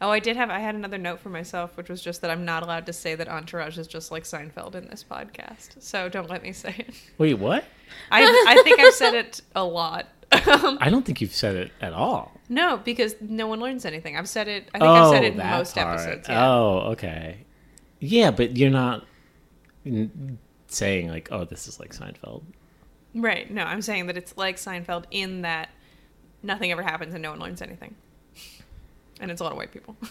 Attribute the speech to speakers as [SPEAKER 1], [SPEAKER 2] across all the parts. [SPEAKER 1] Oh, I did have. I had another note for myself, which was just that I'm not allowed to say that Entourage is just like Seinfeld in this podcast. So don't let me say it.
[SPEAKER 2] Wait, what?
[SPEAKER 1] I I think I've said it a lot. Um,
[SPEAKER 2] I don't think you've said it at all.
[SPEAKER 1] no, because no one learns anything. I've said it. I think
[SPEAKER 2] oh,
[SPEAKER 1] I've said it in
[SPEAKER 2] that
[SPEAKER 1] most
[SPEAKER 2] part.
[SPEAKER 1] episodes. Yeah.
[SPEAKER 2] Oh, okay. Yeah, but you're not n- saying like, "Oh, this is like Seinfeld."
[SPEAKER 1] Right. No, I'm saying that it's like Seinfeld in that nothing ever happens and no one learns anything. And it's a lot of white people.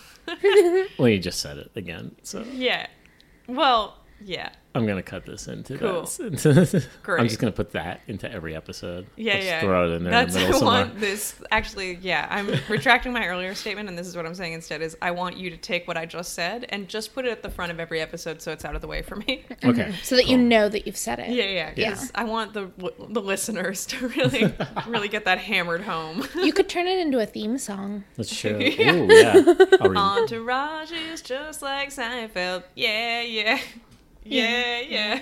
[SPEAKER 2] Well, you just said it again, so
[SPEAKER 1] yeah. Well, yeah.
[SPEAKER 2] I'm gonna cut this into
[SPEAKER 1] Cool.
[SPEAKER 2] this. into this. I'm
[SPEAKER 1] Great.
[SPEAKER 2] just gonna put that into every episode.
[SPEAKER 1] Yeah,
[SPEAKER 2] I'll just
[SPEAKER 1] yeah.
[SPEAKER 2] Throw it in there
[SPEAKER 1] That's
[SPEAKER 2] in the middle
[SPEAKER 1] I
[SPEAKER 2] somewhere.
[SPEAKER 1] want this actually, yeah. I'm retracting my earlier statement and this is what I'm saying instead is I want you to take what I just said and just put it at the front of every episode so it's out of the way for me.
[SPEAKER 2] Okay.
[SPEAKER 3] so that you
[SPEAKER 2] cool.
[SPEAKER 3] know that you've said it.
[SPEAKER 1] Yeah, yeah, because I want the the listeners to really really get that hammered home.
[SPEAKER 3] You could turn it into a theme song.
[SPEAKER 2] That's true.
[SPEAKER 1] Yeah.
[SPEAKER 2] Ooh, yeah. I'll re-
[SPEAKER 1] Entourage is just like Seinfeld. Yeah, yeah. Yeah, yeah.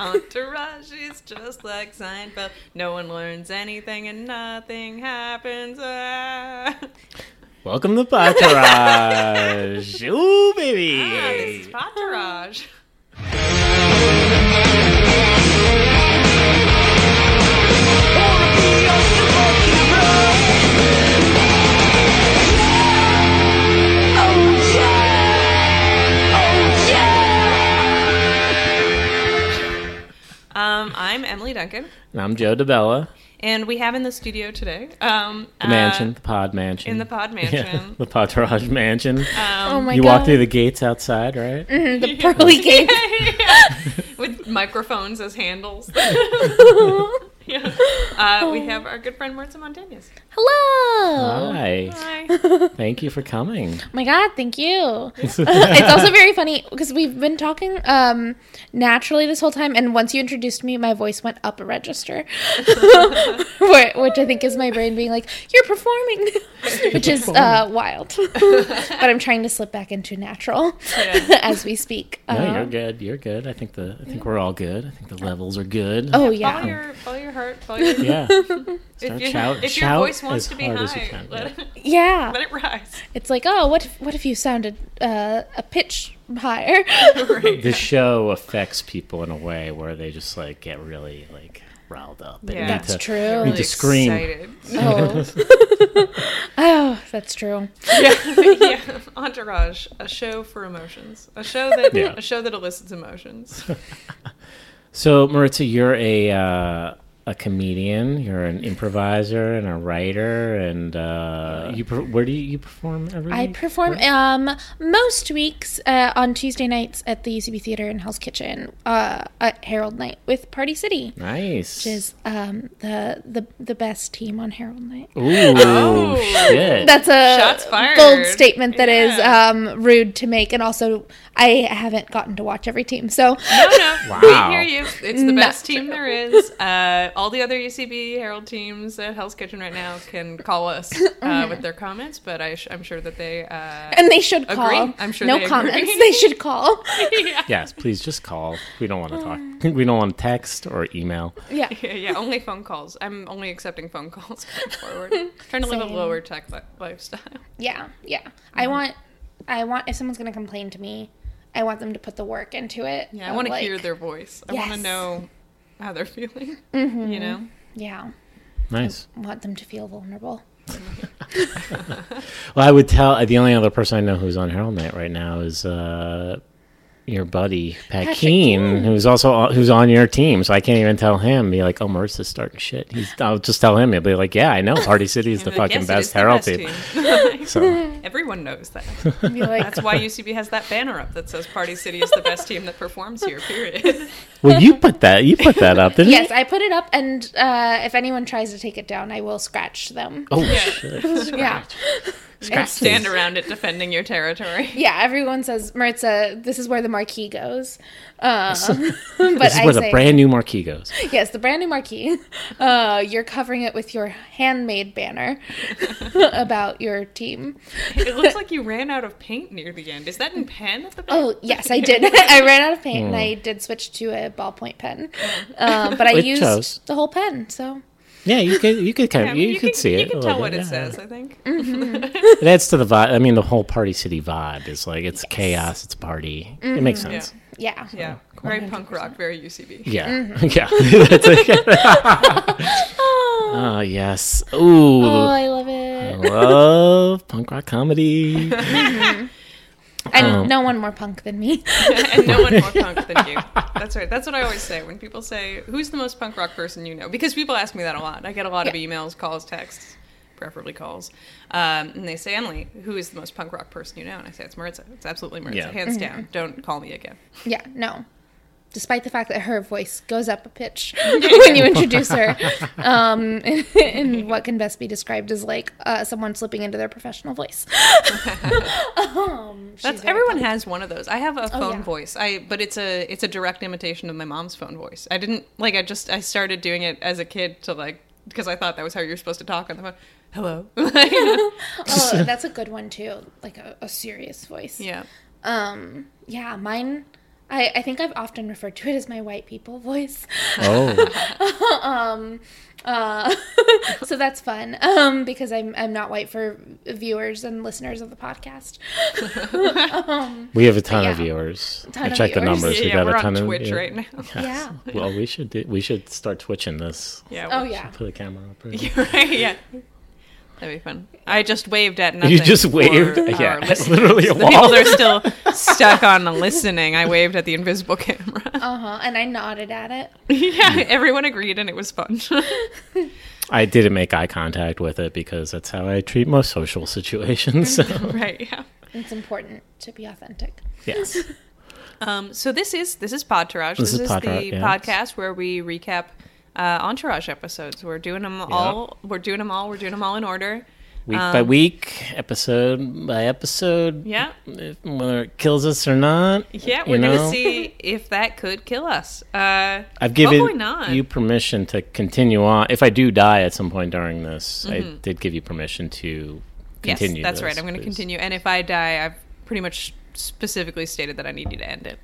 [SPEAKER 1] Entourage is just like Seinfeld. No one learns anything and nothing happens. Ah.
[SPEAKER 2] Welcome to Entourage. Ooh, baby.
[SPEAKER 1] Ah, this is Entourage. Um, I'm Emily Duncan,
[SPEAKER 2] and I'm Joe DeBella.
[SPEAKER 1] and we have in the studio today um,
[SPEAKER 2] The
[SPEAKER 1] uh,
[SPEAKER 2] mansion, the pod mansion.
[SPEAKER 1] in the Pod
[SPEAKER 2] Yeah,
[SPEAKER 1] Mansion.
[SPEAKER 2] the Entourage mansion.
[SPEAKER 3] oh my
[SPEAKER 2] you
[SPEAKER 3] god! Mm-hmm.
[SPEAKER 2] walk through the gates outside, right?
[SPEAKER 3] the pearly gates.
[SPEAKER 1] with microphones as handles. yeah. uh, we have our good friend Marta Montañez.
[SPEAKER 3] Hello.
[SPEAKER 2] Hi.
[SPEAKER 1] Hi.
[SPEAKER 2] Thank you for coming.
[SPEAKER 3] Oh my god! Thank you. it's also very funny because we've been talking um, naturally this whole time, and once you introduced me, my voice went up a register, Wh- which I think is my brain being like, "You're performing," which is uh, wild. but I'm trying to slip back into natural
[SPEAKER 1] Yeah.
[SPEAKER 3] as we speak.
[SPEAKER 2] no,
[SPEAKER 3] Uh,
[SPEAKER 2] you're good. You're good. I think the I think we're all good. I think the levels are good.
[SPEAKER 3] oh
[SPEAKER 1] Follow
[SPEAKER 3] yeah,
[SPEAKER 1] your, follow your heart. Follow your.
[SPEAKER 2] yeah.
[SPEAKER 1] If,
[SPEAKER 2] Start
[SPEAKER 1] you,
[SPEAKER 2] shout,
[SPEAKER 1] if your
[SPEAKER 2] shout
[SPEAKER 1] voice wants
[SPEAKER 2] as
[SPEAKER 1] to be
[SPEAKER 2] hard
[SPEAKER 1] high,
[SPEAKER 2] as you can.
[SPEAKER 1] let,
[SPEAKER 2] yeah.
[SPEAKER 1] it,
[SPEAKER 3] yeah.
[SPEAKER 1] let it rise.
[SPEAKER 3] It's like, oh, what if what if you sounded uh, a pitch higher?
[SPEAKER 1] Right.
[SPEAKER 2] The show affects people in a way where they just like get really like riled up. They
[SPEAKER 1] Yeah.
[SPEAKER 2] need
[SPEAKER 3] That's
[SPEAKER 2] to-
[SPEAKER 3] true.
[SPEAKER 2] need to scream.
[SPEAKER 1] Excited.
[SPEAKER 3] Oh. oh, that's true.
[SPEAKER 1] yeah, Entourage, a show for emotions, a show that
[SPEAKER 2] Yeah.
[SPEAKER 1] a show that elicits emotions.
[SPEAKER 2] So Maritza, you're a uh, a comedian. You're an improviser and a writer. And uh, you per- where do you, you perform every?
[SPEAKER 3] I
[SPEAKER 2] week?
[SPEAKER 3] perform um, most weeks uh, on Tuesday nights at the UCB Theater in Hell's Kitchen uh, at Herald Night with Party City,
[SPEAKER 2] Nice.
[SPEAKER 3] which is um, the, the the best team on Herald Night.
[SPEAKER 2] Ooh,
[SPEAKER 1] Oh.
[SPEAKER 2] shit.
[SPEAKER 3] That's a
[SPEAKER 1] Shots fired.
[SPEAKER 3] bold statement that is
[SPEAKER 1] Yeah.
[SPEAKER 3] um, rude to make, and also I haven't gotten to watch every team, so
[SPEAKER 1] No, no,
[SPEAKER 2] Wow.
[SPEAKER 1] we hear you. It's the
[SPEAKER 3] Not
[SPEAKER 1] best team there is. Uh, all the other UCB Herald teams at Hell's Kitchen right now can call us
[SPEAKER 3] Mm-hmm.
[SPEAKER 1] uh, with their comments, but I sh- I'm sure that they. Uh,
[SPEAKER 3] and they should call.
[SPEAKER 1] Agree. I'm sure
[SPEAKER 3] no
[SPEAKER 1] they agree.
[SPEAKER 3] comments. They should call.
[SPEAKER 1] yeah.
[SPEAKER 2] yes. Please just call. We don't want to talk. We don't want to text or email.
[SPEAKER 3] yeah.
[SPEAKER 1] Yeah, yeah, only phone calls. I'm only accepting phone calls going forward. Trying to live a
[SPEAKER 3] Same.
[SPEAKER 1] lower tech li- lifestyle.
[SPEAKER 3] Yeah, yeah.
[SPEAKER 1] Mm-hmm.
[SPEAKER 3] I want, I want. If someone's gonna complain to me, I want them to put the work into it.
[SPEAKER 1] Yeah, I
[SPEAKER 3] of,
[SPEAKER 1] want to
[SPEAKER 3] like-
[SPEAKER 1] hear their voice. I want
[SPEAKER 3] Yes. Mm-hmm.
[SPEAKER 1] to know how they're feeling. You know,
[SPEAKER 3] Yeah,
[SPEAKER 2] Nice.
[SPEAKER 3] want them to feel vulnerable.
[SPEAKER 2] Well, I would tell the only other person I know who's on Herald Night right now is uh, your buddy Pat,
[SPEAKER 3] Patrick
[SPEAKER 2] Keane, who's also on, who's on your team. So I can't even tell him. Be like, oh, Marissa's starting shit. He's, I'll just tell him. He'll be like, yeah, I know. Party City is the
[SPEAKER 1] And like,
[SPEAKER 2] fucking
[SPEAKER 1] yes, it is
[SPEAKER 2] best
[SPEAKER 1] the
[SPEAKER 2] Herald
[SPEAKER 1] best
[SPEAKER 2] team. So
[SPEAKER 1] Everyone knows that.
[SPEAKER 3] And be like,
[SPEAKER 1] That's why UCB has that banner up that says Party City is the best team that performs here, period.
[SPEAKER 2] well, you put that you put that up, didn't
[SPEAKER 3] yes,
[SPEAKER 2] you?
[SPEAKER 3] I put it up, and uh, if anyone tries to take it down, I will scratch them.
[SPEAKER 2] Oh shit!
[SPEAKER 3] Yeah,
[SPEAKER 2] Scratch
[SPEAKER 1] Stand
[SPEAKER 2] this.
[SPEAKER 1] around it defending your territory.
[SPEAKER 3] yeah. Everyone says Maritza. This is where the marquee goes. Uh, but
[SPEAKER 2] This is
[SPEAKER 3] I
[SPEAKER 2] where
[SPEAKER 3] say
[SPEAKER 2] the brand new marquee goes.
[SPEAKER 3] yes, the brand new marquee. Uh, you're covering it with your handmade banner about your team.
[SPEAKER 1] It looks like you ran out of paint near the end. Is that in pen at the back?
[SPEAKER 3] Oh yes, I did. I ran out of
[SPEAKER 2] Mm.
[SPEAKER 3] paint and I did switch to a ballpoint pen, um, but I
[SPEAKER 2] It
[SPEAKER 3] used
[SPEAKER 2] shows.
[SPEAKER 3] the whole pen. So
[SPEAKER 2] Yeah, you could you could kind
[SPEAKER 1] Yeah, I
[SPEAKER 2] of,
[SPEAKER 1] mean,
[SPEAKER 2] you, could
[SPEAKER 1] can,
[SPEAKER 2] see it.
[SPEAKER 1] You
[SPEAKER 2] a
[SPEAKER 1] can
[SPEAKER 2] little
[SPEAKER 1] tell what
[SPEAKER 2] bit,
[SPEAKER 1] it
[SPEAKER 2] yeah.
[SPEAKER 1] says, I think.
[SPEAKER 3] Mm.
[SPEAKER 2] It adds to the vibe. I mean, the whole Party City vibe is like it's chaos, it's party. It makes
[SPEAKER 1] Yeah.
[SPEAKER 2] sense.
[SPEAKER 3] Yeah.
[SPEAKER 1] Yeah. Very punk rock, very UCB.
[SPEAKER 2] Yeah,
[SPEAKER 1] Mm-hmm.
[SPEAKER 2] yeah. That's it.
[SPEAKER 3] Oh,
[SPEAKER 2] oh yes. Ooh,
[SPEAKER 3] I love
[SPEAKER 2] I
[SPEAKER 3] it.
[SPEAKER 2] love punk rock comedy.
[SPEAKER 3] And
[SPEAKER 2] Um,
[SPEAKER 3] no one more punk than me.
[SPEAKER 1] and no one more punk than you. That's right. That's what I always say when people say, "Who's the most punk rock person you know?" Because people ask me that a lot. I get a lot of
[SPEAKER 3] Yeah.
[SPEAKER 1] emails, calls, texts, preferably calls, um, and they say, "Emily, who is the most punk rock person you know?" And I say, "It's Maritza. It's absolutely Maritza,
[SPEAKER 2] Yeah.
[SPEAKER 1] hands
[SPEAKER 3] Mm-hmm.
[SPEAKER 1] down. Don't call me again."
[SPEAKER 3] yeah, no. Despite the fact that her voice goes up a pitch when you introduce her, um, in, what can best be described as like uh, someone slipping into their professional voice. um, she's
[SPEAKER 1] That's
[SPEAKER 3] very
[SPEAKER 1] everyone
[SPEAKER 3] punk.
[SPEAKER 1] has one of those. I have a phone
[SPEAKER 3] yeah.
[SPEAKER 1] voice. I but it's a it's a direct imitation of my mom's phone voice. I didn't like. I just I started doing it as a kid to like because I thought that was how you're supposed to talk on the phone. Hello.
[SPEAKER 3] Oh, that's a good one too. Like a, a serious voice.
[SPEAKER 1] yeah.
[SPEAKER 3] Um, yeah, mine. I, I think I've often referred to it as my white people voice.
[SPEAKER 2] oh,
[SPEAKER 3] um, uh, so that's fun um, because I'm I'm not white for viewers and listeners of the podcast. um,
[SPEAKER 2] we have a ton of
[SPEAKER 3] Yeah.
[SPEAKER 2] viewers.
[SPEAKER 3] Ton
[SPEAKER 2] I
[SPEAKER 3] of
[SPEAKER 2] checked the
[SPEAKER 3] viewers.
[SPEAKER 2] numbers.
[SPEAKER 1] Yeah,
[SPEAKER 2] we
[SPEAKER 1] yeah,
[SPEAKER 2] got
[SPEAKER 1] we're
[SPEAKER 2] a ton
[SPEAKER 1] on
[SPEAKER 2] of
[SPEAKER 1] Twitch
[SPEAKER 2] yeah.
[SPEAKER 1] right now.
[SPEAKER 3] yeah.
[SPEAKER 2] Well, we should do, we should start twitching this.
[SPEAKER 1] Yeah.
[SPEAKER 3] Oh
[SPEAKER 1] we're-
[SPEAKER 3] yeah.
[SPEAKER 2] Put the camera up. Right?
[SPEAKER 1] right, yeah. That'd be fun. I just waved at nothing.
[SPEAKER 2] You just waved.
[SPEAKER 1] for
[SPEAKER 2] Yeah,
[SPEAKER 1] our listeners.
[SPEAKER 2] it's literally
[SPEAKER 1] The
[SPEAKER 2] a
[SPEAKER 1] people
[SPEAKER 2] wall.
[SPEAKER 1] that are still stuck on the listening. I waved at the invisible camera.
[SPEAKER 3] Uh huh. And I nodded at it.
[SPEAKER 1] yeah, everyone agreed, and it was fun.
[SPEAKER 2] I didn't make eye contact with it because that's how I treat most social situations. So.
[SPEAKER 1] right. Yeah.
[SPEAKER 3] It's important to be authentic.
[SPEAKER 2] yes.
[SPEAKER 1] Um, so this is this is Podtourage.
[SPEAKER 2] This
[SPEAKER 1] This,
[SPEAKER 2] is
[SPEAKER 1] is,
[SPEAKER 2] Podtourage,
[SPEAKER 1] the
[SPEAKER 2] yes.
[SPEAKER 1] podcast where we recap uh, Entourage episodes. We're doing them all. We're doing them all. We're doing them all in order.
[SPEAKER 2] Week by
[SPEAKER 1] Um,
[SPEAKER 2] week, episode by episode.
[SPEAKER 1] Yeah.
[SPEAKER 2] if- whether it kills us or not.
[SPEAKER 1] Yeah,
[SPEAKER 2] you
[SPEAKER 1] we're
[SPEAKER 2] know?
[SPEAKER 1] gonna see if that could kill us. Uh,
[SPEAKER 2] I've given
[SPEAKER 1] hopefully not.
[SPEAKER 2] you permission to continue on. If I do die at some point during this, I did give you permission to
[SPEAKER 1] Mm-hmm.
[SPEAKER 2] continue.
[SPEAKER 1] Yes, that's
[SPEAKER 2] this,
[SPEAKER 1] right. I'm going to
[SPEAKER 2] please.
[SPEAKER 1] continue. And if I die, I've pretty much specifically stated that I need you to end it.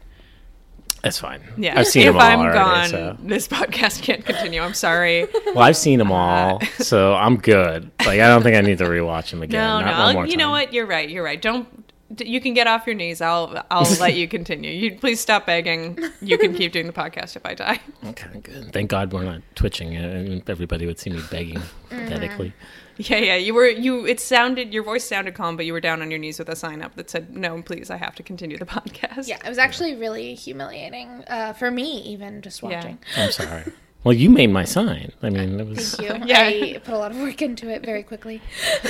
[SPEAKER 2] That's fine.
[SPEAKER 1] Yeah.
[SPEAKER 2] I've seen
[SPEAKER 1] if
[SPEAKER 2] them all
[SPEAKER 1] I'm
[SPEAKER 2] already.
[SPEAKER 1] gone,
[SPEAKER 2] so-
[SPEAKER 1] this podcast can't continue. I'm sorry.
[SPEAKER 2] Well, I've seen
[SPEAKER 1] Uh,
[SPEAKER 2] them all, so I'm good. Like I don't think I need to rewatch them again.
[SPEAKER 1] no,
[SPEAKER 2] not
[SPEAKER 1] no.
[SPEAKER 2] One more
[SPEAKER 1] I'll- you know
[SPEAKER 2] time.
[SPEAKER 1] what? You're right. You're right. Don't. d- You can get off your knees. I'll I'll let you continue. You please stop begging. You can keep doing the podcast if I die.
[SPEAKER 2] Okay, good. Thank God we're not twitching. and Everybody would see me begging
[SPEAKER 1] Mm-hmm.
[SPEAKER 2] pathetically.
[SPEAKER 1] Yeah, yeah. You were you. It sounded your voice sounded calm, but you were down on your knees with a sign up that said, "No, please, I have to continue the podcast."
[SPEAKER 3] Yeah, it was actually really humiliating uh, for me, even just watching.
[SPEAKER 2] I'm sorry. Well, you made my sign. I mean, it was.
[SPEAKER 3] Thank you.
[SPEAKER 1] Yeah.
[SPEAKER 3] I put a lot of work into it very quickly.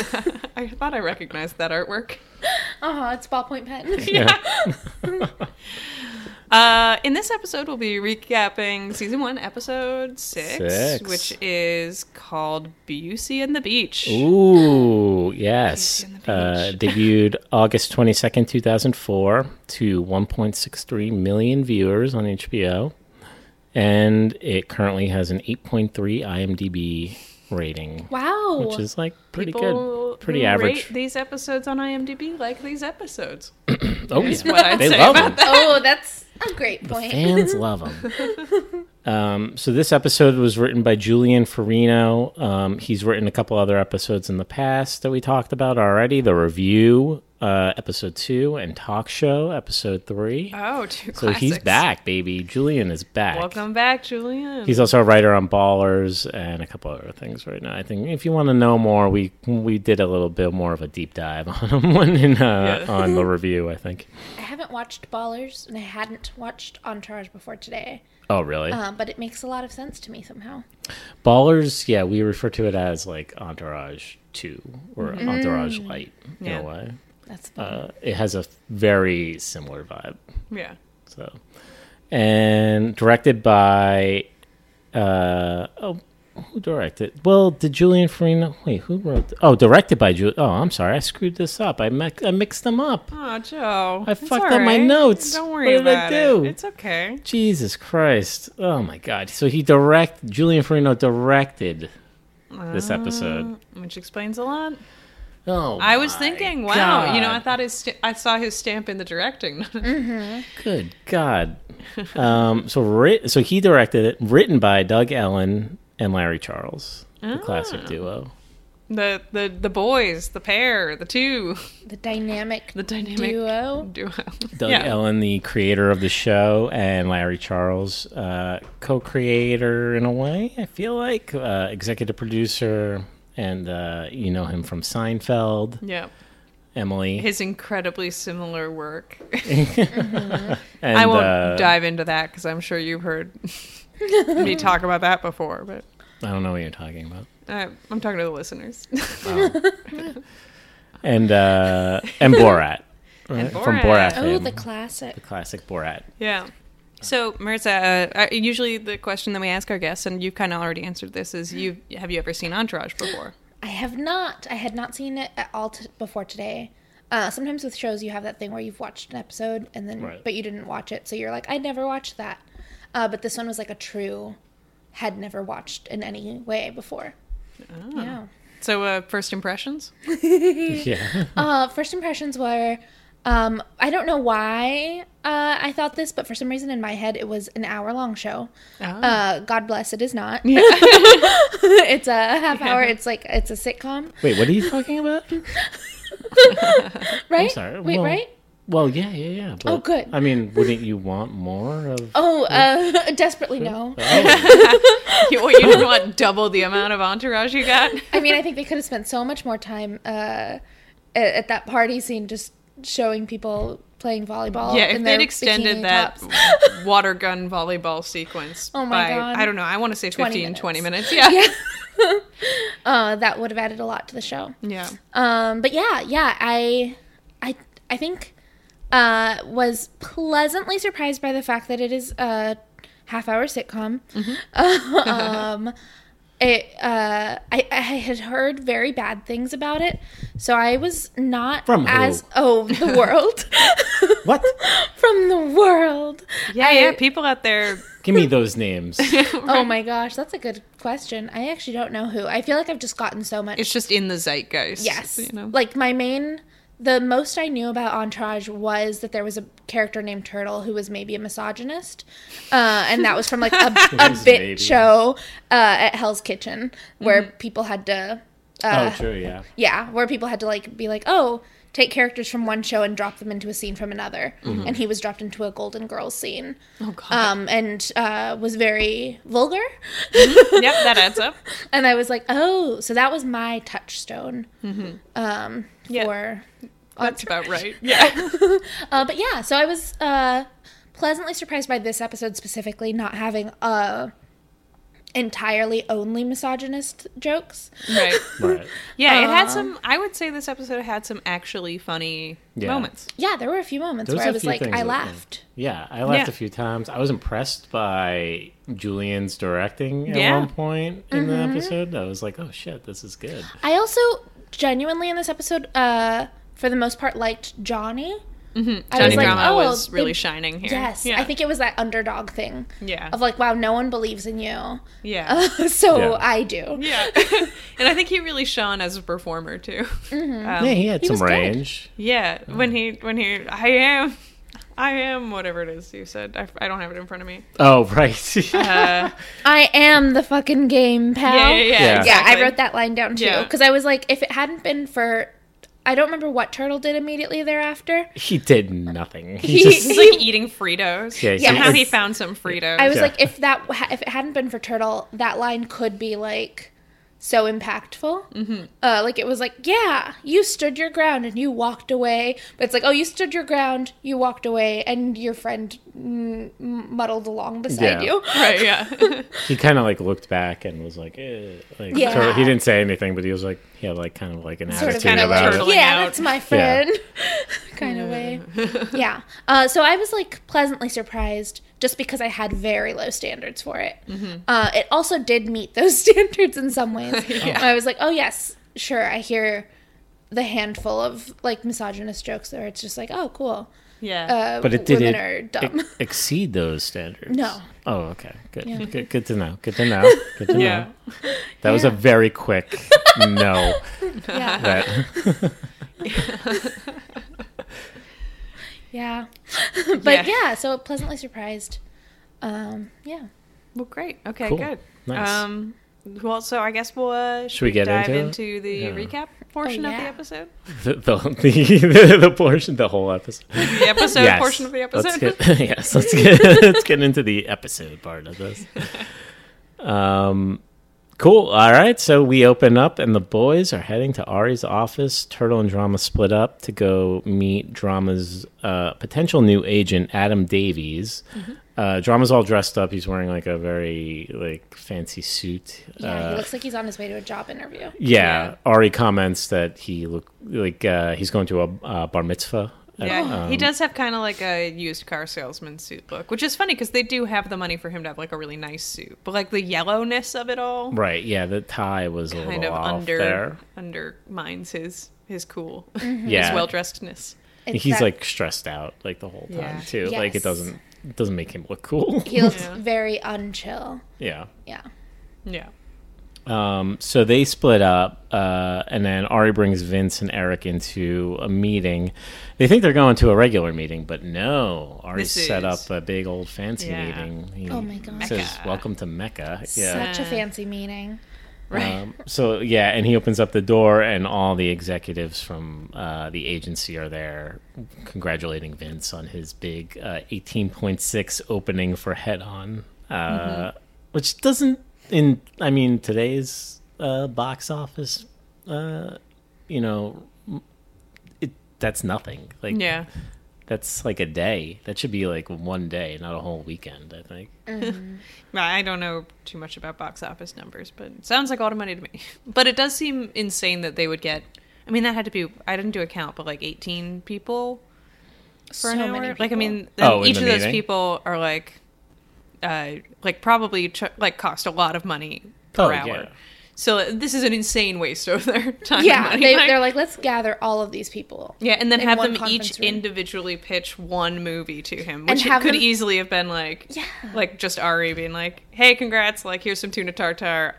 [SPEAKER 1] I thought I recognized that artwork.
[SPEAKER 3] Uh huh. It's ballpoint pen.
[SPEAKER 2] Yeah.
[SPEAKER 1] Uh, in this episode, we'll be recapping season one, episode six,
[SPEAKER 2] Six.
[SPEAKER 1] which is called Busey and the Beach.
[SPEAKER 2] Ooh, yes.
[SPEAKER 1] on the
[SPEAKER 2] Uh, debuted August 22nd, 2004, to 1.63 million viewers on HBO. And it currently has an 8.3 IMDb rating,
[SPEAKER 3] Wow.
[SPEAKER 2] which is like pretty
[SPEAKER 1] People
[SPEAKER 2] good. Pretty
[SPEAKER 1] who
[SPEAKER 2] average.
[SPEAKER 1] Rate these episodes on IMDb like these episodes.
[SPEAKER 2] oh,
[SPEAKER 1] Is
[SPEAKER 2] yeah.
[SPEAKER 1] what I'd
[SPEAKER 2] They
[SPEAKER 1] say
[SPEAKER 2] love
[SPEAKER 1] about
[SPEAKER 2] them.
[SPEAKER 3] oh, that's a great point.
[SPEAKER 2] Fans love them. Um, so this episode was written by Julian Farino. Um, he's written a couple other episodes in the past that we talked about already. The review, uh, episode two, and talk show, episode three.
[SPEAKER 1] Oh, two
[SPEAKER 2] so he's
[SPEAKER 1] classics.
[SPEAKER 2] back, baby. Julian is back.
[SPEAKER 1] Welcome back, Julian.
[SPEAKER 2] He's also a writer on Ballers and a couple other things right now. I think if you want to know more, we we did a little bit more of a deep dive on him when in, uh,
[SPEAKER 1] Yeah.
[SPEAKER 2] on the review. I think.
[SPEAKER 3] I haven't watched Ballers and I hadn't watched Entourage before today,
[SPEAKER 2] Oh, really?
[SPEAKER 3] um, but it makes a lot of sense to me somehow.
[SPEAKER 2] Ballers, yeah, we refer to it as like Entourage 2 or Entourage Light in
[SPEAKER 1] Mm-hmm. Yeah.
[SPEAKER 2] a way.
[SPEAKER 3] That's fun.
[SPEAKER 2] Uh, it has a very similar vibe.
[SPEAKER 1] yeah.
[SPEAKER 2] So, and directed by, uh, oh, who directed? Well, did Julian Farina? Wait, who wrote? Oh, directed by Julian. Oh, I'm sorry, I screwed this up. I mi- I mixed them up.
[SPEAKER 1] Oh, Joe.
[SPEAKER 2] I
[SPEAKER 1] it's
[SPEAKER 2] fucked
[SPEAKER 1] all
[SPEAKER 2] up my
[SPEAKER 1] right.
[SPEAKER 2] notes.
[SPEAKER 1] Don't
[SPEAKER 2] What
[SPEAKER 1] worry
[SPEAKER 2] did I
[SPEAKER 1] about
[SPEAKER 2] do?
[SPEAKER 1] it. It's okay.
[SPEAKER 2] Jesus Christ! Oh my God! So he direct Julian Farino directed this episode.
[SPEAKER 1] Which explains a lot.
[SPEAKER 2] Oh,
[SPEAKER 1] Uh, I was
[SPEAKER 2] my
[SPEAKER 1] thinking, wow, you know,
[SPEAKER 2] God.
[SPEAKER 1] I thought his st- I saw his stamp in the directing.
[SPEAKER 2] Good God. Um, so writ- so he directed it, written by Doug Ellen and Larry Charles. the
[SPEAKER 1] Ah.
[SPEAKER 2] classic duo.
[SPEAKER 1] The the the boys, the pair, the two,
[SPEAKER 3] The dynamic
[SPEAKER 1] the dynamic
[SPEAKER 3] duo.
[SPEAKER 1] duo.
[SPEAKER 2] Doug
[SPEAKER 1] yeah.
[SPEAKER 2] Ellen, the creator of the show, and Larry Charles, uh, co-creator in a way. I feel like uh, executive producer, and uh, you know him from Seinfeld,
[SPEAKER 1] Yeah.
[SPEAKER 2] Emily.
[SPEAKER 1] His incredibly similar work.
[SPEAKER 2] and,
[SPEAKER 1] I won't
[SPEAKER 2] uh,
[SPEAKER 1] dive into that because I'm sure you've heard me talk about that before, but
[SPEAKER 2] I don't know what you're talking about.
[SPEAKER 1] I, I'm talking to the listeners.
[SPEAKER 2] And uh, and Borat, right? from
[SPEAKER 1] Borat.
[SPEAKER 2] Borat.
[SPEAKER 3] Oh,
[SPEAKER 2] fame.
[SPEAKER 3] the classic.
[SPEAKER 2] classic Borat.
[SPEAKER 1] yeah. So, Marissa, uh, I- usually the question that we ask our guests, and you've kind of already answered this, is you have you ever seen Entourage before?
[SPEAKER 3] I have not. I had not seen it at all t- before today. Uh, sometimes with shows, you have that thing where you've watched an episode and then,
[SPEAKER 2] Right.
[SPEAKER 3] but you didn't watch it, so you're like, I never watched that. Uh, but this one was like a true, had never watched in any way before.
[SPEAKER 1] Ah.
[SPEAKER 3] Yeah.
[SPEAKER 1] So, uh, first impressions?
[SPEAKER 2] Yeah.
[SPEAKER 3] Uh, first impressions were, um, I don't know why uh, I thought this, but for some reason in my head it was an hour long show.
[SPEAKER 1] Ah.
[SPEAKER 3] Uh, God bless, it is not. it's a half hour. It's like it's a sitcom,
[SPEAKER 2] Wait, what are you talking about?
[SPEAKER 3] right?
[SPEAKER 2] sorry,
[SPEAKER 3] Wait,
[SPEAKER 2] well-
[SPEAKER 3] right?
[SPEAKER 2] Well, yeah, yeah, yeah. but-
[SPEAKER 3] Oh, good.
[SPEAKER 2] I mean, wouldn't you want more of?
[SPEAKER 3] Oh, uh, desperately no.
[SPEAKER 2] Oh,
[SPEAKER 1] you, what, you didn't want double the amount of Entourage you got?
[SPEAKER 3] I mean, I think they could have spent so much more time uh, at, at that party scene, just showing people playing volleyball.
[SPEAKER 1] yeah,
[SPEAKER 3] in
[SPEAKER 1] if
[SPEAKER 3] their
[SPEAKER 1] they'd extended
[SPEAKER 3] bikini
[SPEAKER 1] that
[SPEAKER 3] tops.
[SPEAKER 1] water gun volleyball sequence
[SPEAKER 3] Oh my
[SPEAKER 1] by,
[SPEAKER 3] God.
[SPEAKER 1] I don't know, I want to say 15,
[SPEAKER 3] 20
[SPEAKER 1] 20 minutes. Yeah.
[SPEAKER 3] yeah, uh, that would have added a lot to the show.
[SPEAKER 1] yeah.
[SPEAKER 3] Um, but yeah, yeah, I, I, I think uh, was pleasantly surprised by the fact that it is a half-hour sitcom. um, it, uh, I, I had heard very bad things about it, so I was not
[SPEAKER 2] From who?
[SPEAKER 3] as oh the world
[SPEAKER 2] what?
[SPEAKER 3] from the world.
[SPEAKER 1] Yeah,
[SPEAKER 3] I-
[SPEAKER 1] yeah. People out there,
[SPEAKER 2] Give me those names.
[SPEAKER 3] Oh my gosh, that's a good question. I actually don't know who. I feel like I've just gotten so much.
[SPEAKER 1] it's just in the zeitgeist.
[SPEAKER 3] Yes.
[SPEAKER 1] You know?
[SPEAKER 3] Like my main the most I knew about Entourage was that there was a character named Turtle who was maybe a misogynist, uh, and that was from like a, a
[SPEAKER 2] was
[SPEAKER 3] bit
[SPEAKER 2] maybe.
[SPEAKER 3] show uh, at Hell's Kitchen where
[SPEAKER 1] Mm-hmm.
[SPEAKER 3] people had to, uh,
[SPEAKER 2] oh, true. Yeah.
[SPEAKER 3] yeah, where people had to like be like, oh, take characters from one show and drop them into a scene from another,
[SPEAKER 2] Mm-hmm.
[SPEAKER 3] and he was dropped into a Golden Girls scene,
[SPEAKER 1] oh, God.
[SPEAKER 3] um, and uh, was very vulgar,
[SPEAKER 1] yep, that adds up.
[SPEAKER 3] and I was like, oh, so that was my touchstone um,
[SPEAKER 1] Mm-hmm. Yeah.
[SPEAKER 3] for.
[SPEAKER 1] That's about right. Yeah.
[SPEAKER 3] Uh, but yeah, so I was uh, pleasantly surprised by this episode specifically not having uh, entirely only misogynist jokes.
[SPEAKER 1] Right.
[SPEAKER 2] Right.
[SPEAKER 1] Yeah, it
[SPEAKER 3] Um,
[SPEAKER 1] had some, I would say this episode had some actually funny
[SPEAKER 2] Yeah.
[SPEAKER 1] moments.
[SPEAKER 3] Yeah, there were a few moments
[SPEAKER 2] There was
[SPEAKER 3] where I
[SPEAKER 2] a
[SPEAKER 3] was
[SPEAKER 2] few
[SPEAKER 3] like,
[SPEAKER 2] things
[SPEAKER 3] I
[SPEAKER 2] that-
[SPEAKER 3] laughed.
[SPEAKER 2] Yeah, I laughed
[SPEAKER 1] Yeah.
[SPEAKER 2] a few times. I was impressed by Julian's directing at
[SPEAKER 1] Yeah.
[SPEAKER 2] one point in the
[SPEAKER 3] Mm-hmm.
[SPEAKER 2] episode. I was like, "Oh shit, this is good."
[SPEAKER 3] I also genuinely in this episode, uh, for the most part, liked Johnny. I
[SPEAKER 1] Mm-hmm. Johnny
[SPEAKER 2] like,
[SPEAKER 1] Drama
[SPEAKER 3] oh,
[SPEAKER 1] was
[SPEAKER 3] they-
[SPEAKER 1] really shining here.
[SPEAKER 3] Yes,
[SPEAKER 1] Yeah.
[SPEAKER 3] I think it was that underdog thing
[SPEAKER 1] Yeah.
[SPEAKER 3] of like, uh, wow, no one believes in you,
[SPEAKER 1] yeah.
[SPEAKER 3] so
[SPEAKER 2] Yeah.
[SPEAKER 3] I do.
[SPEAKER 1] Yeah. and I think he really shone as a performer too.
[SPEAKER 3] Mm.
[SPEAKER 1] Um,
[SPEAKER 2] yeah, he had
[SPEAKER 3] was
[SPEAKER 2] some
[SPEAKER 3] good.
[SPEAKER 2] range.
[SPEAKER 1] Yeah, when he when he I am I am whatever it is you said. I, I don't have it in front of me.
[SPEAKER 2] Oh, right.
[SPEAKER 3] Uh-huh.
[SPEAKER 1] Uh,
[SPEAKER 3] I am the fucking game pal.
[SPEAKER 1] yeah, yeah, yeah.
[SPEAKER 2] Yeah.
[SPEAKER 1] exactly.
[SPEAKER 3] Oh. Yeah, I wrote that line down too
[SPEAKER 1] Yeah.
[SPEAKER 3] because I was like, if it hadn't been for, I don't remember what Turtle did immediately thereafter.
[SPEAKER 2] he did nothing. He,
[SPEAKER 3] He-
[SPEAKER 2] just
[SPEAKER 1] It's like eating Fritos.
[SPEAKER 2] Yeah,
[SPEAKER 3] Yeah.
[SPEAKER 1] Somehow
[SPEAKER 3] it's-
[SPEAKER 1] he found some Fritos.
[SPEAKER 3] I was
[SPEAKER 2] Yeah.
[SPEAKER 3] like, if that if it hadn't been for Turtle, that line could be like so impactful. Mm-hmm. Uh, like it was like, yeah, you stood your ground and you walked away. But it's like, oh, you stood your ground, you walked away, and your friend mm, muddled along
[SPEAKER 2] Yeah.
[SPEAKER 3] beside you.
[SPEAKER 1] right, yeah.
[SPEAKER 2] he kind of like looked back and was like, eh. like
[SPEAKER 3] Yeah.
[SPEAKER 2] tur- he didn't say anything, but he was like, he had like kind of like an
[SPEAKER 3] sort of
[SPEAKER 2] attitude
[SPEAKER 3] kind of
[SPEAKER 2] about
[SPEAKER 3] like,
[SPEAKER 2] it.
[SPEAKER 1] turtle. turtling
[SPEAKER 3] yeah,
[SPEAKER 1] out.
[SPEAKER 3] that's my friend, kind of way. Yeah. Uh, so I was like pleasantly surprised, just because I had very low standards for it. Uh, it also did meet those standards in some ways. I was like, oh yes, sure. I hear the handful of like misogynist jokes where it's just like, oh cool.
[SPEAKER 1] yeah.
[SPEAKER 3] Uh,
[SPEAKER 2] But it did
[SPEAKER 3] women
[SPEAKER 2] it,
[SPEAKER 3] are
[SPEAKER 2] ex-
[SPEAKER 3] dumb.
[SPEAKER 2] exceed those standards.
[SPEAKER 3] No.
[SPEAKER 2] Oh, okay. Good. Good, good to know. Good to know. Good to
[SPEAKER 1] yeah.
[SPEAKER 2] know. That was a very quick no.
[SPEAKER 3] yeah.
[SPEAKER 2] That
[SPEAKER 3] Yeah. but yeah.
[SPEAKER 1] Yeah.
[SPEAKER 3] so pleasantly surprised. Um, yeah.
[SPEAKER 1] Well, great. Okay,
[SPEAKER 2] Cool.
[SPEAKER 1] good.
[SPEAKER 2] Nice.
[SPEAKER 1] Um, Well, so I guess we'll uh,
[SPEAKER 2] Should we get
[SPEAKER 1] dive
[SPEAKER 2] into it?
[SPEAKER 1] into, the
[SPEAKER 2] Yeah.
[SPEAKER 1] recap portion of the
[SPEAKER 3] yeah.
[SPEAKER 1] episode.
[SPEAKER 2] The, the, the, the portion, the whole episode.
[SPEAKER 1] The episode
[SPEAKER 2] Yes.
[SPEAKER 1] portion of the
[SPEAKER 2] Let's
[SPEAKER 1] episode.
[SPEAKER 2] get- yes, let's get let's get into the episode part of this. Um, cool. All right, so we open up, and the boys are heading to Ari's office. Turtle and Drama split up to go meet Drama's uh, potential new agent, Adam Davies.
[SPEAKER 1] Mm-hmm.
[SPEAKER 2] Uh, Drama's all dressed up. He's wearing like a very like fancy suit.
[SPEAKER 3] Yeah,
[SPEAKER 2] Uh,
[SPEAKER 3] he looks like he's on his way to a job interview.
[SPEAKER 2] yeah, Ari comments that he look like uh, he's going to a uh, bar mitzvah. at,
[SPEAKER 1] Yeah, he
[SPEAKER 2] um,
[SPEAKER 1] does have kind of like a used car salesman suit look, which is funny because they do have the money for him to have like a really nice suit, but like the yellowness of it all
[SPEAKER 2] Right. Yeah, the tie was a
[SPEAKER 1] kind
[SPEAKER 2] little
[SPEAKER 1] of
[SPEAKER 2] off
[SPEAKER 1] under
[SPEAKER 2] there.
[SPEAKER 1] undermines his his cool,
[SPEAKER 2] Yeah.
[SPEAKER 1] his well dressedness.
[SPEAKER 3] It's
[SPEAKER 2] He's
[SPEAKER 3] that-
[SPEAKER 2] like stressed out like the whole time
[SPEAKER 1] Yeah.
[SPEAKER 2] too. Like it
[SPEAKER 3] Yes.
[SPEAKER 2] doesn't it doesn't make him look cool.
[SPEAKER 3] he looks
[SPEAKER 1] Yeah.
[SPEAKER 3] very unchill.
[SPEAKER 2] yeah.
[SPEAKER 3] Yeah.
[SPEAKER 1] Yeah,
[SPEAKER 2] Um, so they split up, uh, and then Ari brings Vince and Eric into a meeting. They think they're going to a regular meeting, but no. Ari
[SPEAKER 1] This
[SPEAKER 2] set
[SPEAKER 1] is-
[SPEAKER 2] up a big old fancy
[SPEAKER 1] Yeah.
[SPEAKER 2] meeting. He
[SPEAKER 3] Oh my God.
[SPEAKER 2] Says
[SPEAKER 1] Mecca.
[SPEAKER 2] welcome to Mecca. Yeah.
[SPEAKER 3] Such a fancy meeting.
[SPEAKER 1] right.
[SPEAKER 2] Um, so yeah, and he opens up the door, and all the executives from uh, the agency are there, congratulating Vince on his big uh, 18.6 opening for Head On, uh,
[SPEAKER 1] Mm-hmm.
[SPEAKER 2] which doesn't in I mean today's uh, box office, uh, you know, it that's nothing. Like
[SPEAKER 1] yeah,
[SPEAKER 2] that's like a day. That should be like one day, not a whole weekend. I think.
[SPEAKER 1] I don't know too much about box office numbers, but it sounds like a lot of money to me. But it does seem insane that they would get. I mean, that had to be. I didn't do a count, but like eighteen people for
[SPEAKER 3] So
[SPEAKER 1] an hour.
[SPEAKER 3] many
[SPEAKER 1] Like I
[SPEAKER 3] people.
[SPEAKER 1] mean,
[SPEAKER 2] Oh, in
[SPEAKER 1] each
[SPEAKER 2] the
[SPEAKER 1] of those
[SPEAKER 2] meeting?
[SPEAKER 1] people are like, uh, like probably ch- like cost a lot of money per
[SPEAKER 2] Oh,
[SPEAKER 1] hour.
[SPEAKER 2] yeah.
[SPEAKER 1] So uh, this is an insane waste of their time. and
[SPEAKER 3] yeah,
[SPEAKER 1] money.
[SPEAKER 3] they, they're like, let's gather all of these people.
[SPEAKER 1] yeah, and then
[SPEAKER 3] in
[SPEAKER 1] have
[SPEAKER 3] one
[SPEAKER 1] them each
[SPEAKER 3] conference room.
[SPEAKER 1] individually pitch one movie to him, which it
[SPEAKER 3] have
[SPEAKER 1] could
[SPEAKER 3] them-
[SPEAKER 1] easily have been like,
[SPEAKER 3] Yeah.
[SPEAKER 1] like just Ari being like, "Hey, congrats! Like, here's some tuna tartare.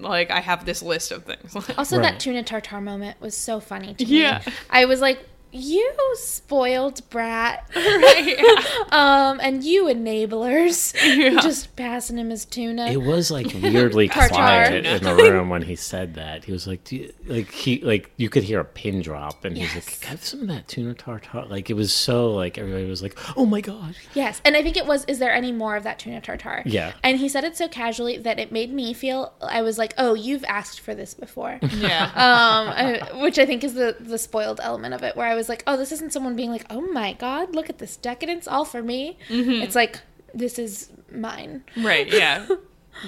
[SPEAKER 1] Like, I have this list of things."
[SPEAKER 3] Also,
[SPEAKER 2] Right.
[SPEAKER 3] that tuna tartar moment was so funny to me.
[SPEAKER 1] Yeah.
[SPEAKER 3] I was like, you spoiled brat.
[SPEAKER 1] Right, yeah.
[SPEAKER 3] um, and you enablers.
[SPEAKER 1] Yeah.
[SPEAKER 3] Just passing him his tuna.
[SPEAKER 2] It was like weirdly
[SPEAKER 3] Tartar.
[SPEAKER 2] quiet in the room when he said that. He was like, Do you, like he like you could hear a pin drop, and he's
[SPEAKER 3] Yes.
[SPEAKER 2] like, "Have some of that tuna tartar." Like it was so like everybody was like, "Oh my god!"
[SPEAKER 3] Yes, and I think it was. Is there any more of that tuna tartare?
[SPEAKER 2] Yeah.
[SPEAKER 3] And he said it so casually that it made me feel I was like, oh, you've asked for this before, um,
[SPEAKER 1] yeah,
[SPEAKER 3] I, which I think is the the spoiled element of it, where I was like, oh, this isn't someone being like, oh my god, look at this decadence, all for me. It's like this is mine.
[SPEAKER 1] right, yeah,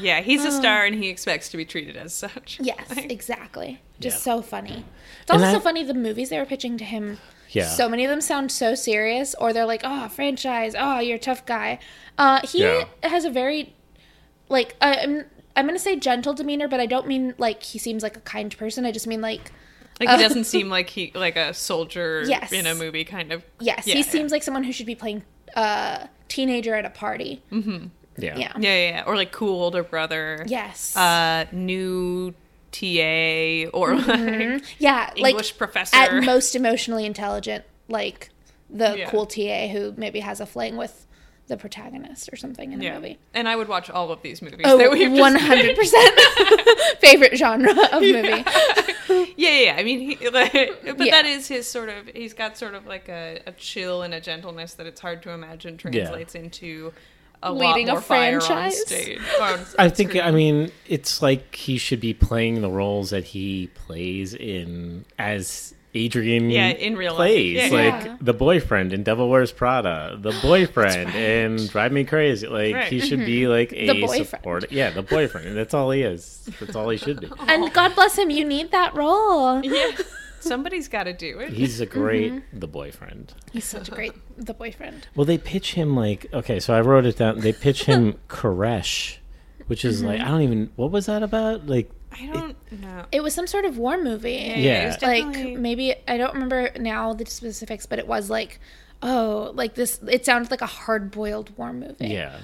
[SPEAKER 1] yeah. He's a star, and he expects to be treated as such.
[SPEAKER 3] Yes,
[SPEAKER 1] Like,
[SPEAKER 3] exactly. Just
[SPEAKER 2] Yeah.
[SPEAKER 3] so funny. It's
[SPEAKER 2] And
[SPEAKER 3] also so
[SPEAKER 2] I-
[SPEAKER 3] funny the movies they were pitching to him.
[SPEAKER 2] Yeah.
[SPEAKER 3] So many of them sound so serious, or they're like, "Oh, franchise. Oh, you're a tough guy." Uh, he
[SPEAKER 2] Yeah.
[SPEAKER 3] has a very, like, I- I'm I'm gonna say gentle demeanor, but I don't mean like he seems like a kind person. I just mean like,
[SPEAKER 1] like he doesn't seem like he like a soldier
[SPEAKER 3] Uh, Yes.
[SPEAKER 1] in a movie kind of.
[SPEAKER 3] yes,
[SPEAKER 1] Yeah,
[SPEAKER 3] he
[SPEAKER 1] yeah.
[SPEAKER 3] seems like someone who should be playing uh teenager at a party.
[SPEAKER 2] yeah,
[SPEAKER 3] Yeah.
[SPEAKER 1] Mm-hmm. Yeah, yeah, yeah. or like cool older brother.
[SPEAKER 3] Yes.
[SPEAKER 1] uh, new TA or like
[SPEAKER 3] yeah.
[SPEAKER 1] English
[SPEAKER 3] Mm-hmm. like
[SPEAKER 1] professor.
[SPEAKER 3] at most emotionally intelligent, like the
[SPEAKER 1] Yeah.
[SPEAKER 3] cool TA who maybe has a fling with the protagonist or something in a
[SPEAKER 1] yeah.
[SPEAKER 3] movie.
[SPEAKER 1] And I would watch all of these movies.
[SPEAKER 3] Oh,
[SPEAKER 1] that we've just-
[SPEAKER 3] 100% favorite genre of movie.
[SPEAKER 1] Yeah, yeah, yeah. I mean, he, like, but
[SPEAKER 3] Yeah.
[SPEAKER 1] that is his sort of. He's got sort of like a, a chill and a gentleness that it's hard to imagine translates into a
[SPEAKER 3] Leading
[SPEAKER 1] lot
[SPEAKER 3] a
[SPEAKER 1] more fire on
[SPEAKER 3] franchise.
[SPEAKER 1] stage. on
[SPEAKER 2] I think uh,
[SPEAKER 1] screen.
[SPEAKER 2] I mean it's like he should be playing the roles that he plays in as Adrian.
[SPEAKER 1] Yeah, in real life.
[SPEAKER 2] plays
[SPEAKER 1] Yeah,
[SPEAKER 2] like
[SPEAKER 3] yeah.
[SPEAKER 2] the boyfriend in Devil Wears Prada, the boyfriend in Drive Me Crazy. Like
[SPEAKER 1] Right. Mm-hmm.
[SPEAKER 2] he should be like a
[SPEAKER 3] boyfriend.
[SPEAKER 2] support. Yeah, the boyfriend. That's all he is. That's all he should be.
[SPEAKER 3] And God bless him, you need that role.
[SPEAKER 1] yeah, somebody's got to do it.
[SPEAKER 2] He's a great
[SPEAKER 1] Mm-hmm.
[SPEAKER 2] the boyfriend.
[SPEAKER 3] He's such a great the boyfriend.
[SPEAKER 2] Well, they pitch him like okay, so I wrote it down. They pitch him Koresh, which is
[SPEAKER 1] Mm-hmm.
[SPEAKER 2] like I don't even what was that about? Like
[SPEAKER 1] I don't know.
[SPEAKER 3] It was some sort of war movie.
[SPEAKER 2] Yeah.
[SPEAKER 1] it's definitely-
[SPEAKER 3] Like maybe I don't remember now the specifics, but it was like oh, like this it sounded like a hard-boiled war movie.
[SPEAKER 2] yeah.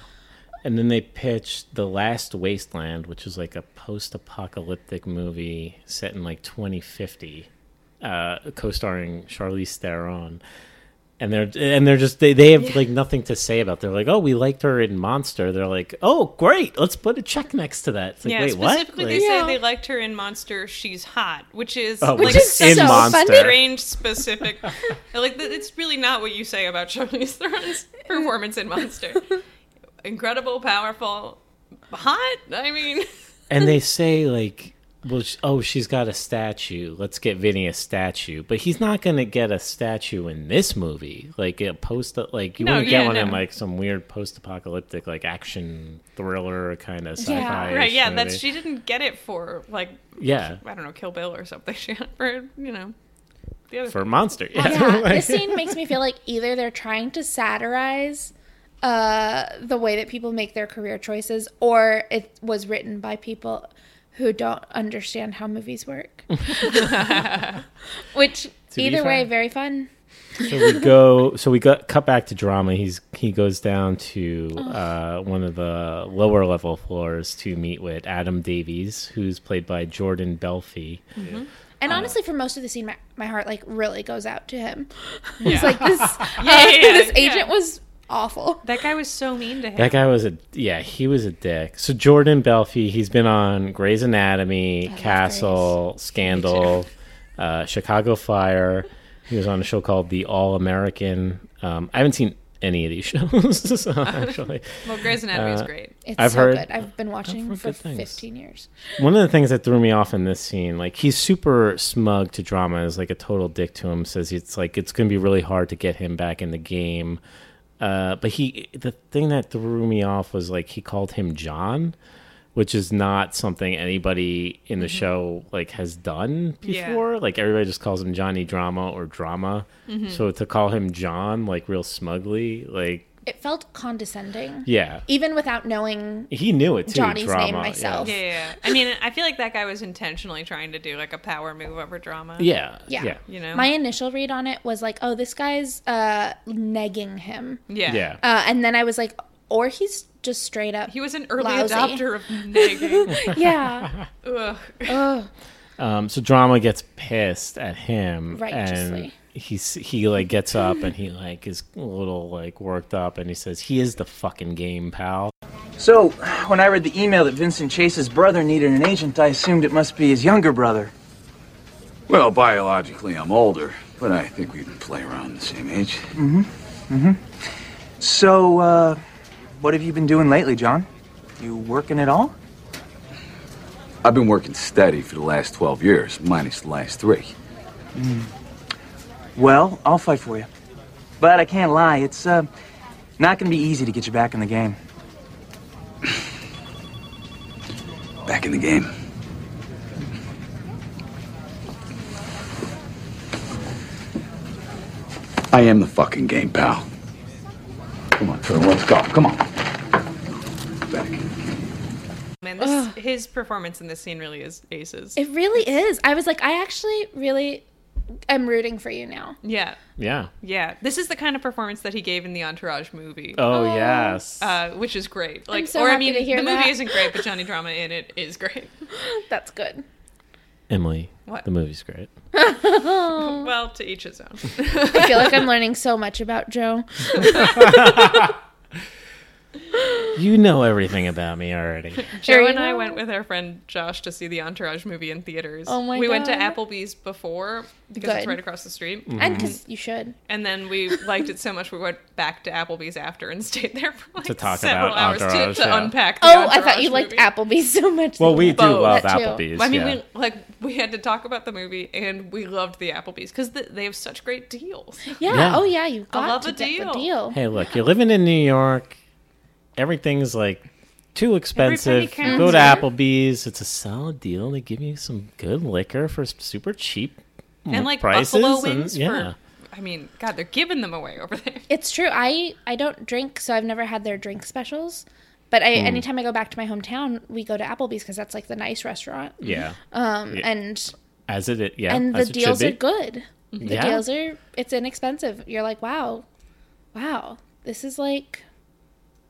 [SPEAKER 2] And then they pitched The Last Wasteland, which is like a post-apocalyptic movie set in like 2050, uh, co-starring Charlize Theron. and they're and they're just they, they have like nothing to say about. It. They're like, oh, we liked her in Monster. They're like, oh, great, let's put a check next to that. It's like,
[SPEAKER 1] yeah,
[SPEAKER 2] wait, what?
[SPEAKER 1] specifically
[SPEAKER 2] Like-
[SPEAKER 1] they say
[SPEAKER 3] Yeah.
[SPEAKER 1] they liked her in Monster. She's hot, which is
[SPEAKER 2] Oh,
[SPEAKER 1] like
[SPEAKER 3] Which is
[SPEAKER 1] such
[SPEAKER 3] so
[SPEAKER 1] a
[SPEAKER 3] Monster. funny.
[SPEAKER 1] strange, specific. like th- it's really not what you say about Charlize Theron's performance in Monster. Incredible, powerful, hot. I mean,
[SPEAKER 2] and they say like well sh oh she's got a statue let's get vinny a statue but he's not gonna get a statue in this movie like a post like you
[SPEAKER 1] No,
[SPEAKER 2] wouldn't
[SPEAKER 1] yeah,
[SPEAKER 2] get one in
[SPEAKER 1] no.
[SPEAKER 2] like some weird post-apocalyptic like action thriller kind of sci-fi
[SPEAKER 1] right? Yeah, that's she didn't get it for like
[SPEAKER 2] yeah
[SPEAKER 1] I don't know, Kill Bill or something. She got it for you know the other
[SPEAKER 2] for monster yeah,
[SPEAKER 3] Yeah,
[SPEAKER 2] Like-
[SPEAKER 3] this scene makes me feel like either they're trying to satirize uh, the way that people make their career choices, or it was written by people who don't understand how movies work. Which,
[SPEAKER 2] To be
[SPEAKER 3] either way,
[SPEAKER 2] fair.
[SPEAKER 3] very fun.
[SPEAKER 2] so we go so we got cut back to drama he's he goes down to uh, one of the lower level floors to meet with adam davies who's played by jordan belfi
[SPEAKER 3] And
[SPEAKER 2] Uh-huh.
[SPEAKER 3] honestly, for most of the scene, my, my heart like really goes out to him.
[SPEAKER 1] Yeah.
[SPEAKER 3] it's like this. uh,
[SPEAKER 1] yeah,
[SPEAKER 3] this
[SPEAKER 1] yeah.
[SPEAKER 3] agent was awful.
[SPEAKER 1] That guy was so mean to him.
[SPEAKER 2] That guy was a yeah, he was a dick. So Jordan Belfi, he's been on Grey's Anatomy, Castle, Scandal, uh, Chicago Fire. He was on a show called The All American. Um, I haven't seen any of these shows so, actually.
[SPEAKER 1] well, Grey's Anatomy is
[SPEAKER 2] Uh,
[SPEAKER 1] great.
[SPEAKER 3] It's
[SPEAKER 2] I've
[SPEAKER 3] so
[SPEAKER 2] heard-
[SPEAKER 3] good. I've been watching
[SPEAKER 2] heard
[SPEAKER 3] for
[SPEAKER 2] good things.
[SPEAKER 3] 15 years.
[SPEAKER 2] One of the things that threw me off in this scene, like he's super smug to drama, is like a total dick to him. Says it's like it's going to be really hard to get him back in the game. Uh, but he, the thing that threw me off was like he called him John, which is not something anybody in the
[SPEAKER 3] Mm-hmm.
[SPEAKER 2] show like has done
[SPEAKER 1] Yeah.
[SPEAKER 2] before. Like everybody just calls him Johnny Drama or Drama.
[SPEAKER 3] Mm-hmm.
[SPEAKER 2] So to call him John, like real smugly, like
[SPEAKER 3] It felt condescending,
[SPEAKER 2] yeah,
[SPEAKER 3] even without knowing
[SPEAKER 2] he knew it too.
[SPEAKER 3] E Johnny's name
[SPEAKER 2] drama,
[SPEAKER 3] myself.
[SPEAKER 1] Yeah, yeah, yeah. I mean, I feel like that guy was intentionally trying to do like a power move over drama.
[SPEAKER 2] Yeah,
[SPEAKER 3] Yeah.
[SPEAKER 2] yeah,
[SPEAKER 1] You know?
[SPEAKER 3] My initial read on it was like, oh, this guy's uh, negging him.
[SPEAKER 1] yeah.
[SPEAKER 2] yeah. yeah.
[SPEAKER 3] Uh, and then I was like, or he's just straight up.
[SPEAKER 1] He was an early
[SPEAKER 3] Lousy.
[SPEAKER 1] adopter of nagging.
[SPEAKER 3] yeah.
[SPEAKER 1] Ugh. Oh,
[SPEAKER 3] Ugh.
[SPEAKER 2] Um, so drama gets pissed at him, and
[SPEAKER 3] Righteously.
[SPEAKER 2] he's he like gets up and he like is a little like worked up, and he says he is the fucking game pal.
[SPEAKER 4] So, when I read the email that Vincent Chase's brother needed an agent, I assumed it must be his younger brother.
[SPEAKER 5] Well, biologically, I'm older, but I think we play around the same age.
[SPEAKER 4] So, uh, what have you been doing lately, John? You working at all?
[SPEAKER 5] I've been working steady for the last 12 years, minus the last three.
[SPEAKER 4] Well, I'll fight for you. But I can't lie, it's, uh, not gonna be easy to get you back in the game.
[SPEAKER 5] Back in the game. I am the fucking game, pal. Come on, Turtle, let's go. Come on. Back.
[SPEAKER 1] Man, this, his performance in this scene really is aces.
[SPEAKER 3] It really is. I was like, I actually really am rooting for you now.
[SPEAKER 1] yeah.
[SPEAKER 2] Yeah.
[SPEAKER 1] Yeah. This is the kind of performance that he gave in the Entourage movie.
[SPEAKER 2] Oh, yes.
[SPEAKER 1] Uh, which is great. Like,
[SPEAKER 3] so
[SPEAKER 1] or I
[SPEAKER 3] happy
[SPEAKER 1] mean,
[SPEAKER 3] to hear
[SPEAKER 1] the movie
[SPEAKER 3] that.
[SPEAKER 1] isn't great, but Johnny Drama in it is great.
[SPEAKER 3] That's good.
[SPEAKER 2] Emily,
[SPEAKER 1] What?
[SPEAKER 2] the movie's great.
[SPEAKER 1] Well, to each his own.
[SPEAKER 3] I feel like I'm learning so much about Joe.
[SPEAKER 2] You know everything about me already.
[SPEAKER 1] Joe
[SPEAKER 3] There you
[SPEAKER 1] and I
[SPEAKER 3] go.
[SPEAKER 1] went with our friend Josh to see the Entourage movie in theaters.
[SPEAKER 3] Oh my
[SPEAKER 1] we went to
[SPEAKER 3] God.
[SPEAKER 1] Applebee's before because it's
[SPEAKER 3] Good.
[SPEAKER 1] right across the street.
[SPEAKER 2] Mm-hmm.
[SPEAKER 3] And because you should.
[SPEAKER 1] And then we liked it so much we went back to Applebee's after and stayed there for like
[SPEAKER 2] To talk
[SPEAKER 1] several
[SPEAKER 2] about
[SPEAKER 1] hours to,
[SPEAKER 2] Entourage,
[SPEAKER 1] to
[SPEAKER 2] yeah.
[SPEAKER 1] unpack. The
[SPEAKER 3] Oh, I thought
[SPEAKER 1] Entourage
[SPEAKER 3] you liked
[SPEAKER 1] movie.
[SPEAKER 3] Applebee's so much.
[SPEAKER 2] Well,
[SPEAKER 3] that
[SPEAKER 2] we
[SPEAKER 3] you-
[SPEAKER 2] do love
[SPEAKER 3] That too.
[SPEAKER 2] Applebee's.
[SPEAKER 1] I mean,
[SPEAKER 2] yeah.
[SPEAKER 1] we like we had to talk about the movie and we loved the Applebee's because th they have such great deals.
[SPEAKER 3] Yeah.
[SPEAKER 2] Yeah.
[SPEAKER 3] Oh, yeah. You got
[SPEAKER 1] love
[SPEAKER 3] to
[SPEAKER 1] a
[SPEAKER 3] get
[SPEAKER 1] deal.
[SPEAKER 3] the deal.
[SPEAKER 2] hey, look, you're living in New York. Everything's like too expensive.
[SPEAKER 1] counts,
[SPEAKER 2] Go to
[SPEAKER 1] yeah.
[SPEAKER 2] Applebee's. It's a solid deal. They give you some good liquor for super cheap
[SPEAKER 1] And like
[SPEAKER 2] Hmm. prices.
[SPEAKER 1] buffalo
[SPEAKER 2] and-
[SPEAKER 1] wings
[SPEAKER 2] yeah.
[SPEAKER 1] for I mean, God, they're giving them away over there.
[SPEAKER 3] It's true. I I don't drink, so I've never had their drink specials. But
[SPEAKER 2] Hmm.
[SPEAKER 3] I, anytime I go back to my hometown, we go to Applebee's because that's like the nice restaurant.
[SPEAKER 2] Yeah.
[SPEAKER 3] Um, and
[SPEAKER 2] as it, yeah.
[SPEAKER 3] and the
[SPEAKER 2] as it should
[SPEAKER 3] deals
[SPEAKER 2] be.
[SPEAKER 3] are good. The
[SPEAKER 2] Yeah.
[SPEAKER 3] deals are it's inexpensive. You're like, wow, wow, this is like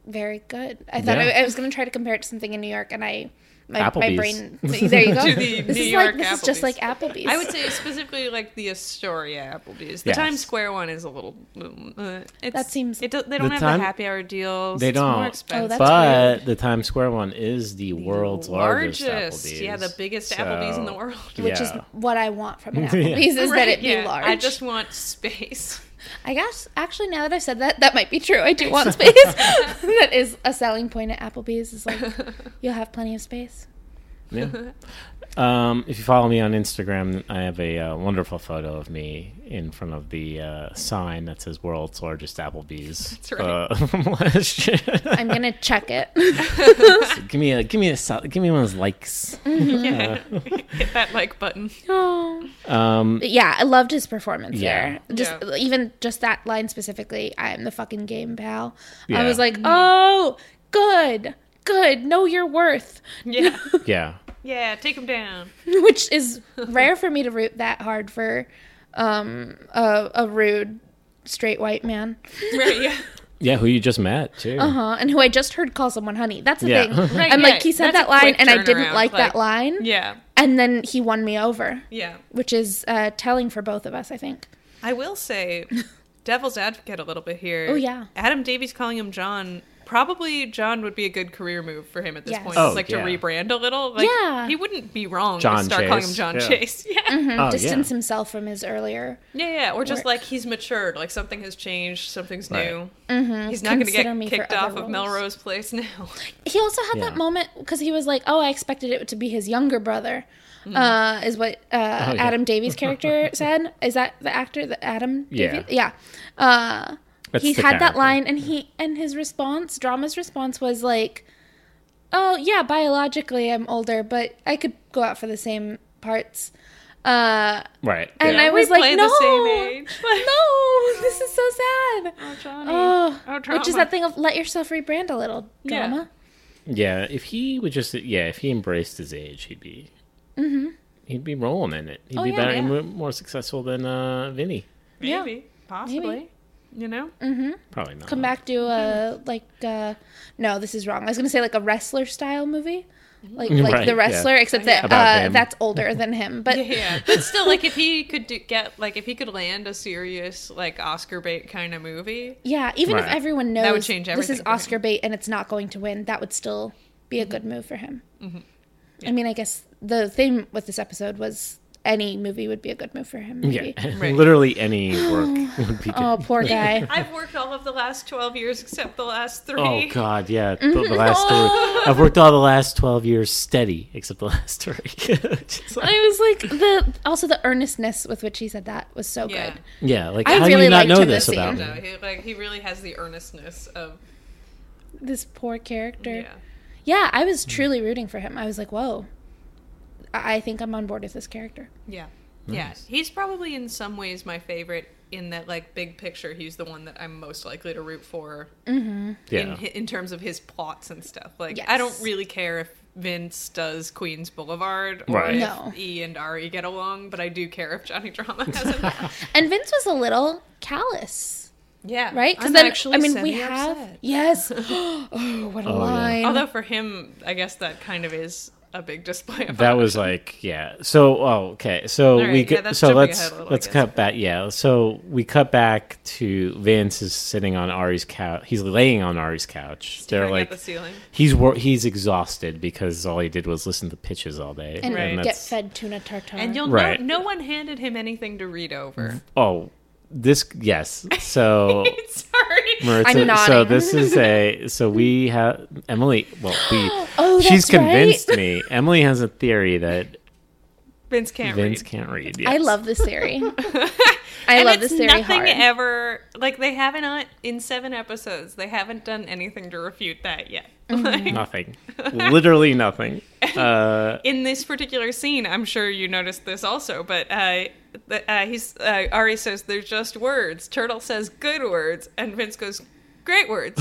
[SPEAKER 3] very good. I thought
[SPEAKER 2] Yeah.
[SPEAKER 3] I, I was going to try to compare it to something in New York, and I my, my
[SPEAKER 2] Applebee's.
[SPEAKER 3] brain. There you go.
[SPEAKER 1] To the
[SPEAKER 3] this
[SPEAKER 1] New
[SPEAKER 3] is
[SPEAKER 1] York
[SPEAKER 3] like this is just
[SPEAKER 1] Applebee's.
[SPEAKER 3] like Applebee's.
[SPEAKER 1] I would say specifically like the Astoria Applebee's. The
[SPEAKER 2] Yes.
[SPEAKER 1] Times Square one is a little. Uh, it's,
[SPEAKER 3] That seems-
[SPEAKER 1] It do, they don't
[SPEAKER 2] The
[SPEAKER 1] have
[SPEAKER 2] time-
[SPEAKER 1] the happy hour deals.
[SPEAKER 2] They
[SPEAKER 1] It's
[SPEAKER 2] don't.
[SPEAKER 1] More
[SPEAKER 2] Oh,
[SPEAKER 1] expensive.
[SPEAKER 3] that's
[SPEAKER 2] but
[SPEAKER 3] weird.
[SPEAKER 2] the Times Square one is the world's largest, Applebee's.
[SPEAKER 1] Yeah, the biggest
[SPEAKER 2] So-
[SPEAKER 1] Applebee's in the world.
[SPEAKER 3] which is
[SPEAKER 2] yeah.
[SPEAKER 3] what I want from an Applebee's is that it be
[SPEAKER 1] yeah.
[SPEAKER 3] large.
[SPEAKER 1] I just want space.
[SPEAKER 3] I guess actually now that I've said that, that might be true. I do want space. that is a selling point at Applebee's. Is like you'll have plenty of space.
[SPEAKER 2] Yeah. Um, if you follow me on Instagram, I have a uh, wonderful photo of me in front of the uh, sign that says "World's Largest Applebee's." Uh, That's
[SPEAKER 1] right.
[SPEAKER 3] I'm gonna check it.
[SPEAKER 2] give me a give me a sol- give me one of those likes.
[SPEAKER 3] Mm.
[SPEAKER 1] Yeah. Hit that like button.
[SPEAKER 3] Oh.
[SPEAKER 2] Um,
[SPEAKER 3] But yeah, I loved his performance
[SPEAKER 2] Yeah.
[SPEAKER 3] here. Just
[SPEAKER 1] Yeah.
[SPEAKER 3] even just that line specifically, I am the fucking game pal.
[SPEAKER 2] Yeah.
[SPEAKER 3] I was like, oh, good, good. Know your worth,
[SPEAKER 1] Yeah.
[SPEAKER 2] yeah,
[SPEAKER 1] yeah. Take them down.
[SPEAKER 3] which is rare for me to root that hard for um, a, a rude straight white man,
[SPEAKER 1] Right. Yeah.
[SPEAKER 2] yeah. Who you just met too?
[SPEAKER 3] uh-huh, and who I just heard call someone honey. That's the
[SPEAKER 2] Yeah.
[SPEAKER 3] thing.
[SPEAKER 1] Right,
[SPEAKER 3] I'm
[SPEAKER 1] yeah,
[SPEAKER 3] like, he said
[SPEAKER 1] that's a
[SPEAKER 3] that line,
[SPEAKER 1] quick
[SPEAKER 3] and I didn't
[SPEAKER 1] turnaround,
[SPEAKER 3] like,
[SPEAKER 1] like-
[SPEAKER 3] that line,
[SPEAKER 1] Yeah.
[SPEAKER 3] and then he won me over,
[SPEAKER 1] Yeah.
[SPEAKER 3] which is uh, telling for both of us, I think.
[SPEAKER 1] I will say, devil's advocate a little bit here.
[SPEAKER 3] Oh, yeah.
[SPEAKER 1] Adam Davies calling him John. Probably John would be a good career move for him at this
[SPEAKER 3] Yes.
[SPEAKER 1] point.
[SPEAKER 2] Oh,
[SPEAKER 1] It's like
[SPEAKER 2] yeah.
[SPEAKER 1] to rebrand a little. Like,
[SPEAKER 3] Yeah.
[SPEAKER 1] He wouldn't be wrong to
[SPEAKER 2] John
[SPEAKER 1] start calling
[SPEAKER 2] Chase.
[SPEAKER 1] him John
[SPEAKER 2] Yeah.
[SPEAKER 1] Chase. Yeah.
[SPEAKER 2] Oh,
[SPEAKER 3] Distance
[SPEAKER 2] yeah.
[SPEAKER 3] himself from his earlier
[SPEAKER 1] Yeah, yeah. Or just
[SPEAKER 3] Works.
[SPEAKER 1] like he's matured. Like something has changed. Something's
[SPEAKER 2] Right.
[SPEAKER 1] new. Mm-hmm. He's not going to
[SPEAKER 3] Consider
[SPEAKER 1] get
[SPEAKER 3] me for
[SPEAKER 1] kicked
[SPEAKER 3] other
[SPEAKER 1] off of
[SPEAKER 3] roles.
[SPEAKER 1] Melrose Place now.
[SPEAKER 3] he also had
[SPEAKER 2] Yeah.
[SPEAKER 3] that moment because he was like, "Oh, I expected it to be his younger brother,"
[SPEAKER 2] Mm.
[SPEAKER 3] uh, is what uh,
[SPEAKER 2] Oh,
[SPEAKER 3] Adam Davies' character said. Is that the actor, the Adam?
[SPEAKER 2] Yeah.
[SPEAKER 3] Davies? yeah. Uh,
[SPEAKER 2] That's
[SPEAKER 3] he
[SPEAKER 2] the
[SPEAKER 3] had that
[SPEAKER 2] character.
[SPEAKER 3] line, and he and his response, drama's response was like, "Oh yeah, biologically I'm older, but I could go out for the same parts." Uh,
[SPEAKER 2] Right.
[SPEAKER 3] and
[SPEAKER 2] yeah.
[SPEAKER 3] I was
[SPEAKER 1] we
[SPEAKER 3] like,
[SPEAKER 1] play
[SPEAKER 3] "No,
[SPEAKER 1] the same age."
[SPEAKER 3] no, this is so sad."
[SPEAKER 1] Oh, Johnny.
[SPEAKER 3] Oh,
[SPEAKER 1] Oh,
[SPEAKER 3] which is
[SPEAKER 1] drama.
[SPEAKER 3] that thing of let yourself rebrand a little
[SPEAKER 1] Yeah.
[SPEAKER 3] drama.
[SPEAKER 2] yeah. If he would just yeah, if he embraced his age, he'd be he'd be rolling in it. He'd
[SPEAKER 3] Mm-hmm. Oh,
[SPEAKER 2] be
[SPEAKER 3] yeah,
[SPEAKER 2] better,
[SPEAKER 3] yeah.
[SPEAKER 2] more- more successful than uh, Vinny.
[SPEAKER 3] Yeah.
[SPEAKER 1] Maybe. Possibly. You know?
[SPEAKER 2] Probably not.
[SPEAKER 3] come back to a like uh no this is wrong i was gonna say like a wrestler style movie like like
[SPEAKER 2] Right, yeah.
[SPEAKER 3] the wrestler except that
[SPEAKER 2] About
[SPEAKER 3] uh,
[SPEAKER 2] him.
[SPEAKER 3] that's older than him but
[SPEAKER 1] Yeah, but still, like if he could do, get like if he could land a serious like Oscar bait kind of movie,
[SPEAKER 3] yeah even if
[SPEAKER 2] Right.
[SPEAKER 3] everyone knows
[SPEAKER 1] That would change
[SPEAKER 3] this
[SPEAKER 1] everything
[SPEAKER 3] is
[SPEAKER 1] for him. Mm-hmm.
[SPEAKER 3] oscar bait and it's not going to win that would still be a good move for him i mean i guess the thing with this episode was any movie would be a good move for him
[SPEAKER 2] Yeah,
[SPEAKER 3] maybe.
[SPEAKER 1] Right.
[SPEAKER 2] literally any work would be good.
[SPEAKER 3] oh poor guy
[SPEAKER 1] I've worked all of the last 12 years except the last three.
[SPEAKER 2] Oh God, yeah. The, the last three. I've worked all the last twelve years steady, except the last three. Just like-
[SPEAKER 3] i was like the also the earnestness with which he said that was so
[SPEAKER 1] Yeah.
[SPEAKER 3] good
[SPEAKER 2] yeah, like
[SPEAKER 3] I
[SPEAKER 2] how do
[SPEAKER 3] really
[SPEAKER 2] you not
[SPEAKER 3] liked
[SPEAKER 2] know
[SPEAKER 3] him
[SPEAKER 2] this
[SPEAKER 3] this
[SPEAKER 2] about
[SPEAKER 1] No,
[SPEAKER 2] me?
[SPEAKER 1] he, like he really has the earnestness of
[SPEAKER 3] this poor character
[SPEAKER 1] yeah.
[SPEAKER 3] Yeah, I was truly rooting for him. I was like, whoa, I I think I'm on board with this character.
[SPEAKER 1] Yeah. Yeah. He's probably in some ways my favorite in that like big picture he's the one that I'm most likely to root for in
[SPEAKER 2] Yeah,
[SPEAKER 1] in, in terms of his plots and stuff. Like I don't
[SPEAKER 3] Yes.
[SPEAKER 1] really care if Vince does Queens Boulevard or
[SPEAKER 2] Right.
[SPEAKER 1] if
[SPEAKER 3] No.
[SPEAKER 1] E and Ari get along, but I do care if Johnny Drama has him back.
[SPEAKER 3] And Vince was a little callous,
[SPEAKER 1] yeah.
[SPEAKER 3] right?
[SPEAKER 1] I'm
[SPEAKER 3] then,
[SPEAKER 1] actually
[SPEAKER 3] I mean, we
[SPEAKER 1] semi-upset.
[SPEAKER 3] have yes. oh, what a line!
[SPEAKER 1] Although for him, I guess that kind of is a big display of
[SPEAKER 2] that was like yeah. So oh, okay, so
[SPEAKER 1] All right,
[SPEAKER 2] we
[SPEAKER 1] yeah,
[SPEAKER 2] go,
[SPEAKER 1] that's
[SPEAKER 2] so
[SPEAKER 1] jumping
[SPEAKER 2] let's
[SPEAKER 1] ahead a little, I
[SPEAKER 2] let's
[SPEAKER 1] guess.
[SPEAKER 2] cut back. Yeah, so we cut back to Vince is sitting on Ari's couch. He's laying on Ari's couch. They're
[SPEAKER 1] at
[SPEAKER 2] like
[SPEAKER 1] the ceiling.
[SPEAKER 2] he's wor- he's exhausted because all he did was listen to pitches all day
[SPEAKER 3] and
[SPEAKER 1] Right.
[SPEAKER 3] get
[SPEAKER 2] that's-
[SPEAKER 3] fed tuna tartare.
[SPEAKER 1] And you'll
[SPEAKER 2] Right.
[SPEAKER 1] know no one handed him anything to read over.
[SPEAKER 2] Oh, this yes. So
[SPEAKER 1] Sorry.
[SPEAKER 2] Maritza,
[SPEAKER 3] I'm nodding.
[SPEAKER 2] so this is a so we have Emily. Well, we
[SPEAKER 3] Oh,
[SPEAKER 2] she's
[SPEAKER 3] that's right.
[SPEAKER 2] convinced me. Emily has a theory that
[SPEAKER 1] Vince can't
[SPEAKER 2] Vince
[SPEAKER 1] read.
[SPEAKER 2] can't read.
[SPEAKER 3] I
[SPEAKER 2] yes.
[SPEAKER 3] love this theory. I
[SPEAKER 1] and
[SPEAKER 3] love
[SPEAKER 1] it's
[SPEAKER 3] this theory
[SPEAKER 1] nothing
[SPEAKER 3] hard.
[SPEAKER 1] ever like they haven't uh, in seven episodes they haven't done anything to refute that yet.
[SPEAKER 3] Mm-hmm.
[SPEAKER 1] Like,
[SPEAKER 2] nothing, literally nothing. Uh,
[SPEAKER 1] in this particular scene, I'm sure you noticed this also, but uh, the, uh, he's uh, Ari says they're just words. Turtle says good words, and Vince goes great words.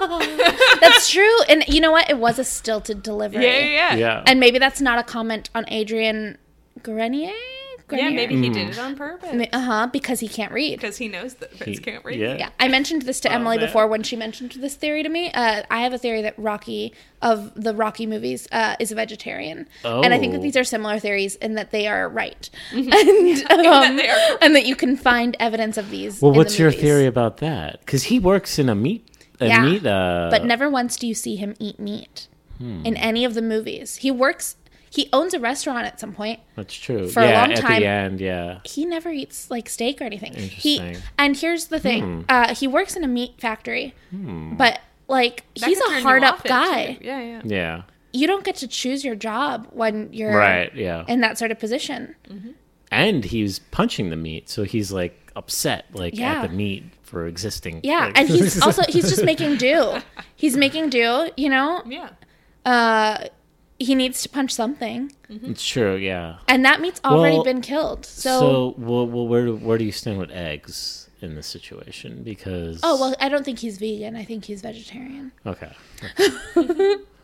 [SPEAKER 3] That's true. And you know what? It was a stilted delivery.
[SPEAKER 1] yeah, yeah, yeah.
[SPEAKER 2] yeah,
[SPEAKER 3] And maybe that's not a comment on Adrian Grenier.
[SPEAKER 1] yeah,
[SPEAKER 3] Grenier.
[SPEAKER 1] maybe he
[SPEAKER 2] Mm.
[SPEAKER 1] did it on purpose
[SPEAKER 3] Uh huh. Because he can't read.
[SPEAKER 1] because he knows that Vince
[SPEAKER 2] He-
[SPEAKER 1] can't read.
[SPEAKER 3] Yeah, I mentioned this to Emily
[SPEAKER 2] man.
[SPEAKER 3] before when she mentioned this theory to me. Uh, I have a theory that Rocky of the Rocky movies uh, is a vegetarian, and I think
[SPEAKER 2] Oh.
[SPEAKER 3] that these are similar theories and that they are right, and, um,
[SPEAKER 1] Mm-hmm. they are correct.
[SPEAKER 3] and that you can find evidence of these.
[SPEAKER 2] Well,
[SPEAKER 3] in the
[SPEAKER 2] what's your
[SPEAKER 3] movies.
[SPEAKER 2] theory about that? Because he works in a meat, a
[SPEAKER 3] Yeah,
[SPEAKER 2] meat, uh,
[SPEAKER 3] But never once do you see him eat meat
[SPEAKER 2] Hmm.
[SPEAKER 3] in any of the movies. He works. He owns a restaurant at some point.
[SPEAKER 2] that's true.
[SPEAKER 3] for a
[SPEAKER 2] yeah,
[SPEAKER 3] long
[SPEAKER 2] at
[SPEAKER 3] time-
[SPEAKER 2] the end, yeah.
[SPEAKER 3] he never eats like steak or anything. He
[SPEAKER 2] Interesting. Hmm.
[SPEAKER 3] and here's the thing: uh, he works in a meat factory, but like
[SPEAKER 1] That
[SPEAKER 3] he's
[SPEAKER 1] could
[SPEAKER 3] a
[SPEAKER 1] turn you
[SPEAKER 3] hard
[SPEAKER 1] off
[SPEAKER 3] up
[SPEAKER 1] it,
[SPEAKER 3] guy.
[SPEAKER 1] too. Yeah, yeah.
[SPEAKER 2] Yeah.
[SPEAKER 3] You don't get to choose your job when you're
[SPEAKER 2] Right, yeah.
[SPEAKER 3] in that sort of position.
[SPEAKER 2] And he's punching the meat, so he's like upset, like
[SPEAKER 3] Yeah.
[SPEAKER 2] at the meat for existing.
[SPEAKER 3] Yeah,
[SPEAKER 2] like-
[SPEAKER 3] and he's also he's just making do. He's making do. You know,
[SPEAKER 1] Yeah.
[SPEAKER 3] uh, he needs to punch something,
[SPEAKER 2] it's true. Yeah.
[SPEAKER 3] and that meat's already
[SPEAKER 2] Well,
[SPEAKER 3] been killed. So.
[SPEAKER 2] So, well, well, where do where do you stand with eggs in this situation? Because
[SPEAKER 3] Oh well, I don't think he's vegan. I think he's vegetarian.
[SPEAKER 2] okay.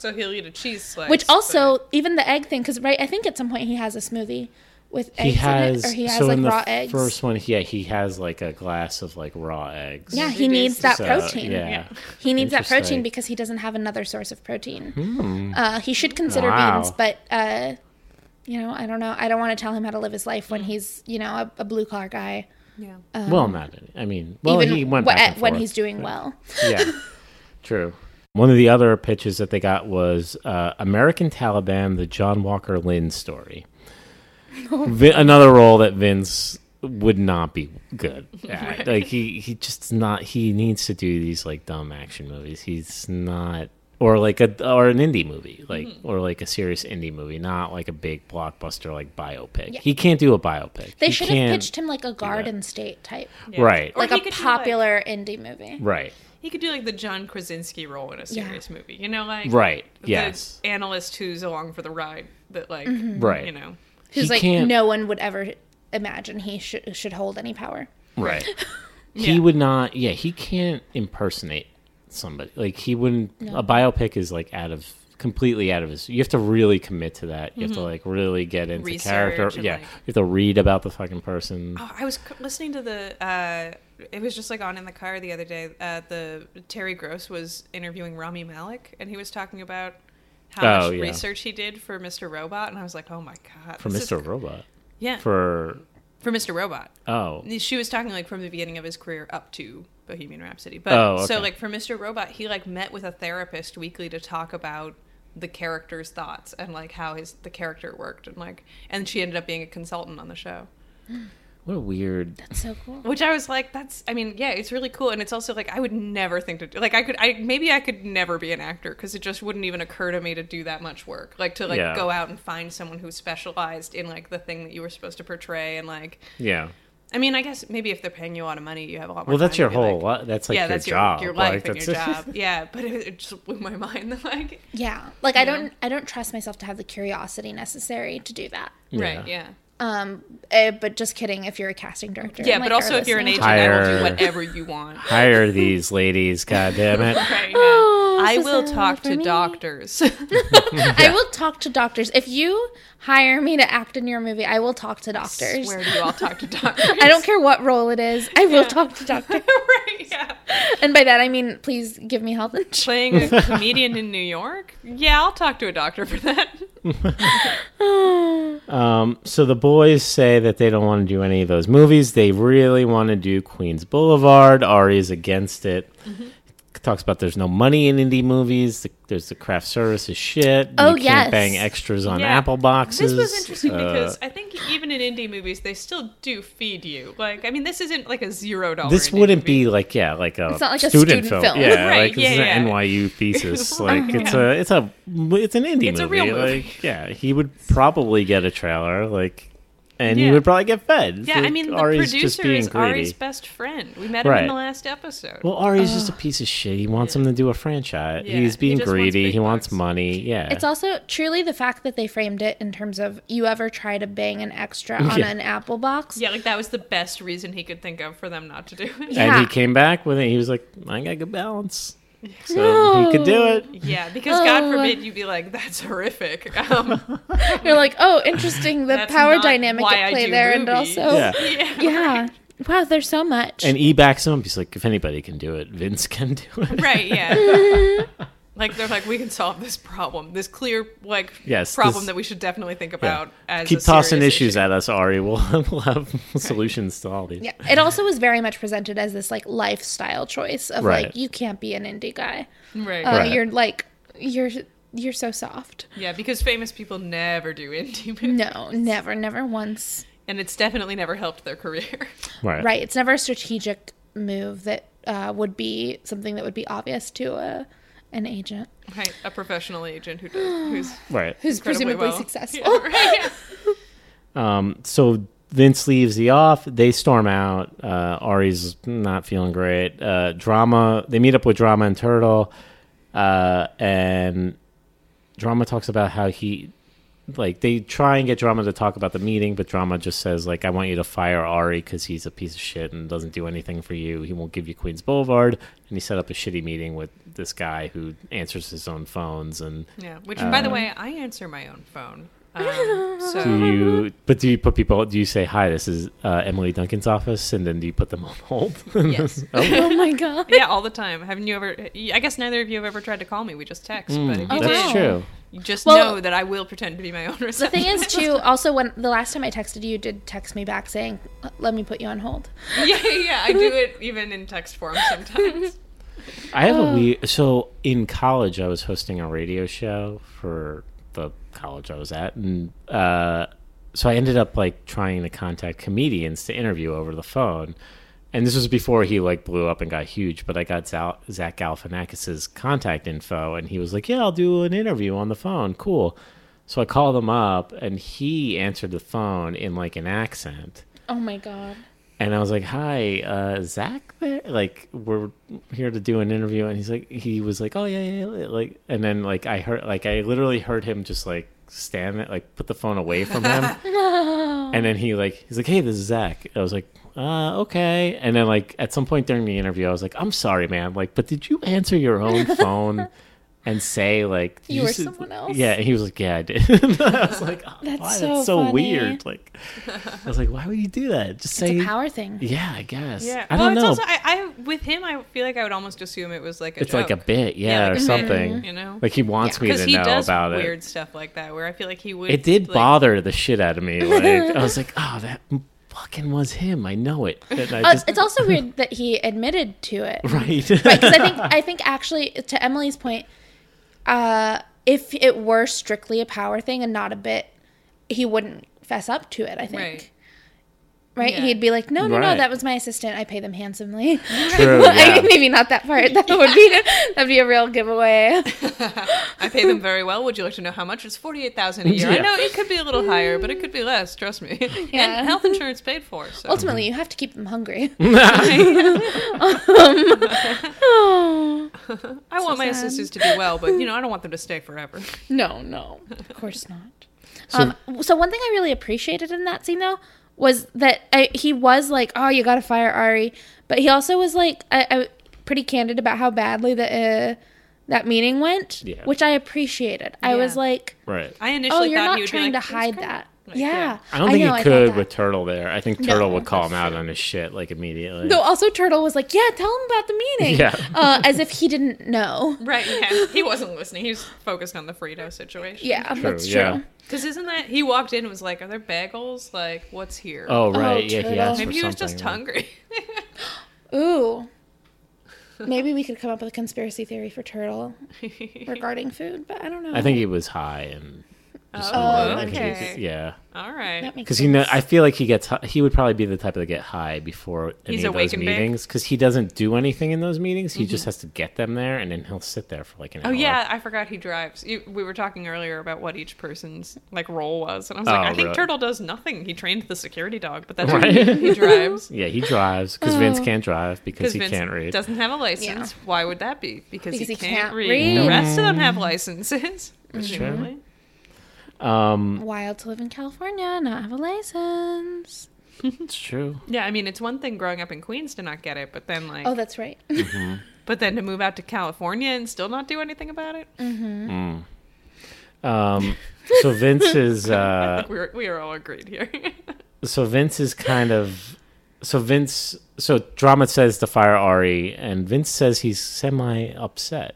[SPEAKER 1] So he'll eat a cheese slice.
[SPEAKER 3] Which
[SPEAKER 1] but-
[SPEAKER 3] also, even the egg thing, because right, I think at some point he has a smoothie with eggs
[SPEAKER 2] He has,
[SPEAKER 3] in it, or he has
[SPEAKER 2] so
[SPEAKER 3] like
[SPEAKER 2] in the
[SPEAKER 3] raw eggs.
[SPEAKER 2] first one, yeah, he has like a glass of like raw eggs.
[SPEAKER 3] yeah,
[SPEAKER 1] It
[SPEAKER 3] he
[SPEAKER 1] is-
[SPEAKER 3] needs that
[SPEAKER 2] So,
[SPEAKER 3] protein.
[SPEAKER 2] Yeah.
[SPEAKER 3] He needs that protein
[SPEAKER 2] Interesting. Hmm.
[SPEAKER 3] because he doesn't have another source of protein. Uh, he should consider
[SPEAKER 2] Wow.
[SPEAKER 3] beans, but uh, you know, I don't know. I don't want to tell him how to live his life when he's you know a, a blue collar guy.
[SPEAKER 1] Yeah.
[SPEAKER 2] well, not any. I mean, well,
[SPEAKER 3] even
[SPEAKER 2] he went
[SPEAKER 3] wh-
[SPEAKER 2] back and
[SPEAKER 3] at- when
[SPEAKER 2] forth.
[SPEAKER 3] he's doing well.
[SPEAKER 2] yeah, true. One of the other pitches that they got was uh, American Taliban, the John Walker Lynn story.
[SPEAKER 3] Oh.
[SPEAKER 2] Vin, another role that Vince would not be good at. Like he, he just not. He needs to do these like dumb action movies. He's not, or like a or an indie movie, like
[SPEAKER 3] Mm-hmm.
[SPEAKER 2] or like a serious indie movie, not like a big blockbuster like biopic. He can't do a biopic.
[SPEAKER 3] They
[SPEAKER 2] He
[SPEAKER 3] should have
[SPEAKER 2] can't-
[SPEAKER 3] pitched him like a Garden State type,
[SPEAKER 2] right,
[SPEAKER 1] Or
[SPEAKER 3] like
[SPEAKER 1] he
[SPEAKER 3] a
[SPEAKER 1] could do, like-
[SPEAKER 3] popular indie movie.
[SPEAKER 2] right,
[SPEAKER 1] He could do like the John Krasinski role in a
[SPEAKER 3] Yeah.
[SPEAKER 1] serious movie. You know, like
[SPEAKER 2] right.
[SPEAKER 1] the
[SPEAKER 2] Yes,
[SPEAKER 1] analyst who's along for the ride that like
[SPEAKER 3] Mm-hmm.
[SPEAKER 2] right.
[SPEAKER 1] you know.
[SPEAKER 3] Who's
[SPEAKER 2] He
[SPEAKER 3] like
[SPEAKER 2] can't-
[SPEAKER 3] no one would ever imagine he should should hold any power.
[SPEAKER 2] Right. he
[SPEAKER 1] Yeah.
[SPEAKER 2] would not. Yeah, he can't impersonate somebody. Like he wouldn't. A biopic is like out of completely out of his. You have to really commit to that. You have to like really get into
[SPEAKER 1] Mm-hmm. Research
[SPEAKER 2] character.
[SPEAKER 1] and,
[SPEAKER 2] Yeah,
[SPEAKER 1] like-
[SPEAKER 2] you have to read about the fucking person.
[SPEAKER 1] Oh, I was c- listening to the. Uh, it was just like on in the car the other day. Uh, the Terry Gross was interviewing Rami Malek, and he was talking about how
[SPEAKER 2] Oh,
[SPEAKER 1] much
[SPEAKER 2] yeah.
[SPEAKER 1] research he did for Mr. Robot, and I was like, oh my god,
[SPEAKER 2] for
[SPEAKER 1] this is-
[SPEAKER 2] Mr. Robot.
[SPEAKER 1] yeah, for,
[SPEAKER 2] For
[SPEAKER 1] Mr. Robot.
[SPEAKER 2] oh
[SPEAKER 1] She was talking like from the beginning of his career up to Bohemian Rhapsody, but
[SPEAKER 2] Oh,
[SPEAKER 1] so
[SPEAKER 2] okay.
[SPEAKER 1] like for Mr. Robot, he like met with a therapist weekly to talk about the character's thoughts and like how his the character worked and like and she ended up being a consultant on the show
[SPEAKER 2] what a weird.
[SPEAKER 3] So cool.
[SPEAKER 1] which I was like, that's. I mean, yeah, it's really cool, and it's also like I would never think to do. Like I could, I maybe I could never be an actor because it just wouldn't even occur to me to do that much work. Like to like
[SPEAKER 2] Yeah.
[SPEAKER 1] go out and find someone who specialized in like the thing that you were supposed to portray, and like,
[SPEAKER 2] Yeah.
[SPEAKER 1] I mean, I guess maybe if they're paying you a lot of money, you have a lot. More
[SPEAKER 2] Well, that's
[SPEAKER 1] time
[SPEAKER 2] your
[SPEAKER 1] to be, like-
[SPEAKER 2] whole. li- that's like
[SPEAKER 1] yeah,
[SPEAKER 2] your
[SPEAKER 1] that's
[SPEAKER 2] job.
[SPEAKER 1] your, your life
[SPEAKER 2] like,
[SPEAKER 1] and your job. Yeah, but it, it just blew my mind. that, Like,
[SPEAKER 3] Yeah. Like I don't I don't trust myself to have the curiosity necessary to do that.
[SPEAKER 1] right, yeah,
[SPEAKER 3] Um eh, but just kidding if you're a casting director.
[SPEAKER 1] yeah.
[SPEAKER 3] and,
[SPEAKER 1] but
[SPEAKER 3] like,
[SPEAKER 1] also,
[SPEAKER 3] are
[SPEAKER 1] if you're an agent,
[SPEAKER 3] listening.
[SPEAKER 1] I will
[SPEAKER 2] Hire-
[SPEAKER 1] do whatever you want.
[SPEAKER 2] Hire these ladies, God damn it.
[SPEAKER 1] Right, yeah.
[SPEAKER 3] Oh,
[SPEAKER 1] I
[SPEAKER 3] so
[SPEAKER 1] will
[SPEAKER 3] sad
[SPEAKER 1] talk
[SPEAKER 3] for
[SPEAKER 1] to
[SPEAKER 3] me.
[SPEAKER 1] doctors.
[SPEAKER 3] I will talk to doctors. If you hire me to act in your movie, I will talk to doctors.
[SPEAKER 1] Where do you all talk to doctors?
[SPEAKER 3] I don't care what role it is. I will talk to doctors.
[SPEAKER 1] right, yeah.
[SPEAKER 3] and by that I mean please give me health insurance.
[SPEAKER 1] Playing a comedian in New York? Yeah, I'll talk to a doctor for that.
[SPEAKER 2] Um, so the boys say that they don't want to do any of those movies. They really want to do Queens Boulevard. Ari is against it.
[SPEAKER 1] Mm-hmm.
[SPEAKER 2] Talks about there's no money in indie movies. The, there's the craft services shit.
[SPEAKER 3] Oh,
[SPEAKER 2] you
[SPEAKER 3] yes.
[SPEAKER 2] can't bang extras on
[SPEAKER 1] Yeah.
[SPEAKER 2] Apple boxes.
[SPEAKER 1] This was interesting because
[SPEAKER 2] Uh,
[SPEAKER 1] I think even in indie movies, they still do feed you. Like, I mean, this isn't like a zero dollar.
[SPEAKER 2] this wouldn't be like yeah, like a
[SPEAKER 3] It's not like a
[SPEAKER 2] student,
[SPEAKER 3] student
[SPEAKER 2] film.
[SPEAKER 3] film.
[SPEAKER 2] Yeah,
[SPEAKER 1] Right,
[SPEAKER 2] like this
[SPEAKER 1] yeah,
[SPEAKER 2] is
[SPEAKER 1] yeah.
[SPEAKER 2] an NYU thesis. Like it's a it's a it's an indie
[SPEAKER 1] It's a
[SPEAKER 2] movie.
[SPEAKER 1] real movie.
[SPEAKER 2] Like yeah, he would probably get a trailer. Like. And he
[SPEAKER 1] Yeah.
[SPEAKER 2] would probably get fed.
[SPEAKER 1] Yeah, I
[SPEAKER 2] Like,
[SPEAKER 1] mean, the
[SPEAKER 2] Ari's just
[SPEAKER 1] producer
[SPEAKER 2] being
[SPEAKER 1] is
[SPEAKER 2] greedy.
[SPEAKER 1] Ari's best friend. We met him in
[SPEAKER 2] Right.
[SPEAKER 1] the last episode.
[SPEAKER 2] Well, Ari's just a piece of shit. He wants him to do a franchise.
[SPEAKER 1] Yeah,
[SPEAKER 2] He's
[SPEAKER 1] he
[SPEAKER 2] being
[SPEAKER 1] just wants
[SPEAKER 2] greedy.
[SPEAKER 1] big
[SPEAKER 2] he wants
[SPEAKER 1] bucks.
[SPEAKER 2] money. Yeah.
[SPEAKER 3] It's also truly the fact that they framed it in terms of you ever try to bang an extra on
[SPEAKER 2] Yeah.
[SPEAKER 3] an apple box.
[SPEAKER 1] yeah, like that was the best reason he could think of for them not to do it.
[SPEAKER 2] and
[SPEAKER 3] yeah.
[SPEAKER 2] he came back with it. He was like, I got good balance. So he could do it.
[SPEAKER 1] Yeah, because God
[SPEAKER 3] Oh.
[SPEAKER 1] forbid you be like, that's horrific. Um,
[SPEAKER 3] You're like, oh, interesting. The
[SPEAKER 1] That's
[SPEAKER 3] power
[SPEAKER 1] not
[SPEAKER 3] dynamic
[SPEAKER 1] why
[SPEAKER 3] at
[SPEAKER 1] I
[SPEAKER 3] play
[SPEAKER 1] do
[SPEAKER 3] there, and
[SPEAKER 1] movies.
[SPEAKER 3] also,
[SPEAKER 2] Yeah.
[SPEAKER 3] yeah. Wow, there's so much.
[SPEAKER 2] And E backs him up. He's like, if anybody can do it, Vince can do it.
[SPEAKER 1] right, yeah. like, they're like, we can solve this problem. This clear, like,
[SPEAKER 2] Yes,
[SPEAKER 1] problem
[SPEAKER 2] this-
[SPEAKER 1] that we should definitely think
[SPEAKER 2] Yeah.
[SPEAKER 1] about as
[SPEAKER 2] Keep
[SPEAKER 1] a
[SPEAKER 2] tossing
[SPEAKER 1] serious
[SPEAKER 2] issues
[SPEAKER 1] issue.
[SPEAKER 2] at us, Ari. We'll, we'll have solutions to all these.
[SPEAKER 3] yeah, it also was very much presented as this like lifestyle choice of
[SPEAKER 2] Right.
[SPEAKER 3] like you can't be an indie guy.
[SPEAKER 1] Right.
[SPEAKER 3] Uh,
[SPEAKER 2] Right.
[SPEAKER 3] You're like you're you're so soft.
[SPEAKER 1] Yeah, because famous people never do indie movies.
[SPEAKER 3] No, never, never once.
[SPEAKER 1] And it's definitely never helped their career.
[SPEAKER 2] Right.
[SPEAKER 3] Right. It's never a strategic move that uh, would be something that would be obvious to a an agent
[SPEAKER 1] Right. A professional agent who does, who's
[SPEAKER 2] Right.
[SPEAKER 3] who's
[SPEAKER 1] incredibly
[SPEAKER 3] presumably
[SPEAKER 1] well.
[SPEAKER 3] successful.
[SPEAKER 1] Yeah, right, yeah.
[SPEAKER 2] So Vince leaves the off. They storm out. Uh, Ari's not feeling great. Uh, drama. They meet up with Drama and Turtle, uh, and Drama talks about how he, like, they try and get Drama to talk about the meeting, but Drama just says like, "I want you to fire Ari because he's a piece of shit and doesn't do anything for you. He won't give you Queens Boulevard." And he set up a shitty meeting with this guy who answers his own phones and.
[SPEAKER 1] Yeah, which, by
[SPEAKER 3] Uh,
[SPEAKER 1] the way, I answer my own phone. Um,
[SPEAKER 2] Do
[SPEAKER 1] so
[SPEAKER 2] you but do you put people do you say hi this is uh, emily duncan's office and then do you put them on hold
[SPEAKER 1] Yes.
[SPEAKER 2] oh,
[SPEAKER 3] oh my god.
[SPEAKER 1] yeah, all the time. Haven't you ever? I guess neither of you have ever tried to call me. We just text, but if you
[SPEAKER 3] Oh,
[SPEAKER 1] did,
[SPEAKER 2] that's
[SPEAKER 3] wow.
[SPEAKER 2] true
[SPEAKER 1] you just
[SPEAKER 3] Well-
[SPEAKER 1] know that I will pretend to be my own receptionist.
[SPEAKER 3] The thing is, too, also when the last time I texted you, you did text me back saying, "Let me put you on hold."
[SPEAKER 1] yeah, yeah, I do it even in text form sometimes.
[SPEAKER 2] i have a weird so in college i was hosting a radio show for the college i was at and uh, so i ended up like trying to contact comedians to interview over the phone and this was before he like blew up and got huge but i got Zal- zach galifianakis's contact info and he was like yeah i'll do an interview on the phone cool So I called him up, and he answered the phone in like an accent.
[SPEAKER 3] Oh my god.
[SPEAKER 2] And I was like, "Hi, uh, Zach. There, like, we're here to do an interview." And he's like, he was like, "Oh yeah, yeah." yeah," Like, and then like I heard, like I literally heard him just like stand it, like put the phone away from him. and then he like he's like, "Hey, this is Zach." I was like, "Uh, okay." And then like at some point during the interview, I was like, "I'm sorry, man. Like, but did you answer your own phone?" And say like
[SPEAKER 3] You
[SPEAKER 2] or
[SPEAKER 3] were someone else."
[SPEAKER 2] Yeah, and he was like, "Yeah, I did." I was like, oh,
[SPEAKER 3] That's
[SPEAKER 2] why?
[SPEAKER 3] so
[SPEAKER 2] that's so
[SPEAKER 3] funny.
[SPEAKER 2] weird." Like, I was like, "Why would you do that?" Just say
[SPEAKER 3] It's a power thing.
[SPEAKER 2] yeah, I guess.
[SPEAKER 1] Yeah,
[SPEAKER 2] I
[SPEAKER 1] well,
[SPEAKER 2] don't
[SPEAKER 1] it's
[SPEAKER 2] know.
[SPEAKER 1] also I, I with him, I feel like I would almost assume it was like a
[SPEAKER 2] it's
[SPEAKER 1] joke.
[SPEAKER 2] like a bit, yeah,
[SPEAKER 1] like
[SPEAKER 2] or
[SPEAKER 1] a bit,
[SPEAKER 2] something.
[SPEAKER 1] Oh. Mm-hmm. you know?
[SPEAKER 2] like he wants me
[SPEAKER 1] because
[SPEAKER 2] to
[SPEAKER 1] he
[SPEAKER 2] know
[SPEAKER 1] does
[SPEAKER 2] about
[SPEAKER 1] weird
[SPEAKER 2] it.
[SPEAKER 1] stuff like that. Where I feel like he would.
[SPEAKER 2] It did
[SPEAKER 1] like,
[SPEAKER 2] bother the shit out of me. Like I was like, oh, that fucking was him. I know it. And I
[SPEAKER 3] Uh,
[SPEAKER 2] just,
[SPEAKER 3] it's also weird that he admitted to it.
[SPEAKER 2] right,
[SPEAKER 3] because I think I think actually to Emily's point, uh, if it were strictly a power thing and not a bit, he wouldn't fess up to it. I think.
[SPEAKER 1] Right.
[SPEAKER 3] Right.
[SPEAKER 1] Yeah.
[SPEAKER 3] He'd be like, no, no, no,
[SPEAKER 2] Right.
[SPEAKER 3] that was my assistant. I pay them handsomely.
[SPEAKER 2] True, yeah.
[SPEAKER 3] Maybe not that part. That would be that'd be a real giveaway.
[SPEAKER 1] I pay
[SPEAKER 3] Hmm.
[SPEAKER 1] them very well. Would you like to know how much? It's forty eight thousand a year. I
[SPEAKER 2] Yeah.
[SPEAKER 1] know it could be a little higher, but it could be less. Trust me.
[SPEAKER 3] Yeah.
[SPEAKER 1] And health insurance paid for. So
[SPEAKER 3] Ultimately,
[SPEAKER 2] Mm-hmm.
[SPEAKER 3] you have to keep them hungry. Um, oh.
[SPEAKER 1] I want my
[SPEAKER 3] sad.
[SPEAKER 1] assistants to do well, but you know I don't want them to stay forever.
[SPEAKER 3] No, no, of course not. um, so one thing I really appreciated in that scene though was that I, he was like, "Oh, you got to fire Ari," but he also was like, I, I, pretty candid about how badly the uh, that meeting went,
[SPEAKER 2] Yeah.
[SPEAKER 3] which I appreciated. I was
[SPEAKER 1] Yeah.
[SPEAKER 3] like,
[SPEAKER 2] right.
[SPEAKER 1] I initially
[SPEAKER 3] "Oh, you're
[SPEAKER 1] thought
[SPEAKER 3] not
[SPEAKER 1] he would
[SPEAKER 3] trying
[SPEAKER 1] be like,
[SPEAKER 3] to
[SPEAKER 1] "It was
[SPEAKER 3] hide
[SPEAKER 1] great."
[SPEAKER 3] that."
[SPEAKER 1] Like,
[SPEAKER 3] yeah.
[SPEAKER 2] I don't think he
[SPEAKER 3] know, I thought
[SPEAKER 2] could
[SPEAKER 3] that.
[SPEAKER 2] with Turtle there. I think Turtle
[SPEAKER 3] No,
[SPEAKER 2] would call
[SPEAKER 1] that's
[SPEAKER 2] him out
[SPEAKER 1] true.
[SPEAKER 2] on his shit like immediately.
[SPEAKER 3] Though also Turtle was like, "Yeah, tell him about the meeting,"
[SPEAKER 2] Yeah.
[SPEAKER 3] uh, as if he didn't know.
[SPEAKER 1] Right. Yeah. He wasn't listening. He was focused on the Frito situation.
[SPEAKER 3] Yeah, that's true.
[SPEAKER 2] yeah.
[SPEAKER 1] Because isn't that he walked in and was like, "Are there bagels? Like, what's here?"
[SPEAKER 2] Oh right, yeah, he
[SPEAKER 3] Turtle.
[SPEAKER 2] asked
[SPEAKER 1] Maybe
[SPEAKER 2] for
[SPEAKER 1] he was
[SPEAKER 2] something.
[SPEAKER 1] just hungry.
[SPEAKER 3] Ooh. Maybe we could come up with a conspiracy theory for Turtle regarding food, but I don't know.
[SPEAKER 2] I think he was high and. just
[SPEAKER 1] Oh,
[SPEAKER 2] hungry. I think he
[SPEAKER 1] okay.
[SPEAKER 2] was- yeah,
[SPEAKER 1] All right.
[SPEAKER 3] That makes
[SPEAKER 2] because you know,
[SPEAKER 3] sense.
[SPEAKER 2] I feel like he gets hi- he would probably be the type to get high before any
[SPEAKER 1] He's
[SPEAKER 2] of
[SPEAKER 1] awake
[SPEAKER 2] those
[SPEAKER 1] and big.
[SPEAKER 2] meetings because he doesn't do anything in those meetings. He just has to get them there, and then he'll sit there for like an
[SPEAKER 1] Mm-hmm. Oh
[SPEAKER 2] hour.
[SPEAKER 1] yeah, I forgot he drives. You- We were talking earlier about what each person's like role was, and I was like,
[SPEAKER 2] Oh,
[SPEAKER 1] I think
[SPEAKER 2] right.
[SPEAKER 1] Turtle does nothing. He trained the security dog, but that's
[SPEAKER 2] Right.
[SPEAKER 1] what he drives
[SPEAKER 2] yeah, he drives because Vince can't drive because
[SPEAKER 1] Oh. because
[SPEAKER 2] he
[SPEAKER 1] Vince
[SPEAKER 2] can't read.
[SPEAKER 1] doesn't have a license. Why would that be? Because, he, can't, read.
[SPEAKER 3] read.
[SPEAKER 1] The rest of them
[SPEAKER 2] Mm-hmm.
[SPEAKER 1] have licenses. presumably.
[SPEAKER 3] wild to live in California and not have a license.
[SPEAKER 2] It's true.
[SPEAKER 1] Yeah, I mean, it's one thing growing up in Queens to not get it, but then like,
[SPEAKER 3] Oh, that's right.
[SPEAKER 1] but then to move out to California and still not do anything about it.
[SPEAKER 2] Um, so Vince is uh,
[SPEAKER 1] We're we are all agreed here.
[SPEAKER 2] so Vince is kind of so Vince so drama says to fire Ari and Vince says he's semi upset.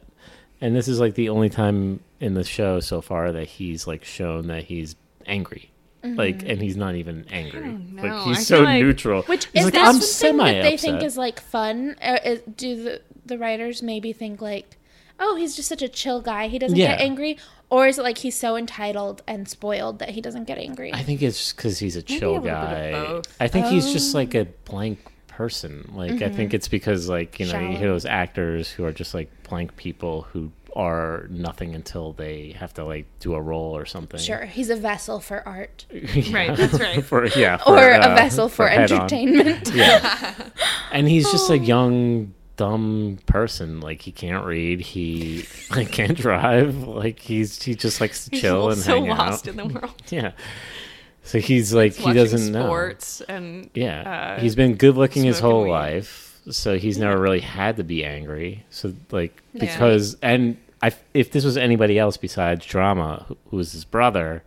[SPEAKER 2] And this is like the only time in the show so far that he's like shown that he's angry.
[SPEAKER 3] Mm-hmm.
[SPEAKER 2] Like and he's not even angry. Like
[SPEAKER 1] know.
[SPEAKER 2] he's
[SPEAKER 1] I
[SPEAKER 2] so
[SPEAKER 1] feel like-
[SPEAKER 2] neutral.
[SPEAKER 3] Which
[SPEAKER 2] he's
[SPEAKER 3] is
[SPEAKER 2] like
[SPEAKER 3] that
[SPEAKER 2] I'm
[SPEAKER 3] something
[SPEAKER 2] semi
[SPEAKER 3] that they
[SPEAKER 2] upset.
[SPEAKER 3] think is like fun? Or is, do the the writers maybe think like, oh, he's just such a chill guy. He doesn't get
[SPEAKER 2] Yeah.
[SPEAKER 3] angry. Or is it like he's so entitled and spoiled that he doesn't get angry?
[SPEAKER 2] I think it's because he's a chill
[SPEAKER 1] little bit of
[SPEAKER 2] guy.
[SPEAKER 1] both. Oh.
[SPEAKER 2] I think he's just like a blank person. Like I
[SPEAKER 1] Mm-hmm.
[SPEAKER 2] think it's because like you know you hear
[SPEAKER 3] Shallow.
[SPEAKER 2] those actors who are just like blank people who are nothing until they have to like do a role or something.
[SPEAKER 3] sure, he's a vessel for art
[SPEAKER 2] Yeah.
[SPEAKER 1] Right, that's right.
[SPEAKER 2] For, yeah,
[SPEAKER 3] or
[SPEAKER 2] for,
[SPEAKER 3] a
[SPEAKER 2] uh,
[SPEAKER 3] vessel for,
[SPEAKER 2] head-on.
[SPEAKER 3] entertainment.
[SPEAKER 2] Yeah, and he's just a young dumb person. Like he can't read. He like can't drive. Like he's he just likes to
[SPEAKER 1] He's
[SPEAKER 2] chill and
[SPEAKER 1] so
[SPEAKER 2] hang
[SPEAKER 1] lost
[SPEAKER 2] out.
[SPEAKER 1] in the world.
[SPEAKER 2] yeah. So he's like he
[SPEAKER 1] Watching
[SPEAKER 2] doesn't know.
[SPEAKER 1] sports and
[SPEAKER 2] Yeah.
[SPEAKER 1] uh,
[SPEAKER 2] he's been good looking his
[SPEAKER 1] smoking
[SPEAKER 2] whole
[SPEAKER 1] weed.
[SPEAKER 2] life. So he's never really had to be angry. So, like,
[SPEAKER 1] Yeah.
[SPEAKER 2] because, and I, if this was anybody else besides Drama, who- who was his brother,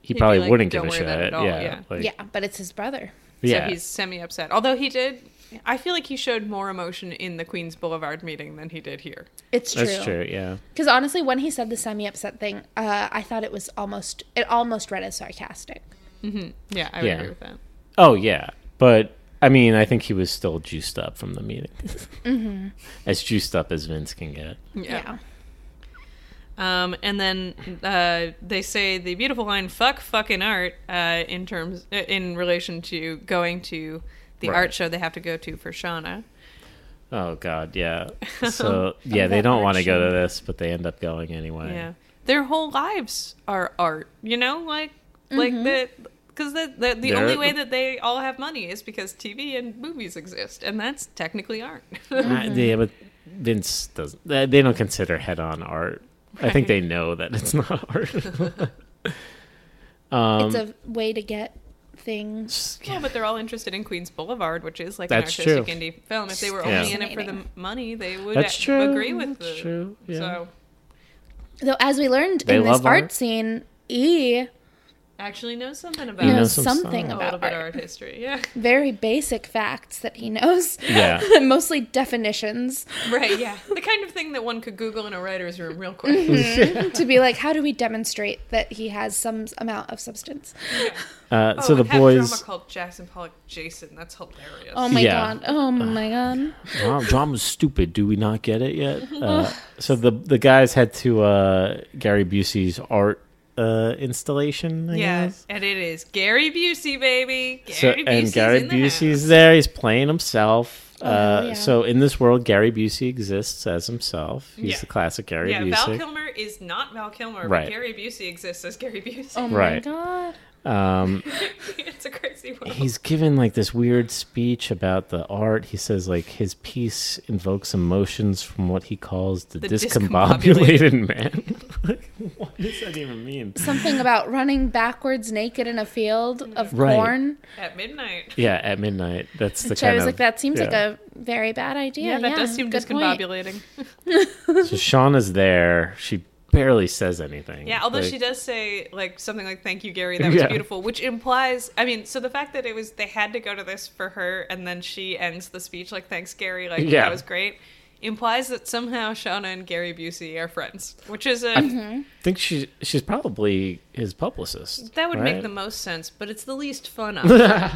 [SPEAKER 2] he
[SPEAKER 1] be
[SPEAKER 2] probably
[SPEAKER 1] like,
[SPEAKER 2] wouldn't give
[SPEAKER 1] "Don't
[SPEAKER 2] a
[SPEAKER 1] worry
[SPEAKER 2] shit.
[SPEAKER 1] about it at all,"
[SPEAKER 2] yeah.
[SPEAKER 1] yeah.
[SPEAKER 2] Like,
[SPEAKER 3] Yeah, but it's his brother.
[SPEAKER 2] yeah.
[SPEAKER 1] so he's semi upset. Although he did, I feel like he showed more emotion in the Queens Boulevard meeting than he did here.
[SPEAKER 3] It's true.
[SPEAKER 2] That's true. Yeah.
[SPEAKER 3] Because honestly, when he said the semi-upset thing, uh, I thought it was almost it almost read as sarcastic.
[SPEAKER 1] Yeah, I would
[SPEAKER 2] Yeah.
[SPEAKER 1] agree with that.
[SPEAKER 2] Oh, yeah. But, I mean, I think he was still juiced up from the meeting. As juiced up as Vince can get.
[SPEAKER 3] Yeah.
[SPEAKER 1] Um, and then uh, they say the beautiful line "fuck fucking art" uh, in terms uh, in relation to going to the
[SPEAKER 2] Right.
[SPEAKER 1] art show they have to go to for Shauna.
[SPEAKER 2] Oh, God. Yeah. So, yeah, they don't want to go to this, but they end up going anyway.
[SPEAKER 1] Yeah, their whole lives are art. You know, like like the because the the, the
[SPEAKER 2] They're-
[SPEAKER 1] only way that they all have money is because TV and movies exist, and that's technically art.
[SPEAKER 2] Uh,
[SPEAKER 1] Mm-hmm.
[SPEAKER 2] yeah, but Vince doesn't. They they don't consider head-on art. I think they know that it's not art. Um,
[SPEAKER 3] it's a way to get things.
[SPEAKER 1] yeah, but they're all interested in Queens Boulevard, which is like
[SPEAKER 2] That's
[SPEAKER 1] an artistic
[SPEAKER 2] true.
[SPEAKER 1] indie film. If they were
[SPEAKER 2] Yeah.
[SPEAKER 1] only in it for the m-
[SPEAKER 3] Fascinating.
[SPEAKER 1] money, they would
[SPEAKER 2] That's
[SPEAKER 1] a-
[SPEAKER 2] true.
[SPEAKER 1] agree with
[SPEAKER 2] That's
[SPEAKER 1] the-
[SPEAKER 2] true. Yeah.
[SPEAKER 1] So
[SPEAKER 3] Though, as we learned
[SPEAKER 2] They
[SPEAKER 3] in this
[SPEAKER 2] love
[SPEAKER 3] art,
[SPEAKER 2] art.
[SPEAKER 3] scene, E
[SPEAKER 1] actually knows something about
[SPEAKER 2] You know
[SPEAKER 3] knows
[SPEAKER 2] some
[SPEAKER 3] something
[SPEAKER 2] stuff.
[SPEAKER 1] a little
[SPEAKER 3] about
[SPEAKER 1] bit
[SPEAKER 3] art.
[SPEAKER 1] of art history. Yeah,
[SPEAKER 3] Very basic facts that he knows.
[SPEAKER 2] Yeah.
[SPEAKER 3] Mostly definitions
[SPEAKER 1] right. Yeah, the kind of thing that one could Google in a writer's room real quick.
[SPEAKER 3] to be like, how do we demonstrate that he has some amount of substance?
[SPEAKER 2] Uh, so
[SPEAKER 1] Oh,
[SPEAKER 2] the
[SPEAKER 1] I've had
[SPEAKER 2] boys.
[SPEAKER 1] drama called Jackson Pollock Jason. That's hilarious.
[SPEAKER 3] Oh my
[SPEAKER 2] Yeah.
[SPEAKER 3] god. Oh my god.
[SPEAKER 2] Wow, drama's stupid. Do we not get it yet? Uh, so the the guys head to uh, Gary Busey's art uh, installation. I
[SPEAKER 1] Yeah,
[SPEAKER 2] guess.
[SPEAKER 1] and it is Gary Busey, baby. Gary
[SPEAKER 2] So
[SPEAKER 1] Busey's
[SPEAKER 2] and Gary
[SPEAKER 1] in the
[SPEAKER 2] Busey's
[SPEAKER 1] house.
[SPEAKER 2] there. He's playing himself. Uh,
[SPEAKER 3] yeah.
[SPEAKER 2] So in this world, Gary Busey exists as himself. He's
[SPEAKER 1] Yeah.
[SPEAKER 2] the classic Gary
[SPEAKER 1] Yeah,
[SPEAKER 2] Busey.
[SPEAKER 1] Val Kilmer is not Val Kilmer,
[SPEAKER 2] Right.
[SPEAKER 1] but Gary Busey exists as Gary Busey.
[SPEAKER 3] Oh
[SPEAKER 2] Right.
[SPEAKER 3] my god.
[SPEAKER 2] um,
[SPEAKER 1] it's a crazy world.
[SPEAKER 2] he's given like this weird speech about the art. He says like his piece invokes emotions from what he calls the,
[SPEAKER 1] The
[SPEAKER 2] discombobulated, man. Like, what does that even mean?
[SPEAKER 3] Something about running backwards naked in a field of
[SPEAKER 2] Right.
[SPEAKER 3] corn.
[SPEAKER 1] At midnight.
[SPEAKER 2] Yeah, at midnight. That's the
[SPEAKER 3] Which
[SPEAKER 2] kind
[SPEAKER 3] I was
[SPEAKER 2] of
[SPEAKER 3] like, that seems like
[SPEAKER 2] yeah.
[SPEAKER 3] a very bad idea.
[SPEAKER 1] Yeah, that does seem
[SPEAKER 3] good point.
[SPEAKER 1] discombobulating.
[SPEAKER 2] So Shauna's there. She barely says anything.
[SPEAKER 1] Yeah, although
[SPEAKER 2] Like,
[SPEAKER 1] she does say like something like "Thank you, Gary, that was
[SPEAKER 2] Yeah.
[SPEAKER 1] beautiful," which implies, I mean, so the fact that it was they had to go to this for her, and then she ends the speech like "Thanks, Gary, like
[SPEAKER 2] Yeah.
[SPEAKER 1] that was great," implies that somehow Shauna and Gary Busey are friends, which is a
[SPEAKER 2] I think she she's probably his publicist.
[SPEAKER 1] That would
[SPEAKER 2] right?
[SPEAKER 1] make the most sense, but it's the least fun option.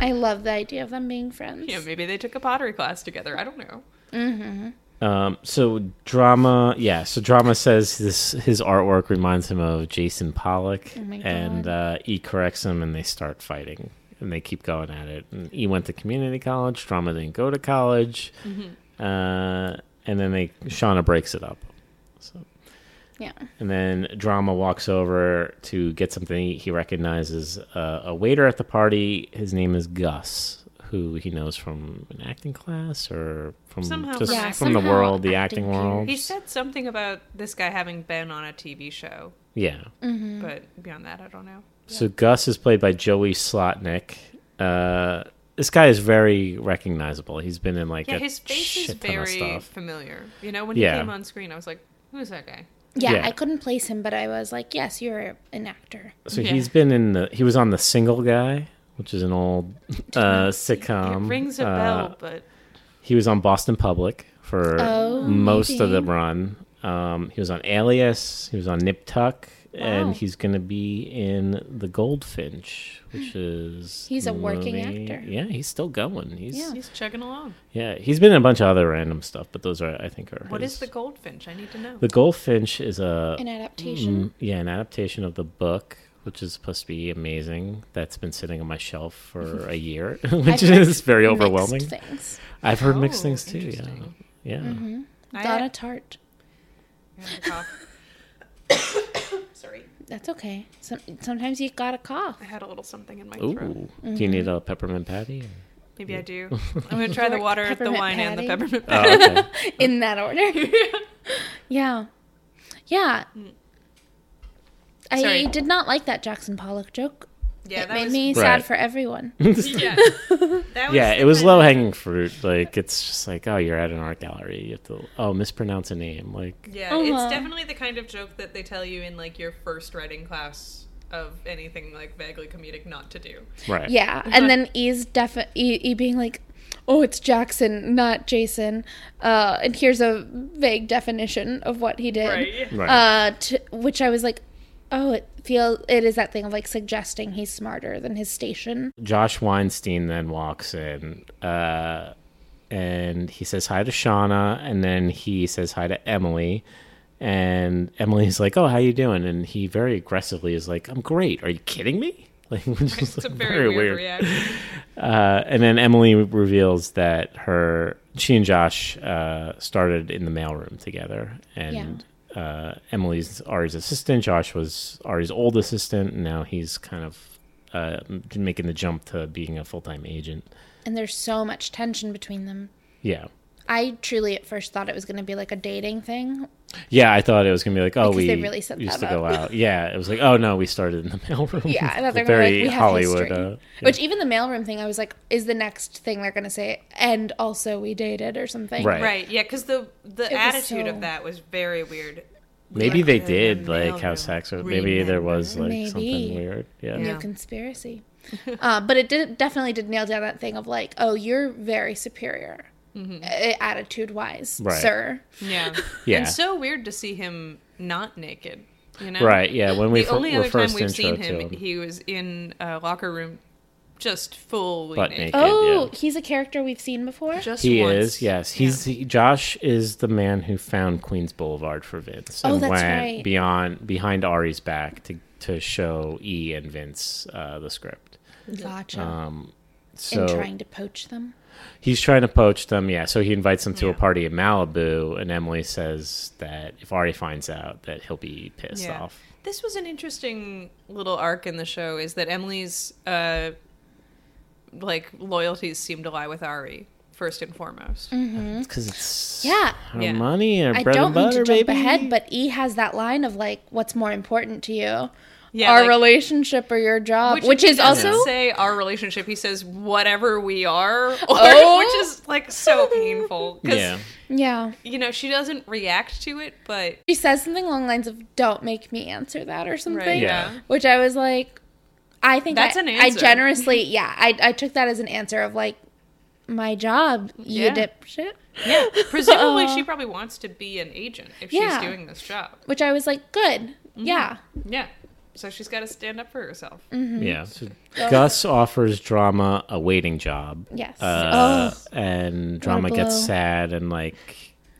[SPEAKER 3] I love the idea of them being friends.
[SPEAKER 1] yeah, maybe they took a pottery class together. I don't know.
[SPEAKER 2] Um, so drama, yeah. So drama says this his artwork reminds him of Jason Pollock,
[SPEAKER 3] my God.
[SPEAKER 2] and uh, E corrects him, and they start fighting, and they keep going at it. And E went to community college. Drama didn't go to college, uh, and then they Shauna breaks it up. So
[SPEAKER 3] Yeah.
[SPEAKER 2] and then Drama walks over to get something to eat. He recognizes uh, a waiter at the party. His name is Gus, who he knows from an acting class or from
[SPEAKER 1] Somehow
[SPEAKER 2] just
[SPEAKER 1] from
[SPEAKER 2] from,
[SPEAKER 1] acting.
[SPEAKER 2] the
[SPEAKER 3] Somehow
[SPEAKER 2] world, the acting,
[SPEAKER 3] acting career.
[SPEAKER 2] world.
[SPEAKER 1] He said something about this guy having been on a TV show,
[SPEAKER 2] yeah.
[SPEAKER 1] but beyond that, I don't know.
[SPEAKER 2] So Gus is played by Joey Slotnick. Uh, this guy is very recognizable. He's been in like
[SPEAKER 1] Yeah,
[SPEAKER 2] a
[SPEAKER 1] his face is
[SPEAKER 2] shit ton of
[SPEAKER 1] very
[SPEAKER 2] stuff.
[SPEAKER 1] familiar. You know, when
[SPEAKER 2] Yeah.
[SPEAKER 1] he came on screen, I was like, who's that guy?
[SPEAKER 3] Yeah,
[SPEAKER 2] Yeah.
[SPEAKER 3] I couldn't place him, but I was like, yes, you're an actor.
[SPEAKER 2] So
[SPEAKER 1] Yeah.
[SPEAKER 2] he's been in the he was on the Single Guy, which is an old uh, sitcom.
[SPEAKER 1] it rings a
[SPEAKER 2] Uh,
[SPEAKER 1] bell, but
[SPEAKER 2] He was on Boston Public for
[SPEAKER 3] Oh,
[SPEAKER 2] most of the
[SPEAKER 3] maybe.
[SPEAKER 2] run. Um, he was on Alias. He was on Nip Tuck,
[SPEAKER 3] Wow.
[SPEAKER 2] and he's going to be in The Goldfinch, which is
[SPEAKER 3] He's a working
[SPEAKER 2] movie-
[SPEAKER 3] actor.
[SPEAKER 2] Yeah, he's still going. He's yeah.
[SPEAKER 3] Yeah.
[SPEAKER 1] he's chugging along.
[SPEAKER 2] He's been in a bunch of other random stuff, but those are I think are
[SPEAKER 1] What
[SPEAKER 2] his.
[SPEAKER 1] is the goldfinch? I need to know.
[SPEAKER 2] The Goldfinch is a
[SPEAKER 3] An
[SPEAKER 2] Mm,
[SPEAKER 3] adaptation.
[SPEAKER 2] yeah, an adaptation of the book, which is supposed to be amazing. That's been sitting on my shelf for a year, which
[SPEAKER 3] I've heard
[SPEAKER 2] is very
[SPEAKER 3] mixed
[SPEAKER 2] overwhelming.
[SPEAKER 3] Things.
[SPEAKER 2] I've heard mixed
[SPEAKER 1] Oh,
[SPEAKER 2] things too. Yeah,
[SPEAKER 1] interesting. Mm-hmm,
[SPEAKER 2] yeah.
[SPEAKER 1] I- uh,
[SPEAKER 3] Donna Tart.
[SPEAKER 1] I have a cough.
[SPEAKER 3] That's okay. Some, sometimes you gotta cough.
[SPEAKER 1] I had a little something in my
[SPEAKER 2] Ooh,
[SPEAKER 1] throat.
[SPEAKER 2] do you
[SPEAKER 1] Mm-hmm.
[SPEAKER 2] need a peppermint patty?
[SPEAKER 1] Maybe I do. I'm gonna try the
[SPEAKER 3] Or
[SPEAKER 1] water, the
[SPEAKER 3] peppermint
[SPEAKER 1] wine, and the
[SPEAKER 3] patty.
[SPEAKER 1] peppermint
[SPEAKER 2] Oh,
[SPEAKER 1] patty.
[SPEAKER 2] okay.
[SPEAKER 3] In that order. yeah. Yeah. I
[SPEAKER 1] Hmm. Sorry.
[SPEAKER 3] did not like that Jackson Pollock joke.
[SPEAKER 1] yeah,
[SPEAKER 3] it
[SPEAKER 1] that
[SPEAKER 3] made
[SPEAKER 1] was,
[SPEAKER 3] me
[SPEAKER 2] Right.
[SPEAKER 3] sad for everyone.
[SPEAKER 1] Yeah, that was
[SPEAKER 2] yeah,
[SPEAKER 1] the
[SPEAKER 2] it was
[SPEAKER 1] kind
[SPEAKER 2] low
[SPEAKER 1] of-
[SPEAKER 2] hanging fruit. Like it's just like, oh, you're at an art gallery. You have to oh mispronounce a name. Like
[SPEAKER 1] Yeah,
[SPEAKER 3] Uh-huh.
[SPEAKER 1] it's definitely the kind of joke that they tell you in like your first writing class of anything like vaguely comedic not to do.
[SPEAKER 2] right.
[SPEAKER 3] Yeah, and then E's def E, e being like, "Oh, it's Jackson, not Jason," uh, and here's a vague definition of what he did,
[SPEAKER 1] Right.
[SPEAKER 2] Right.
[SPEAKER 3] uh, to, which I was like, "Oh, it feel it is that thing of like suggesting he's smarter than his station."
[SPEAKER 2] Josh Weinstein then walks in, uh, and he says hi to Shauna, and then he says hi to Emily, and Emily's like, "Oh, how you doing?" And he very aggressively is like, "I'm great. Are you kidding me?" Like, which is
[SPEAKER 1] It's a
[SPEAKER 2] like,
[SPEAKER 1] very, weird, reaction.
[SPEAKER 2] Uh, and then Emily reveals that her she and Josh uh, started in the mailroom together, and uh, Emily's Ari's assistant. Josh was Ari's old assistant, and now he's kind of uh, m- making the jump to being a full time agent.
[SPEAKER 3] And there's so much tension between them.
[SPEAKER 2] Yeah,
[SPEAKER 3] I truly at first thought it was going to be like a dating thing.
[SPEAKER 2] yeah. I thought it was gonna be like, oh,
[SPEAKER 3] Because
[SPEAKER 2] we
[SPEAKER 3] they really set
[SPEAKER 2] used
[SPEAKER 3] that
[SPEAKER 2] to go
[SPEAKER 3] up.
[SPEAKER 2] out. Yeah, it was like, oh no, we started in the mailroom.
[SPEAKER 3] Yeah, I thought they were
[SPEAKER 2] very
[SPEAKER 3] gonna be like, we have
[SPEAKER 2] Hollywood.
[SPEAKER 3] history.
[SPEAKER 2] Uh, yeah.
[SPEAKER 3] Which even the mailroom thing, I was like, is the next thing they're going to say, and also we dated or something.
[SPEAKER 2] Right.
[SPEAKER 1] right? Yeah, because the the
[SPEAKER 3] was
[SPEAKER 1] attitude
[SPEAKER 3] so-
[SPEAKER 1] of that was very weird.
[SPEAKER 2] maybe they
[SPEAKER 1] the
[SPEAKER 2] did like uh, how
[SPEAKER 1] mailroom.
[SPEAKER 2] sex. Or maybe there was like
[SPEAKER 3] Maybe.
[SPEAKER 2] something weird.
[SPEAKER 3] new
[SPEAKER 1] Yeah.
[SPEAKER 3] conspiracy. uh, but it did definitely did nail down that thing of like, oh, you're very superior,
[SPEAKER 1] Mm-hmm.
[SPEAKER 3] attitude wise,
[SPEAKER 2] Right.
[SPEAKER 3] sir.
[SPEAKER 1] Yeah,
[SPEAKER 2] Yeah.
[SPEAKER 1] And so weird to see him not naked. You know,
[SPEAKER 2] Right, yeah. When we
[SPEAKER 1] the
[SPEAKER 2] fir-
[SPEAKER 1] only
[SPEAKER 2] were
[SPEAKER 1] other time
[SPEAKER 2] first
[SPEAKER 1] we've
[SPEAKER 2] intro
[SPEAKER 1] seen him,
[SPEAKER 2] to him,
[SPEAKER 1] he was in a locker room, just fully
[SPEAKER 2] Butt
[SPEAKER 1] naked.
[SPEAKER 2] naked.
[SPEAKER 3] Oh,
[SPEAKER 2] yeah.
[SPEAKER 3] he's a character we've seen before.
[SPEAKER 1] Just
[SPEAKER 2] He
[SPEAKER 1] once.
[SPEAKER 2] is, yes. He's he, Josh is the man who found Queens Boulevard for Vince
[SPEAKER 3] Oh,
[SPEAKER 2] and
[SPEAKER 3] that's
[SPEAKER 2] went
[SPEAKER 3] right.
[SPEAKER 2] beyond behind Ari's back to to show E and Vince uh, the script.
[SPEAKER 3] Gotcha.
[SPEAKER 2] Uh, So
[SPEAKER 3] and trying to poach them.
[SPEAKER 2] he's trying to poach them, yeah. So he invites them to a party in Malibu, and Emily says that if Ari finds out, that he'll be pissed
[SPEAKER 1] Yeah.
[SPEAKER 2] off.
[SPEAKER 1] This was an interesting little arc in the show. Is that Emily's uh, like loyalties seem to lie with Ari first and foremost.
[SPEAKER 2] Because it's
[SPEAKER 3] Hmm? Yeah.
[SPEAKER 2] her
[SPEAKER 1] Yeah.
[SPEAKER 2] money or
[SPEAKER 3] I
[SPEAKER 2] bread
[SPEAKER 3] don't
[SPEAKER 2] and butter,
[SPEAKER 3] mean to jump
[SPEAKER 2] baby.
[SPEAKER 3] ahead, but E has that line of like, "What's more important to you,
[SPEAKER 1] Yeah,
[SPEAKER 3] our
[SPEAKER 1] like-
[SPEAKER 3] relationship or your job?" Uh, Which,
[SPEAKER 1] he
[SPEAKER 3] is also
[SPEAKER 1] doesn't say our relationship. He says whatever we are, or,
[SPEAKER 3] Oh.
[SPEAKER 1] which is like so painful because
[SPEAKER 2] yeah,
[SPEAKER 3] yeah.
[SPEAKER 1] you know she doesn't react to it, but
[SPEAKER 3] She says something along the lines of, "Don't make me answer that" or something.
[SPEAKER 1] right,
[SPEAKER 2] Yeah.
[SPEAKER 1] yeah.
[SPEAKER 3] which I was like, I think
[SPEAKER 1] That's
[SPEAKER 3] I,
[SPEAKER 1] an
[SPEAKER 3] I
[SPEAKER 1] answer.
[SPEAKER 3] generously, yeah, I, I took that as an answer of like, my job, you
[SPEAKER 1] Yeah.
[SPEAKER 3] dipshit.
[SPEAKER 1] Yeah, presumably she probably wants to be an agent if
[SPEAKER 3] Yeah.
[SPEAKER 1] she's doing this job.
[SPEAKER 3] Which I was like, good,
[SPEAKER 1] Mm-hmm.
[SPEAKER 3] yeah,
[SPEAKER 1] Yeah. So she's got to stand up for herself.
[SPEAKER 3] Mm-hmm.
[SPEAKER 2] yeah. So Gus offers drama a waiting job.
[SPEAKER 3] yes.
[SPEAKER 2] Uh,
[SPEAKER 3] oh,
[SPEAKER 2] and drama gets
[SPEAKER 3] blow.
[SPEAKER 2] sad and like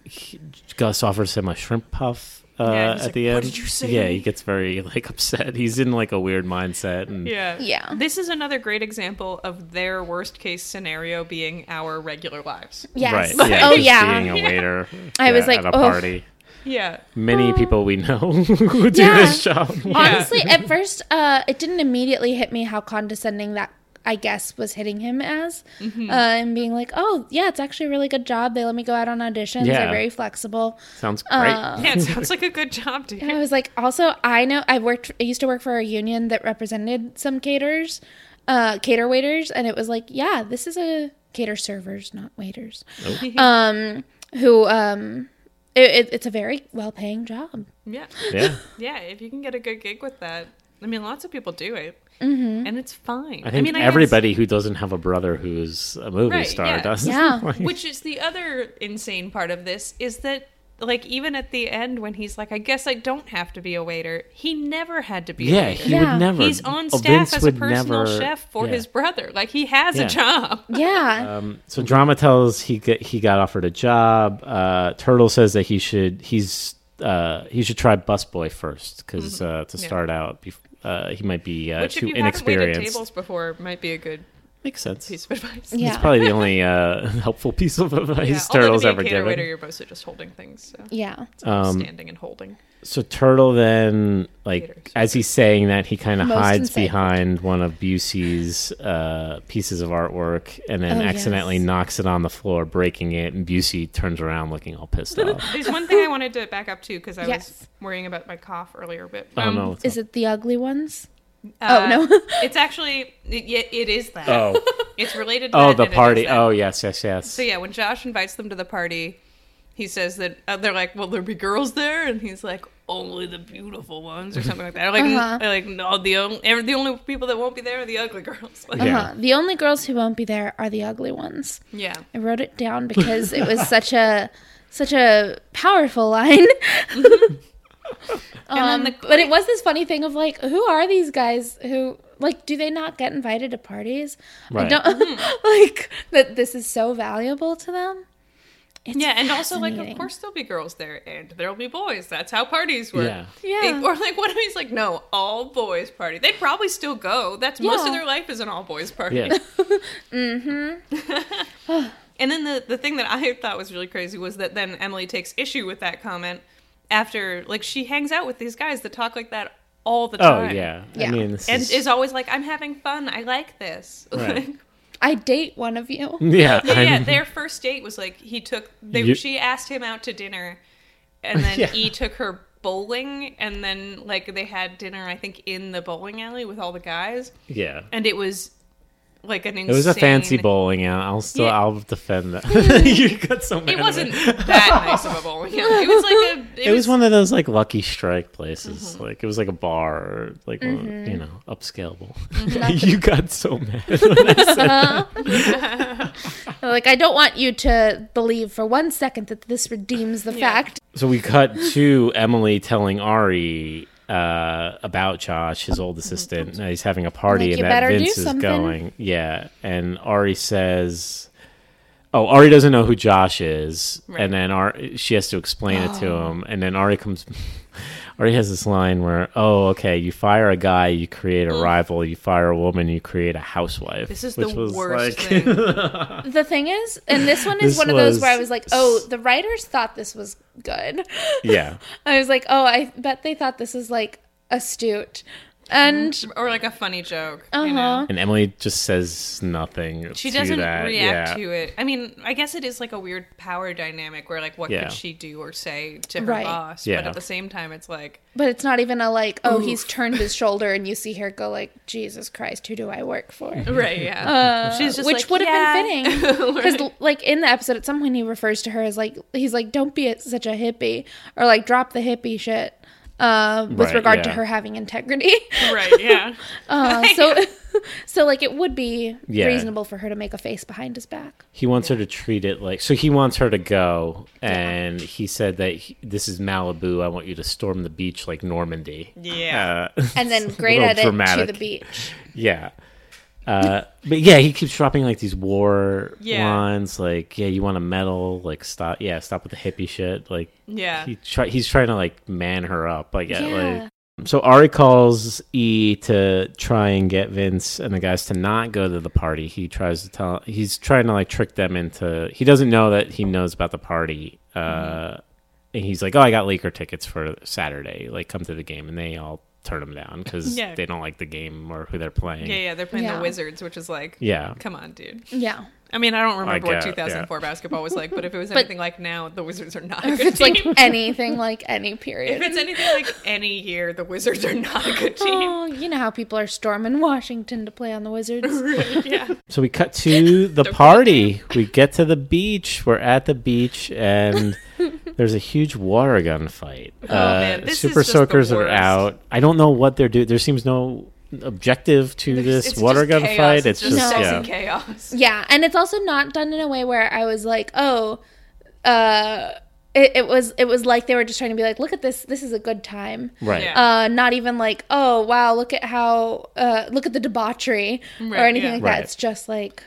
[SPEAKER 2] he- gus offers him a shrimp puff uh,
[SPEAKER 1] Yeah,
[SPEAKER 2] at
[SPEAKER 1] he's like,
[SPEAKER 2] the
[SPEAKER 1] "What
[SPEAKER 2] end
[SPEAKER 1] did you say?"
[SPEAKER 2] yeah he gets very like upset he's in like a weird mindset and
[SPEAKER 1] Yeah.
[SPEAKER 3] Yeah.
[SPEAKER 1] This is another great example of their worst case scenario being our regular lives.
[SPEAKER 3] yes.
[SPEAKER 2] right yeah
[SPEAKER 3] oh
[SPEAKER 2] just
[SPEAKER 3] yeah.
[SPEAKER 2] being a waiter
[SPEAKER 3] I was
[SPEAKER 2] yeah,
[SPEAKER 3] like,
[SPEAKER 2] at a
[SPEAKER 3] "Oh."
[SPEAKER 2] party
[SPEAKER 1] Yeah.
[SPEAKER 2] many people we know who do
[SPEAKER 3] Yeah.
[SPEAKER 2] this job
[SPEAKER 3] Honestly, at first, uh, it didn't immediately hit me how condescending that I guess was hitting him as,
[SPEAKER 1] Mm-hmm.
[SPEAKER 3] uh, and being like, oh yeah, it's actually a really good job. They let me go out on auditions.
[SPEAKER 2] Yeah.
[SPEAKER 3] They're very flexible.
[SPEAKER 2] sounds great
[SPEAKER 3] Uh.
[SPEAKER 1] Yeah, it sounds like a good job to
[SPEAKER 3] And I
[SPEAKER 1] you.
[SPEAKER 3] was like, also, I know I worked. I used to work for a union that represented some caterers, uh, cater waiters, and it was like, yeah, this is a cater servers, not waiters,
[SPEAKER 2] Oh.
[SPEAKER 3] um, who um, it, it, it's a very well-paying job.
[SPEAKER 1] Yeah.
[SPEAKER 2] Yeah.
[SPEAKER 1] Yeah. If you can get a good gig with that, I mean, lots of people do it.
[SPEAKER 3] Mm-hmm.
[SPEAKER 1] And it's fine.
[SPEAKER 2] I think
[SPEAKER 1] mean, guess-
[SPEAKER 2] everybody who doesn't have a brother who's a movie
[SPEAKER 1] Right,
[SPEAKER 2] star
[SPEAKER 1] yeah.
[SPEAKER 2] does.
[SPEAKER 3] Yeah.
[SPEAKER 2] Like,
[SPEAKER 1] Which is the other insane part of this is that like even at the end when he's like, I guess I don't have to be a waiter. He never had to be.
[SPEAKER 2] yeah,
[SPEAKER 1] a waiter.
[SPEAKER 2] he
[SPEAKER 3] Yeah.
[SPEAKER 2] would never.
[SPEAKER 1] He's on
[SPEAKER 2] uh,
[SPEAKER 1] staff
[SPEAKER 2] Vince
[SPEAKER 1] as a
[SPEAKER 2] would
[SPEAKER 1] personal
[SPEAKER 2] never-
[SPEAKER 1] chef for
[SPEAKER 2] yeah.
[SPEAKER 1] his brother. Like he has
[SPEAKER 2] Yeah.
[SPEAKER 1] a job.
[SPEAKER 3] Yeah,
[SPEAKER 2] Um, so drama tells he get, he got offered a job. Uh, Turtle says that he should he's uh, he should try busboy first because uh, to start out, bef- uh, he might be uh,
[SPEAKER 1] Mm-hmm. Which, if
[SPEAKER 2] too
[SPEAKER 1] you haven't waited
[SPEAKER 2] inexperienced.
[SPEAKER 1] tables before, might be a good
[SPEAKER 2] Makes sense.
[SPEAKER 1] piece of advice.
[SPEAKER 3] Yeah.
[SPEAKER 2] It's probably the only uh, helpful piece of advice
[SPEAKER 1] Yeah, although
[SPEAKER 2] Turtle's
[SPEAKER 1] to be a
[SPEAKER 2] ever
[SPEAKER 1] cater
[SPEAKER 2] given.
[SPEAKER 1] Waiter, you're mostly just holding things, so
[SPEAKER 3] yeah.
[SPEAKER 1] it's not
[SPEAKER 2] Um,
[SPEAKER 1] standing and holding.
[SPEAKER 2] So Turtle then, like
[SPEAKER 1] Haters.
[SPEAKER 2] as he's saying that, he kind of
[SPEAKER 3] Most
[SPEAKER 2] hides
[SPEAKER 3] insane.
[SPEAKER 2] behind one of Busey's uh, pieces of artwork, and then
[SPEAKER 3] Oh,
[SPEAKER 2] accidentally
[SPEAKER 3] yes.
[SPEAKER 2] knocks it on the floor, breaking it. And Busey turns around, looking all pissed off.
[SPEAKER 1] There's one thing I wanted to back up to because I was
[SPEAKER 3] Yes.
[SPEAKER 1] worrying about my cough earlier, but um,
[SPEAKER 2] I don't know. what's
[SPEAKER 3] Is it the ugly ones?
[SPEAKER 1] uh,
[SPEAKER 3] oh no.
[SPEAKER 1] it's actually it, it is that.
[SPEAKER 2] Oh,
[SPEAKER 1] It's related. to
[SPEAKER 2] oh,
[SPEAKER 1] that
[SPEAKER 2] the
[SPEAKER 1] and it is
[SPEAKER 2] party.
[SPEAKER 1] that.
[SPEAKER 2] Oh, yes, yes, yes.
[SPEAKER 1] So yeah, when Josh invites them to the party, he says that uh, they're like, "Will there be girls there?" And he's like, "Only the beautiful ones," or something like that. Or like,
[SPEAKER 3] Uh-huh.
[SPEAKER 1] they're like no, the only the only people that won't be there are the ugly girls. Like,
[SPEAKER 2] Yeah.
[SPEAKER 3] Uh-huh. The only girls who won't be there are the ugly ones.
[SPEAKER 1] yeah.
[SPEAKER 3] I wrote it down because it was such a such a powerful line.
[SPEAKER 1] then
[SPEAKER 3] Um,
[SPEAKER 1] the-
[SPEAKER 3] but it was this funny thing of like, who are these guys who like do they not get invited to parties? I
[SPEAKER 2] Right.
[SPEAKER 3] don't like that this is so valuable to them. It's
[SPEAKER 1] Yeah, and also like, of
[SPEAKER 3] fascinating.
[SPEAKER 1] course there'll be girls there, and there'll be boys. That's how parties work.
[SPEAKER 2] Yeah.
[SPEAKER 3] Yeah.
[SPEAKER 1] It- or like, what if he's like, no, all boys party? They'd probably still go. That's most of
[SPEAKER 3] Yeah.
[SPEAKER 1] their life is an all boys party.
[SPEAKER 2] yeah.
[SPEAKER 1] And then the, the thing that I thought was really crazy was that then Emily takes issue with that comment after, like, she hangs out with these guys that talk like that all the
[SPEAKER 2] Oh,
[SPEAKER 1] time.
[SPEAKER 2] yeah. I
[SPEAKER 3] Yeah.
[SPEAKER 2] mean, this
[SPEAKER 1] And
[SPEAKER 2] is,
[SPEAKER 1] is always like, I'm having fun. I like this.
[SPEAKER 2] Right.
[SPEAKER 1] Like,
[SPEAKER 3] I date one of you.
[SPEAKER 2] yeah.
[SPEAKER 1] yeah, yeah,
[SPEAKER 2] I'm-
[SPEAKER 1] their first date was like, he took, they,
[SPEAKER 2] You-
[SPEAKER 1] she asked him out to dinner, and then
[SPEAKER 2] Yeah.
[SPEAKER 1] he took her bowling, and then, like, they had dinner, I think, in the bowling alley with all the guys.
[SPEAKER 2] yeah.
[SPEAKER 1] And it was like an insane.
[SPEAKER 2] It was a fancy bowling out. I'll still,
[SPEAKER 1] Yeah.
[SPEAKER 2] I'll defend that. you got so mad.
[SPEAKER 1] It
[SPEAKER 2] at
[SPEAKER 1] wasn't that nice of a bowling alley. It was like a.
[SPEAKER 2] It was Mm-hmm. one of those like Lucky Strike places. Like it was like a bar, or, like one of- you know, upscaleable. you got so mad.
[SPEAKER 3] Like I don't want you to believe for one second that this redeems the fact.
[SPEAKER 2] so we cut to Emily telling Ari uh, about Josh, his
[SPEAKER 1] Mm-hmm.
[SPEAKER 2] old assistant. Now he's having a party,
[SPEAKER 3] Like, you
[SPEAKER 2] and that
[SPEAKER 3] better do
[SPEAKER 2] Vince is
[SPEAKER 3] something.
[SPEAKER 2] going. Yeah, and Ari says. Oh, Ari doesn't know who Josh is,
[SPEAKER 1] Right.
[SPEAKER 2] and then Ari, she has to explain it to him, and then Ari comes. Ari has this line where, "Oh, okay, you fire a guy, you create a rival; you fire a woman, you create a housewife."
[SPEAKER 1] Mm. This is
[SPEAKER 2] which
[SPEAKER 1] the
[SPEAKER 2] was
[SPEAKER 1] worst
[SPEAKER 2] like-
[SPEAKER 1] thing.
[SPEAKER 3] The thing is, and this one
[SPEAKER 2] This
[SPEAKER 3] is one of those where I
[SPEAKER 2] was-
[SPEAKER 3] was like, oh, the writers thought this was good.
[SPEAKER 2] yeah,
[SPEAKER 3] I was like, oh, I bet they thought this was like astute.
[SPEAKER 2] Mm-hmm.
[SPEAKER 3] And
[SPEAKER 1] or like a funny joke. You
[SPEAKER 3] uh-huh.
[SPEAKER 1] know?
[SPEAKER 2] and Emily just says nothing.
[SPEAKER 1] She
[SPEAKER 2] to
[SPEAKER 1] doesn't
[SPEAKER 2] that.
[SPEAKER 1] react
[SPEAKER 2] yeah.
[SPEAKER 1] to it. I mean, I guess it is like a weird power dynamic where like what
[SPEAKER 2] Yeah.
[SPEAKER 1] could she do or say to her
[SPEAKER 3] Right.
[SPEAKER 1] boss? But
[SPEAKER 2] Yeah.
[SPEAKER 1] at the same time it's like
[SPEAKER 3] but it's not even a like, oh, he's turned his shoulder and you see her go like, Jesus Christ, who do I work for?
[SPEAKER 2] Mm-hmm.
[SPEAKER 1] Right, yeah. She's just
[SPEAKER 3] Uh, Which
[SPEAKER 1] like,
[SPEAKER 3] would have
[SPEAKER 1] "Yeah."
[SPEAKER 3] been fitting. Because
[SPEAKER 1] Right.
[SPEAKER 3] like in the episode at some point he refers to her as like he's like, Don't be a- such a hippie or like drop the hippie shit. Uh, with
[SPEAKER 2] Right,
[SPEAKER 3] regard to
[SPEAKER 2] yeah.
[SPEAKER 3] her having integrity.
[SPEAKER 1] Right, yeah.
[SPEAKER 3] Uh, so so like it would be
[SPEAKER 2] Yeah.
[SPEAKER 3] reasonable for her to make a face behind his back.
[SPEAKER 2] He wants her to treat it like so. He wants her to go, and he said that he, this is Malibu. I want you to storm the beach like Normandy.
[SPEAKER 1] Yeah.
[SPEAKER 2] Uh,
[SPEAKER 3] And then great
[SPEAKER 2] little
[SPEAKER 3] at it
[SPEAKER 2] dramatic.
[SPEAKER 3] to the beach.
[SPEAKER 2] yeah. Uh, but yeah, he keeps dropping like these war
[SPEAKER 1] Yeah.
[SPEAKER 2] lines, like yeah, you want a medal, like stop, yeah, stop with the hippie shit, like
[SPEAKER 1] yeah.
[SPEAKER 2] he try he's trying to like man her up, like yeah,
[SPEAKER 3] Yeah.
[SPEAKER 2] like so Ari calls E to try and get Vince and the guys to not go to the party. He tries to tell he's trying to like trick them into he doesn't know that he knows about the party. Uh and he's like, "Oh, I got leaker tickets for Saturday. Like come to the game." And they all turn him down cuz
[SPEAKER 1] Yeah.
[SPEAKER 2] they don't like the game or who they're playing.
[SPEAKER 1] yeah, yeah, they're playing
[SPEAKER 3] Yeah.
[SPEAKER 1] the Wizards, which is like
[SPEAKER 2] Yeah.
[SPEAKER 1] Come on, dude.
[SPEAKER 3] Yeah.
[SPEAKER 1] I mean, I don't remember
[SPEAKER 2] get
[SPEAKER 1] what
[SPEAKER 2] it,
[SPEAKER 1] 2004 basketball was like, but if it was anything like now, the Wizards are not. A
[SPEAKER 3] If
[SPEAKER 1] good
[SPEAKER 3] it's like
[SPEAKER 1] team.
[SPEAKER 3] anything like any period.
[SPEAKER 1] if it's anything like any year, the Wizards are not a good team.
[SPEAKER 3] Oh, you know how people are storming Washington to play on the Wizards.
[SPEAKER 1] yeah,
[SPEAKER 2] So we cut to the party. We get to the beach. We're at the beach, and there's a huge water gun fight.
[SPEAKER 1] Oh,
[SPEAKER 2] Uh,
[SPEAKER 1] man, this is
[SPEAKER 2] super
[SPEAKER 1] just the
[SPEAKER 2] soakers are
[SPEAKER 1] worst.
[SPEAKER 2] out. I don't know what they're doing. There seems no objective to this
[SPEAKER 1] It's
[SPEAKER 2] water
[SPEAKER 1] just
[SPEAKER 2] gun
[SPEAKER 1] chaos.
[SPEAKER 2] fight. It's,
[SPEAKER 1] just
[SPEAKER 2] just,
[SPEAKER 1] sex
[SPEAKER 2] yeah.
[SPEAKER 1] and chaos.
[SPEAKER 3] yeah, and it's also not done in a way where I was like, oh, uh, it, it was it was like they were just trying to be like, look at this, this is a good time.
[SPEAKER 2] right.
[SPEAKER 1] Yeah.
[SPEAKER 3] Uh, not even like, oh wow, look at how, uh, look at the debauchery
[SPEAKER 1] Right,
[SPEAKER 3] or anything
[SPEAKER 1] yeah.
[SPEAKER 3] like
[SPEAKER 2] Right.
[SPEAKER 3] that. It's just like,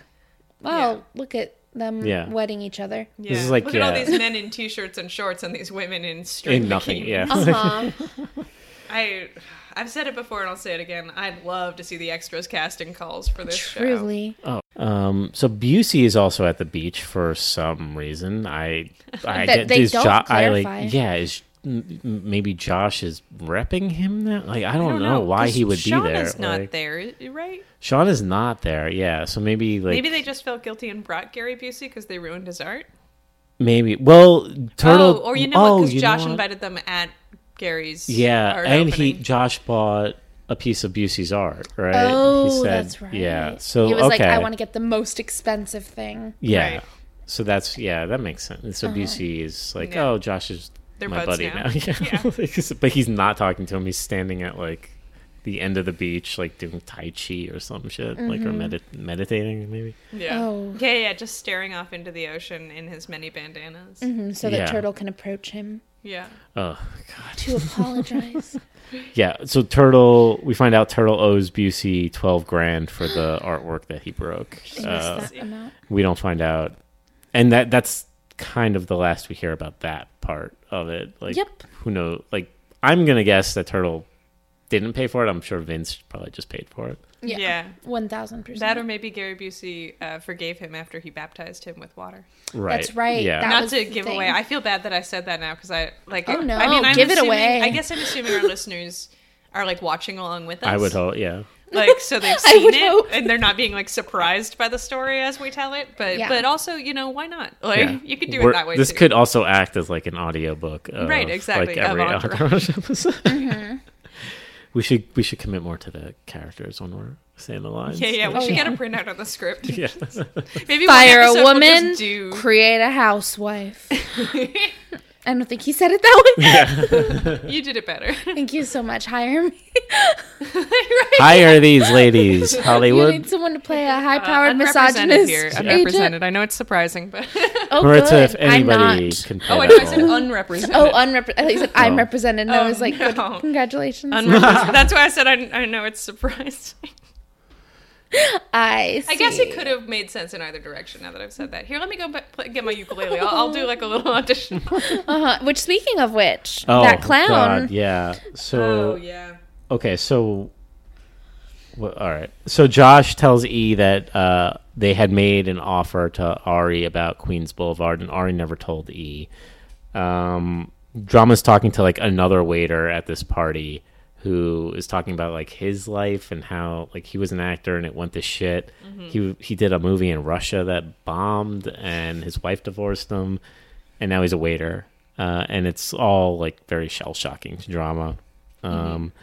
[SPEAKER 3] wow,
[SPEAKER 1] Yeah.
[SPEAKER 3] look at them
[SPEAKER 2] Yeah.
[SPEAKER 3] wedding each other.
[SPEAKER 1] Yeah.
[SPEAKER 2] is like,
[SPEAKER 1] look at all
[SPEAKER 2] yeah.
[SPEAKER 1] these men in t-shirts and shorts and these women in straight
[SPEAKER 2] In nothing.
[SPEAKER 1] bikinis.
[SPEAKER 2] Yeah.
[SPEAKER 3] Uh-huh.
[SPEAKER 1] I, I've said it before and I'll say it again. I'd love to see the extras casting calls for this show.
[SPEAKER 3] Truly.
[SPEAKER 2] Um, so Busey is also at the beach for some reason. I, I
[SPEAKER 3] That
[SPEAKER 2] get
[SPEAKER 3] they
[SPEAKER 2] this
[SPEAKER 3] don't
[SPEAKER 2] job. I
[SPEAKER 3] clarify.
[SPEAKER 2] like, yeah, is m- m- maybe Josh is repping him now? Like, I don't,
[SPEAKER 1] I don't
[SPEAKER 2] know, why
[SPEAKER 1] 'cause
[SPEAKER 2] he would
[SPEAKER 1] Sean
[SPEAKER 2] be there.
[SPEAKER 1] is not
[SPEAKER 2] like,
[SPEAKER 1] there, right?
[SPEAKER 2] Sean is not there. Yeah, so maybe like
[SPEAKER 1] Maybe they just felt guilty and brought Gary Busey because they ruined his art.
[SPEAKER 2] maybe well turtle.
[SPEAKER 1] oh, or you know what, 'cause
[SPEAKER 2] oh,
[SPEAKER 1] Because
[SPEAKER 2] you know
[SPEAKER 1] Josh
[SPEAKER 2] what?
[SPEAKER 1] invited them at Gary's.
[SPEAKER 2] Yeah,
[SPEAKER 1] art
[SPEAKER 2] and
[SPEAKER 1] opening.
[SPEAKER 2] he Josh bought a piece of Busey's art, right? He
[SPEAKER 3] Oh,
[SPEAKER 2] said-
[SPEAKER 3] that's right.
[SPEAKER 2] Yeah, so
[SPEAKER 3] he was
[SPEAKER 2] okay,
[SPEAKER 3] like, I want to get the most expensive thing.
[SPEAKER 2] yeah.
[SPEAKER 1] Right.
[SPEAKER 2] So that's yeah, that makes sense.
[SPEAKER 3] Uh-huh.
[SPEAKER 2] So Busey is like,
[SPEAKER 1] Yeah.
[SPEAKER 2] oh, Josh is
[SPEAKER 1] They're
[SPEAKER 2] my
[SPEAKER 1] buds
[SPEAKER 2] buddy now.
[SPEAKER 1] now.
[SPEAKER 2] Yeah.
[SPEAKER 1] Yeah.
[SPEAKER 2] but he's not talking to him. He's standing at like the end of the beach, like doing tai chi or some shit, like
[SPEAKER 3] Mm-hmm.
[SPEAKER 2] or medit- meditating maybe.
[SPEAKER 1] Yeah.
[SPEAKER 3] Oh.
[SPEAKER 1] Yeah, yeah, just staring off into the ocean in his many bandanas.
[SPEAKER 3] Mm, so
[SPEAKER 2] Yeah.
[SPEAKER 3] that turtle can approach him
[SPEAKER 1] Yeah.
[SPEAKER 2] Oh
[SPEAKER 3] to apologize.
[SPEAKER 2] yeah. So turtle, we find out turtle owes Busey twelve grand for the artwork that he broke. Uh,
[SPEAKER 3] Is that amount?
[SPEAKER 2] we don't find out and that that's kind of the last we hear about that part of it like
[SPEAKER 3] Yep.
[SPEAKER 2] who knows like i'm gonna guess that turtle didn't pay for it i'm sure vince probably just paid for it
[SPEAKER 1] Yeah.
[SPEAKER 3] Yeah. One thousand
[SPEAKER 1] That or
[SPEAKER 3] percent.
[SPEAKER 1] maybe Gary Busey uh, forgave him after he baptized him with water.
[SPEAKER 2] right
[SPEAKER 3] That's right.
[SPEAKER 2] yeah
[SPEAKER 3] That-
[SPEAKER 1] Not
[SPEAKER 3] was
[SPEAKER 1] to
[SPEAKER 3] the
[SPEAKER 1] give
[SPEAKER 3] thing.
[SPEAKER 1] away. I feel bad that I said that now because I like.
[SPEAKER 3] Oh, no,
[SPEAKER 1] I mean, I'm
[SPEAKER 3] give it
[SPEAKER 1] assuming-
[SPEAKER 3] away.
[SPEAKER 1] I guess I'm assuming our listeners are like watching along with us.
[SPEAKER 2] i would hope yeah
[SPEAKER 1] like so they've seen
[SPEAKER 3] would
[SPEAKER 1] it
[SPEAKER 3] hope.
[SPEAKER 1] and they're not being like surprised by the story as we tell it but
[SPEAKER 3] Yeah.
[SPEAKER 1] but also you know why not like
[SPEAKER 2] yeah.
[SPEAKER 1] you could do
[SPEAKER 2] We're-
[SPEAKER 1] it that way
[SPEAKER 2] This
[SPEAKER 1] too.
[SPEAKER 2] could also act as like an audiobook of
[SPEAKER 1] Right, exactly,
[SPEAKER 2] like
[SPEAKER 1] of
[SPEAKER 2] every
[SPEAKER 1] Entourage.
[SPEAKER 2] Entourage episode.
[SPEAKER 3] Mm-hmm.
[SPEAKER 2] We should we should commit more to the characters when we're saying the lines.
[SPEAKER 1] yeah yeah we
[SPEAKER 3] Oh,
[SPEAKER 1] should
[SPEAKER 3] yeah.
[SPEAKER 1] get a printout of the script
[SPEAKER 2] yeah.
[SPEAKER 1] maybe one
[SPEAKER 3] Fire
[SPEAKER 1] episode
[SPEAKER 3] a
[SPEAKER 1] we'll just
[SPEAKER 3] woman,
[SPEAKER 1] do
[SPEAKER 3] create a housewife. I don't think he said it that way.
[SPEAKER 1] you did it better
[SPEAKER 3] Thank you so much. Hire me.
[SPEAKER 1] right
[SPEAKER 2] Hire these ladies,
[SPEAKER 3] You
[SPEAKER 2] Hollywood.
[SPEAKER 3] need someone to play a high-powered
[SPEAKER 1] Uh, Unrepresented
[SPEAKER 3] misogynist
[SPEAKER 1] here.
[SPEAKER 3] agent.
[SPEAKER 1] Unrepresented. I know it's surprising, but
[SPEAKER 3] Oh,
[SPEAKER 2] Maritza,
[SPEAKER 3] good.
[SPEAKER 2] if anybody
[SPEAKER 3] I'm not.
[SPEAKER 2] can play
[SPEAKER 1] oh, I know I
[SPEAKER 2] that
[SPEAKER 1] said
[SPEAKER 2] role.
[SPEAKER 1] unrepresented.
[SPEAKER 3] Oh, unrepresented. He said I'm
[SPEAKER 2] Oh.
[SPEAKER 3] represented. And I
[SPEAKER 1] Oh,
[SPEAKER 3] was like, good.
[SPEAKER 1] no.
[SPEAKER 3] congratulations.
[SPEAKER 1] Unrepresented. That's why I said I, I know it's surprising.
[SPEAKER 3] I,
[SPEAKER 1] I guess
[SPEAKER 3] see.
[SPEAKER 1] it could have made sense in either direction. Now that I've said that, here, let me go ba- play, get my ukulele. I'll, I'll do like a little audition.
[SPEAKER 2] Uh,
[SPEAKER 3] Uh-huh. Which, speaking of which, that clown.
[SPEAKER 2] Oh, God, yeah. So
[SPEAKER 1] Oh yeah.
[SPEAKER 2] okay, so well, all right. So Josh tells E that uh, they had made an offer to Ari about Queens Boulevard, and Ari never told E. Um, Drama's talking to like another waiter at this party who is talking about like his life and how like he was an actor and it went to shit. He he did a movie in Russia that bombed and his wife divorced him and now he's a waiter. Uh, and it's all like very shell shocking drama. Um,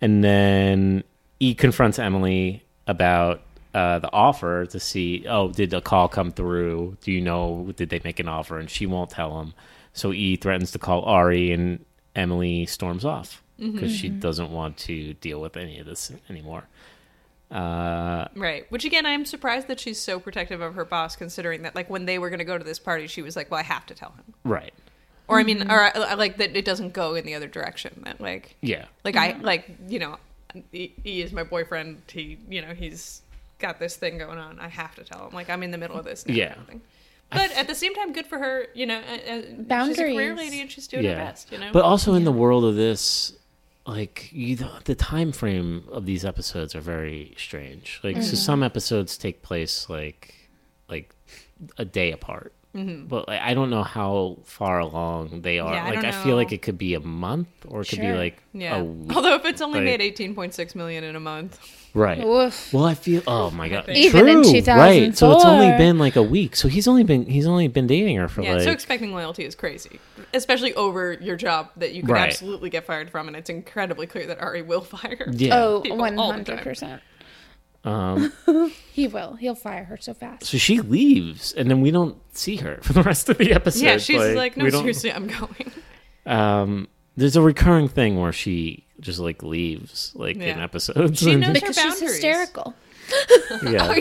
[SPEAKER 2] and then E confronts Emily about uh, the offer to see, oh, did a call come through? Do you know, did they make an offer? And she won't tell him. So E threatens to call Ari, and Emily storms off because she doesn't want to deal with any of this anymore. Uh,
[SPEAKER 1] Right. Which again, I'm surprised that she's so protective of her boss, considering that like when they were going to go to this party, she was like, "Well, I have to tell him,"
[SPEAKER 2] right.
[SPEAKER 1] or I
[SPEAKER 2] Mm-hmm.
[SPEAKER 1] mean, or uh, like that it doesn't go in the other direction. That like,
[SPEAKER 2] Yeah.
[SPEAKER 1] like
[SPEAKER 2] Mm-hmm.
[SPEAKER 1] I like you know, he, he is my boyfriend. He you know he's got this thing going on. I have to tell him. Like I'm in the middle of this. Now
[SPEAKER 2] Yeah.
[SPEAKER 1] kind of thing. But at the same time, good for her. You know, uh, uh, She's a career
[SPEAKER 3] Boundaries.
[SPEAKER 1] lady, and she's doing her best. You know,
[SPEAKER 2] But also in the world of this, like you, the time frame of these episodes are very
[SPEAKER 1] Mm-hmm.
[SPEAKER 2] strange. Like so, some episodes take place like like a day apart. But like, I don't know how far along they are.
[SPEAKER 1] Mm-hmm. Yeah, I
[SPEAKER 2] like
[SPEAKER 1] don't
[SPEAKER 2] I feel like
[SPEAKER 1] know.
[SPEAKER 2] it could be a month or it could be
[SPEAKER 3] Sure.
[SPEAKER 2] like
[SPEAKER 1] Yeah.
[SPEAKER 2] a week.
[SPEAKER 1] Although if it's only
[SPEAKER 2] like-
[SPEAKER 1] made 18.6 million in a month.
[SPEAKER 2] Right.
[SPEAKER 3] Woof.
[SPEAKER 2] Well, I feel. Oh my god.
[SPEAKER 1] think-
[SPEAKER 3] Even in
[SPEAKER 2] True, Right. So it's only
[SPEAKER 3] 2004.
[SPEAKER 2] been like a week. So he's only been he's only been dating her for
[SPEAKER 1] Yeah,
[SPEAKER 2] like.
[SPEAKER 1] so expecting loyalty is crazy, especially over your job that you could
[SPEAKER 2] Right.
[SPEAKER 1] absolutely get fired from, and it's incredibly clear that Ari will fire.
[SPEAKER 2] yeah.
[SPEAKER 3] Oh,
[SPEAKER 1] People all the time.
[SPEAKER 3] 100%.
[SPEAKER 2] Um,
[SPEAKER 3] He will. He'll fire her so fast.
[SPEAKER 2] so she leaves, and then we don't see her for the rest of the episode.
[SPEAKER 1] Yeah, she's like, no,
[SPEAKER 2] we don't-
[SPEAKER 1] seriously, I'm going.
[SPEAKER 2] Um, there's a recurring thing where she just like leaves, like in
[SPEAKER 1] Yeah.
[SPEAKER 2] episodes.
[SPEAKER 1] She
[SPEAKER 2] and
[SPEAKER 1] knows
[SPEAKER 2] just-
[SPEAKER 3] Because
[SPEAKER 1] her
[SPEAKER 3] she's
[SPEAKER 1] boundaries.
[SPEAKER 3] hysterical.
[SPEAKER 2] yeah.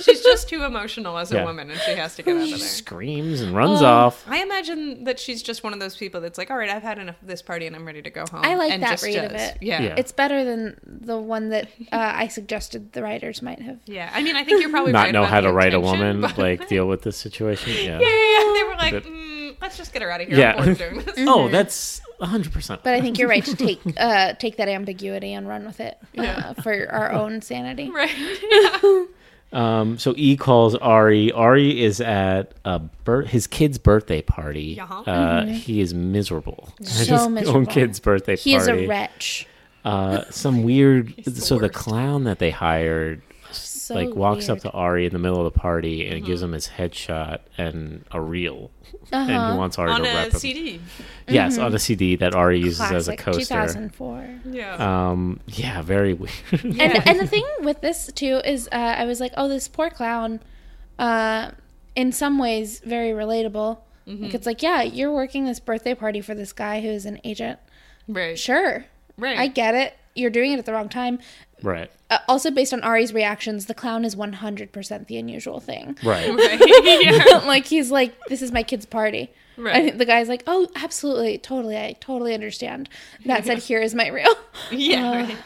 [SPEAKER 1] She's just too emotional as a
[SPEAKER 2] Yeah.
[SPEAKER 1] woman, and she has to get out of there.
[SPEAKER 2] Screams and runs off.
[SPEAKER 1] I imagine that she's just one of those people that's like, all right, I've had enough of this party, and I'm ready to go home.
[SPEAKER 3] I like
[SPEAKER 1] and
[SPEAKER 3] that
[SPEAKER 1] just
[SPEAKER 3] read of
[SPEAKER 1] does.
[SPEAKER 3] it.
[SPEAKER 1] Yeah.
[SPEAKER 2] Yeah.
[SPEAKER 1] yeah.
[SPEAKER 3] It's better than the one that uh, I suggested the writers might have.
[SPEAKER 1] I mean, I think you're probably
[SPEAKER 2] Not
[SPEAKER 1] right
[SPEAKER 2] know
[SPEAKER 1] about
[SPEAKER 2] how
[SPEAKER 1] the
[SPEAKER 2] to write a
[SPEAKER 1] intention,
[SPEAKER 2] woman,
[SPEAKER 1] but-
[SPEAKER 2] like deal with this situation. Yeah.
[SPEAKER 1] yeah, yeah, yeah. They were like,
[SPEAKER 2] But-
[SPEAKER 1] mm, let's just get her out of here.
[SPEAKER 2] Yeah.
[SPEAKER 1] I'm bored of doing this.
[SPEAKER 2] Oh, that's 100%.
[SPEAKER 3] But I think you're right to take uh, take that ambiguity and run with it uh, for our own sanity.
[SPEAKER 1] Right.
[SPEAKER 2] Um, so E calls Ari. Ari is at a bir- his kid's birthday party.
[SPEAKER 1] Yeah.
[SPEAKER 2] Uh, He is miserable. At
[SPEAKER 3] Mm-hmm. So
[SPEAKER 2] his
[SPEAKER 3] miserable.
[SPEAKER 2] own kid's birthday
[SPEAKER 3] He is
[SPEAKER 2] party.
[SPEAKER 3] a wretch.
[SPEAKER 2] Uh, some weird.
[SPEAKER 1] the
[SPEAKER 2] so the
[SPEAKER 1] worst.
[SPEAKER 2] clown that they hired,
[SPEAKER 3] So
[SPEAKER 2] like, walks up
[SPEAKER 3] weird. Mm-hmm.
[SPEAKER 2] to Ari in the middle of the party and gives him his headshot and a reel, and
[SPEAKER 3] Uh-huh.
[SPEAKER 2] he wants Ari
[SPEAKER 1] On
[SPEAKER 2] to
[SPEAKER 1] a
[SPEAKER 2] rep him.
[SPEAKER 1] CD.
[SPEAKER 2] Yes, on a CD that Ari uses as a
[SPEAKER 3] Mm-hmm. Classic
[SPEAKER 2] coaster.
[SPEAKER 3] 2004.
[SPEAKER 1] Yeah.
[SPEAKER 2] Um, yeah, very weird.
[SPEAKER 3] and and the thing with this too is uh, I was like, oh, this poor clown. Uh, in some ways, very relatable.
[SPEAKER 1] Mm-hmm.
[SPEAKER 3] Like it's like, yeah, you're working this birthday party for this guy who is an agent.
[SPEAKER 1] right.
[SPEAKER 3] Sure,
[SPEAKER 1] Right.
[SPEAKER 3] I get it. You're doing it at the wrong time.
[SPEAKER 2] right.
[SPEAKER 3] Uh, also, based on Ari's reactions, the clown is 100% the unusual thing.
[SPEAKER 2] Right.
[SPEAKER 1] Right. yeah.
[SPEAKER 3] like he's like, this is my kid's party.
[SPEAKER 1] Right.
[SPEAKER 3] And the guy's like, oh, absolutely, totally, I totally understand. That said, here is my reel.
[SPEAKER 1] Yeah. right.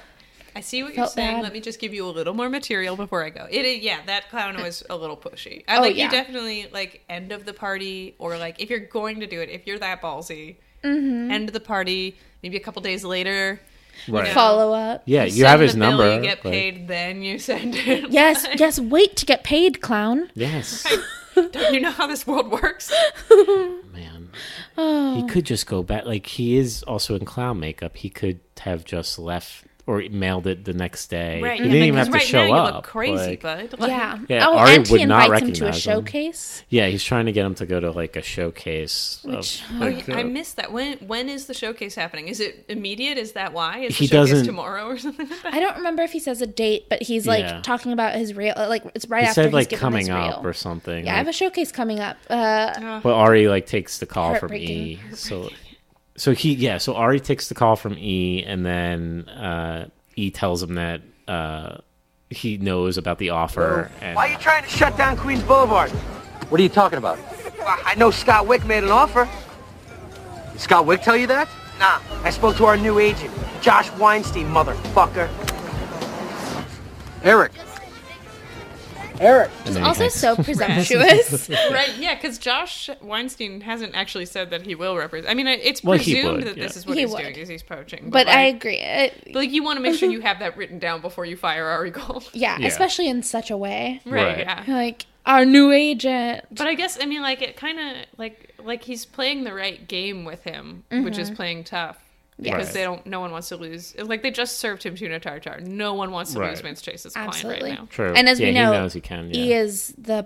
[SPEAKER 1] I see what you're
[SPEAKER 3] Uh, felt
[SPEAKER 1] saying.
[SPEAKER 3] bad.
[SPEAKER 1] Let me just give you a little more material before I go. It, it- yeah, that clown was a little pushy. I
[SPEAKER 3] Oh,
[SPEAKER 1] like
[SPEAKER 3] yeah.
[SPEAKER 1] you definitely like end of the party or like if you're going to do it, if you're that ballsy,
[SPEAKER 3] Mm-hmm.
[SPEAKER 1] end of the party, maybe a couple days later.
[SPEAKER 2] Right.
[SPEAKER 3] Follow up.
[SPEAKER 2] Yeah, you
[SPEAKER 1] send
[SPEAKER 2] have his
[SPEAKER 1] the bill,
[SPEAKER 2] number.
[SPEAKER 1] you get
[SPEAKER 2] like-
[SPEAKER 1] paid, then you send it.
[SPEAKER 3] Yes, yes, wait to get paid, clown.
[SPEAKER 2] Yes.
[SPEAKER 1] Don't you know how this world works?
[SPEAKER 2] man.
[SPEAKER 3] Oh.
[SPEAKER 2] He could just go back. Like he is also in clown makeup. He could have just left or mailed it the next day. He
[SPEAKER 1] yeah,
[SPEAKER 2] didn't even
[SPEAKER 1] because
[SPEAKER 2] have to
[SPEAKER 1] right
[SPEAKER 2] show
[SPEAKER 1] now
[SPEAKER 2] up.
[SPEAKER 1] You look crazy,
[SPEAKER 2] like-
[SPEAKER 1] bud.
[SPEAKER 3] Yeah.
[SPEAKER 2] Yeah,
[SPEAKER 3] oh,
[SPEAKER 2] Ari
[SPEAKER 3] and
[SPEAKER 2] would
[SPEAKER 3] he
[SPEAKER 2] not
[SPEAKER 3] invites him to a
[SPEAKER 2] recognize him.
[SPEAKER 3] showcase.
[SPEAKER 2] yeah, he's trying to get him to go to like a showcase. Of,
[SPEAKER 3] oh,
[SPEAKER 2] like,
[SPEAKER 1] I
[SPEAKER 2] uh,
[SPEAKER 1] missed that. When when is the showcase happening? Is it immediate? Is that why? Is
[SPEAKER 2] He
[SPEAKER 1] the showcase
[SPEAKER 2] doesn't-
[SPEAKER 1] tomorrow or something like that?
[SPEAKER 3] I don't remember if he says a date, but he's like
[SPEAKER 2] Yeah.
[SPEAKER 3] talking about his reel. Like it's right
[SPEAKER 2] he
[SPEAKER 3] after
[SPEAKER 2] said
[SPEAKER 3] he's
[SPEAKER 2] like
[SPEAKER 3] given his
[SPEAKER 2] coming up
[SPEAKER 3] reel.
[SPEAKER 2] or something.
[SPEAKER 3] Yeah, I have a
[SPEAKER 2] like-
[SPEAKER 3] showcase coming up. Uh,
[SPEAKER 2] but Ari like takes the call from E.
[SPEAKER 3] Heartbreaking.
[SPEAKER 2] So, so he yeah. So Ari takes the call from E, and then uh, E tells him that uh, he knows about the offer. And,
[SPEAKER 6] Why are you trying to shut down Queens Boulevard?
[SPEAKER 4] What are you talking about?
[SPEAKER 6] Well, I know Scott Wick made an offer.
[SPEAKER 4] Did Scott Wick tell you that?
[SPEAKER 6] Nah, I spoke to our new agent, Josh Weinstein, motherfucker.
[SPEAKER 4] Eric. Eric.
[SPEAKER 2] and then he
[SPEAKER 3] also
[SPEAKER 2] hangs-
[SPEAKER 3] so presumptuous.
[SPEAKER 1] right? Yeah, because Josh Weinstein hasn't actually said that he will represent. I mean, I- it's
[SPEAKER 2] Well, he
[SPEAKER 1] presumed
[SPEAKER 2] would,
[SPEAKER 1] that this
[SPEAKER 2] yeah.
[SPEAKER 1] is what
[SPEAKER 3] He
[SPEAKER 1] he's
[SPEAKER 3] would.
[SPEAKER 1] doing is he's poaching.
[SPEAKER 3] but I
[SPEAKER 1] like,
[SPEAKER 3] agree. It-
[SPEAKER 1] like you want to make sure you have that written down before you fire Ari Gold.
[SPEAKER 3] yeah,
[SPEAKER 2] Yeah.
[SPEAKER 3] especially in such a way.
[SPEAKER 2] Right.
[SPEAKER 1] right? Yeah.
[SPEAKER 3] Like our new agent.
[SPEAKER 1] But I guess I mean like it kind of like like he's playing the right game with him, which
[SPEAKER 3] Mm-hmm.
[SPEAKER 1] is playing tough because
[SPEAKER 2] Right.
[SPEAKER 1] they don't. No one wants to lose. Like they just served him tuna tartar. No one wants to lose
[SPEAKER 2] Right.
[SPEAKER 1] Vince Chase's
[SPEAKER 3] Absolutely.
[SPEAKER 1] client right now.
[SPEAKER 2] True.
[SPEAKER 3] And as
[SPEAKER 2] yeah,
[SPEAKER 3] we know,
[SPEAKER 2] he knows he can. Yeah.
[SPEAKER 3] He is the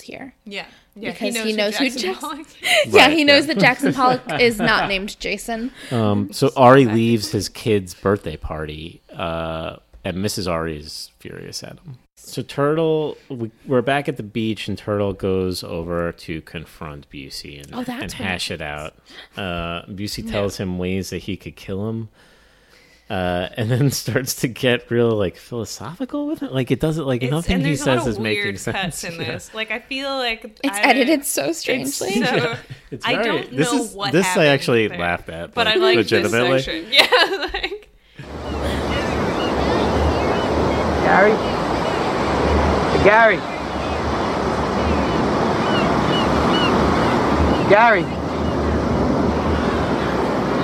[SPEAKER 3] here.
[SPEAKER 1] Yeah, yeah.
[SPEAKER 3] Because he knows who Jackson-
[SPEAKER 1] Pollock is.
[SPEAKER 3] yeah,
[SPEAKER 2] Right,
[SPEAKER 3] he knows
[SPEAKER 2] yeah.
[SPEAKER 3] that Jackson Pollock is not named Jason.
[SPEAKER 2] Um, so Ari leaves his kid's birthday party, uh, and Mrs. Ari is furious at him. So Turtle, we, we're back at the beach, and Turtle goes over to confront Busey and,
[SPEAKER 3] Oh, that's
[SPEAKER 2] and
[SPEAKER 3] what
[SPEAKER 2] hash it out. Uh, Busey tells him ways that he could kill him, uh, and then starts to get real like philosophical with it. Like it doesn't like
[SPEAKER 1] It's-
[SPEAKER 2] nothing
[SPEAKER 1] and
[SPEAKER 2] he
[SPEAKER 1] there's a lot
[SPEAKER 2] says
[SPEAKER 1] of
[SPEAKER 2] is making
[SPEAKER 1] weird cuts
[SPEAKER 2] sense.
[SPEAKER 1] in
[SPEAKER 2] Yeah.
[SPEAKER 1] this. Like I feel like
[SPEAKER 3] It's
[SPEAKER 1] I-
[SPEAKER 3] edited so
[SPEAKER 1] It's
[SPEAKER 3] strangely.
[SPEAKER 1] so-
[SPEAKER 2] Yeah. It's
[SPEAKER 1] I
[SPEAKER 2] very-
[SPEAKER 1] don't know
[SPEAKER 2] this is,
[SPEAKER 1] what
[SPEAKER 2] this I
[SPEAKER 1] happened
[SPEAKER 2] actually
[SPEAKER 1] there,
[SPEAKER 2] laughed at,
[SPEAKER 1] but I like this
[SPEAKER 2] legitimately.
[SPEAKER 1] section. Yeah, like
[SPEAKER 4] Gary? Hey, Gary. Gary.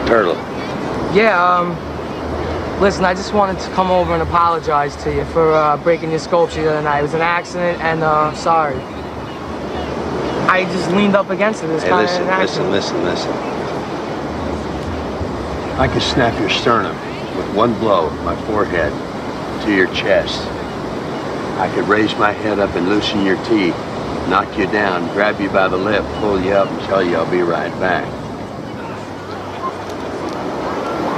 [SPEAKER 5] Turtle.
[SPEAKER 4] Yeah, um, listen, I just wanted to come over and apologize to you for uh, breaking your sculpture the other night. It was an accident, and uh, I'm sorry.
[SPEAKER 6] I just leaned up against him. This
[SPEAKER 7] Hey,
[SPEAKER 6] guy
[SPEAKER 7] listen,
[SPEAKER 6] had an
[SPEAKER 7] listen,
[SPEAKER 6] accident.
[SPEAKER 7] listen, listen. I can snap your sternum with one blow of my forehead to your chest. I could raise my head up and loosen your teeth, knock you down, grab you by the lip, pull you up, and tell you I'll be right back.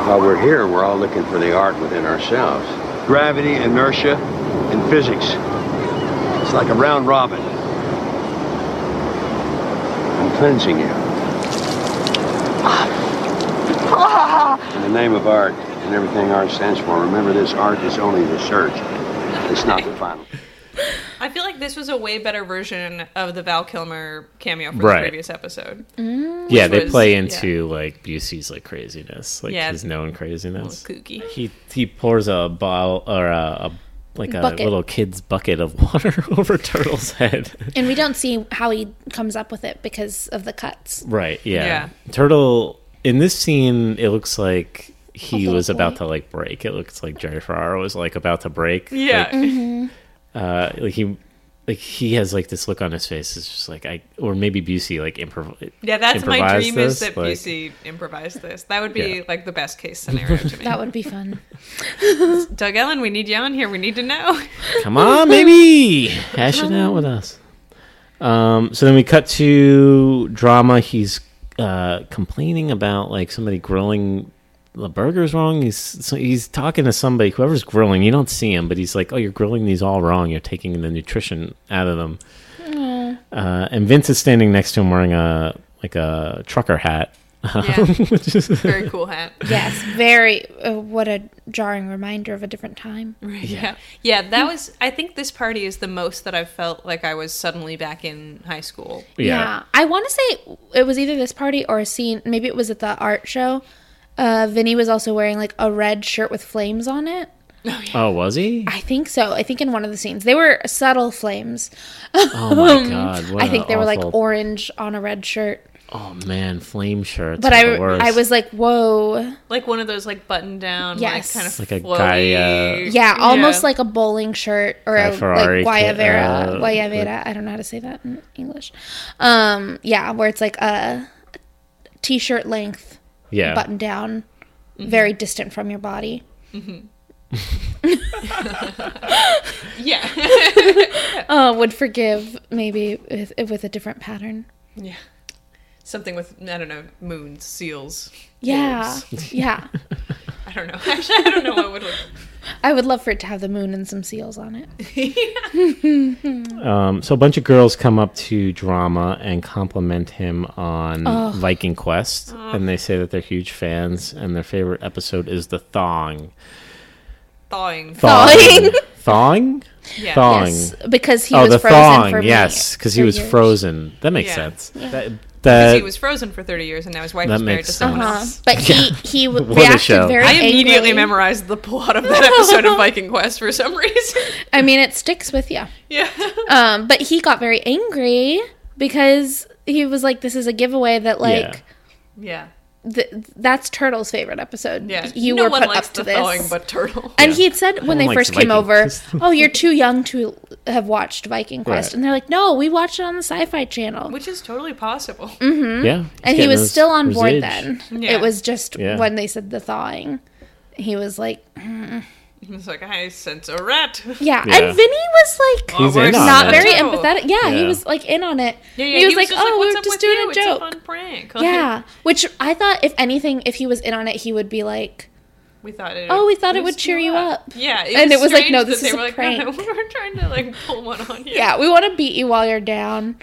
[SPEAKER 7] While we're here, we're all looking for the art within ourselves. Gravity, inertia, and physics. It's like a round robin. I'm cleansing you. In the name of art and everything art stands for, remember this art is only the search. It's not the final.
[SPEAKER 1] I feel like this was a way better version of the Val Kilmer cameo from
[SPEAKER 2] Right.
[SPEAKER 1] the previous episode.
[SPEAKER 2] yeah, they
[SPEAKER 1] was-
[SPEAKER 2] play
[SPEAKER 1] yeah.
[SPEAKER 2] into like Busey's like craziness, like
[SPEAKER 1] Yeah.
[SPEAKER 2] his known craziness.
[SPEAKER 1] Kooky.
[SPEAKER 2] He he pours a bottle or a, a like a
[SPEAKER 3] Bucket.
[SPEAKER 2] little kid's bucket of water over Turtle's head.
[SPEAKER 3] And we don't see how he comes up with it because of the cuts.
[SPEAKER 2] right. Yeah.
[SPEAKER 1] Yeah.
[SPEAKER 2] Turtle in this scene, it looks like he
[SPEAKER 3] little
[SPEAKER 2] was about
[SPEAKER 3] boy.
[SPEAKER 2] to like break. It looks like Jerry Ferraro was like about to break.
[SPEAKER 1] Yeah.
[SPEAKER 2] Like, uh, like he like he has like this look on his face. It's just like I or maybe Busey like improv.
[SPEAKER 1] yeah, that's my
[SPEAKER 2] improvised
[SPEAKER 1] dream is
[SPEAKER 2] this,
[SPEAKER 1] that
[SPEAKER 2] like-
[SPEAKER 1] Busey improvised this. That would be
[SPEAKER 2] Yeah.
[SPEAKER 1] like the best case scenario to me.
[SPEAKER 3] That would be fun.
[SPEAKER 1] Doug Ellen, we need you on here. We need to know.
[SPEAKER 2] Come on, baby, hash it out with us. Um, so then we cut to drama. He's uh, complaining about like somebody grilling the burgers wrong. He's so he's talking to somebody, whoever's grilling. You don't see him, but he's like, "Oh, you're grilling these all wrong. You're taking the nutrition out of them." Uh, and Vince is standing next to him wearing a like a trucker hat.
[SPEAKER 1] Yeah.
[SPEAKER 2] Which is-
[SPEAKER 1] Very cool hat.
[SPEAKER 3] Yes, very. Uh, what a jarring reminder of a different time.
[SPEAKER 1] Yeah. Yeah, that was I think this party is the most that I've felt like I was suddenly back in high school.
[SPEAKER 2] yeah.
[SPEAKER 3] I want to say it was either this party or a scene. Maybe it was at the art show. Uh, Vinny was also wearing like a red shirt with flames on it.
[SPEAKER 2] Oh, was he?
[SPEAKER 3] I think so. I think in one of the scenes they were subtle flames. Um,
[SPEAKER 2] Oh my god! What
[SPEAKER 3] I think
[SPEAKER 2] an
[SPEAKER 3] they were like
[SPEAKER 2] awful-
[SPEAKER 3] orange on a red shirt.
[SPEAKER 2] Oh man, flame shirts.
[SPEAKER 3] But
[SPEAKER 2] are
[SPEAKER 3] I,
[SPEAKER 2] the worst.
[SPEAKER 3] I was like, whoa,
[SPEAKER 1] Like one of those like button down
[SPEAKER 3] Yes.
[SPEAKER 1] like kind of
[SPEAKER 2] Like a
[SPEAKER 1] flowy-
[SPEAKER 2] guy, uh,
[SPEAKER 3] yeah, almost like a bowling shirt or a,
[SPEAKER 2] Guy Ferrari
[SPEAKER 3] like guayavera,
[SPEAKER 2] kit, uh,
[SPEAKER 3] guayavera. I don't know how to say that in English. Um, yeah, where it's like a t-shirt length
[SPEAKER 2] yeah.
[SPEAKER 3] button down, very distant from your body.
[SPEAKER 1] Yeah.
[SPEAKER 3] Uh, would forgive maybe with, with a different pattern.
[SPEAKER 1] yeah. Something with I don't know, moons, seals.
[SPEAKER 3] Yeah, yeah.
[SPEAKER 1] I don't know. Actually, I don't know what would look
[SPEAKER 3] I would love for it to have the moon and some seals on it.
[SPEAKER 2] Um, so a bunch of girls come up to Drama and compliment him on Viking Quest, and they say that they're huge fans, and their favorite episode is the thong.
[SPEAKER 1] thawing.
[SPEAKER 2] Thawing? Thawing?
[SPEAKER 1] Yeah.
[SPEAKER 2] Thawing.
[SPEAKER 3] Yes, because he
[SPEAKER 2] oh,
[SPEAKER 3] was
[SPEAKER 2] the
[SPEAKER 3] frozen
[SPEAKER 2] thong,
[SPEAKER 3] for me.
[SPEAKER 2] yes, because he
[SPEAKER 3] for
[SPEAKER 2] was
[SPEAKER 3] years.
[SPEAKER 2] frozen. That makes
[SPEAKER 1] Yeah.
[SPEAKER 2] sense. That,
[SPEAKER 1] Because
[SPEAKER 2] that,
[SPEAKER 1] he was frozen for 30 years and now his wife
[SPEAKER 2] That
[SPEAKER 1] is married
[SPEAKER 2] makes
[SPEAKER 1] to someone
[SPEAKER 3] Uh-huh.
[SPEAKER 1] else.
[SPEAKER 3] But he he w-
[SPEAKER 2] What a show.
[SPEAKER 3] reacted very.
[SPEAKER 1] I immediately
[SPEAKER 3] angrily.
[SPEAKER 1] memorized the plot of that episode of Viking Quest for some reason.
[SPEAKER 3] I mean, it sticks with you.
[SPEAKER 1] Yeah.
[SPEAKER 3] Um, but he got very angry because he was like, "This is a giveaway that like
[SPEAKER 1] Yeah.
[SPEAKER 3] th- that's Turtle's favorite episode.
[SPEAKER 1] Yeah.
[SPEAKER 3] You
[SPEAKER 1] no
[SPEAKER 3] were
[SPEAKER 1] one
[SPEAKER 3] put
[SPEAKER 1] likes
[SPEAKER 3] up to
[SPEAKER 1] the thawing
[SPEAKER 3] this."
[SPEAKER 1] but turtle.
[SPEAKER 3] and he had said when
[SPEAKER 2] No
[SPEAKER 3] they
[SPEAKER 2] one likes
[SPEAKER 3] first came over,
[SPEAKER 2] Vikings.
[SPEAKER 3] "Oh, you're too young to have watched Viking Quest,"
[SPEAKER 2] Right.
[SPEAKER 3] and they're like, "No, we watched it on the Sci-Fi Channel."
[SPEAKER 1] Which is totally possible.
[SPEAKER 2] yeah,
[SPEAKER 3] and he was still on board then.
[SPEAKER 1] Yeah.
[SPEAKER 3] Mm-hmm. It was just
[SPEAKER 2] Yeah.
[SPEAKER 3] when they said the thawing, he was like,
[SPEAKER 1] It's like, I sense a rat.
[SPEAKER 3] "Yeah."
[SPEAKER 2] Yeah.
[SPEAKER 3] And Vinny was like,
[SPEAKER 2] He's
[SPEAKER 1] Or
[SPEAKER 2] in on
[SPEAKER 3] not
[SPEAKER 2] it.
[SPEAKER 3] very
[SPEAKER 1] Turtle.
[SPEAKER 3] empathetic. Yeah, he
[SPEAKER 2] Yeah.
[SPEAKER 3] was like in on it.
[SPEAKER 1] Yeah, yeah.
[SPEAKER 3] he, was like,
[SPEAKER 1] just
[SPEAKER 3] "Oh,
[SPEAKER 1] "What's
[SPEAKER 3] we're
[SPEAKER 1] up
[SPEAKER 3] just
[SPEAKER 1] with
[SPEAKER 3] doing
[SPEAKER 1] you?
[SPEAKER 3] a
[SPEAKER 1] It's
[SPEAKER 3] joke."
[SPEAKER 1] fun prank. Like,
[SPEAKER 3] yeah, which I thought, if anything, if he was in on it, he would be like,
[SPEAKER 1] We thought it.
[SPEAKER 3] "Oh, we thought it would
[SPEAKER 1] boost
[SPEAKER 3] cheer you up."
[SPEAKER 1] Yeah,
[SPEAKER 3] And it was like,
[SPEAKER 1] strange
[SPEAKER 3] no,
[SPEAKER 1] that
[SPEAKER 3] this
[SPEAKER 1] they
[SPEAKER 3] is
[SPEAKER 1] were
[SPEAKER 3] a
[SPEAKER 1] like, no, no,
[SPEAKER 3] prank.
[SPEAKER 1] we were trying to like pull one on you.
[SPEAKER 3] Yeah, we want to beat you while you're down.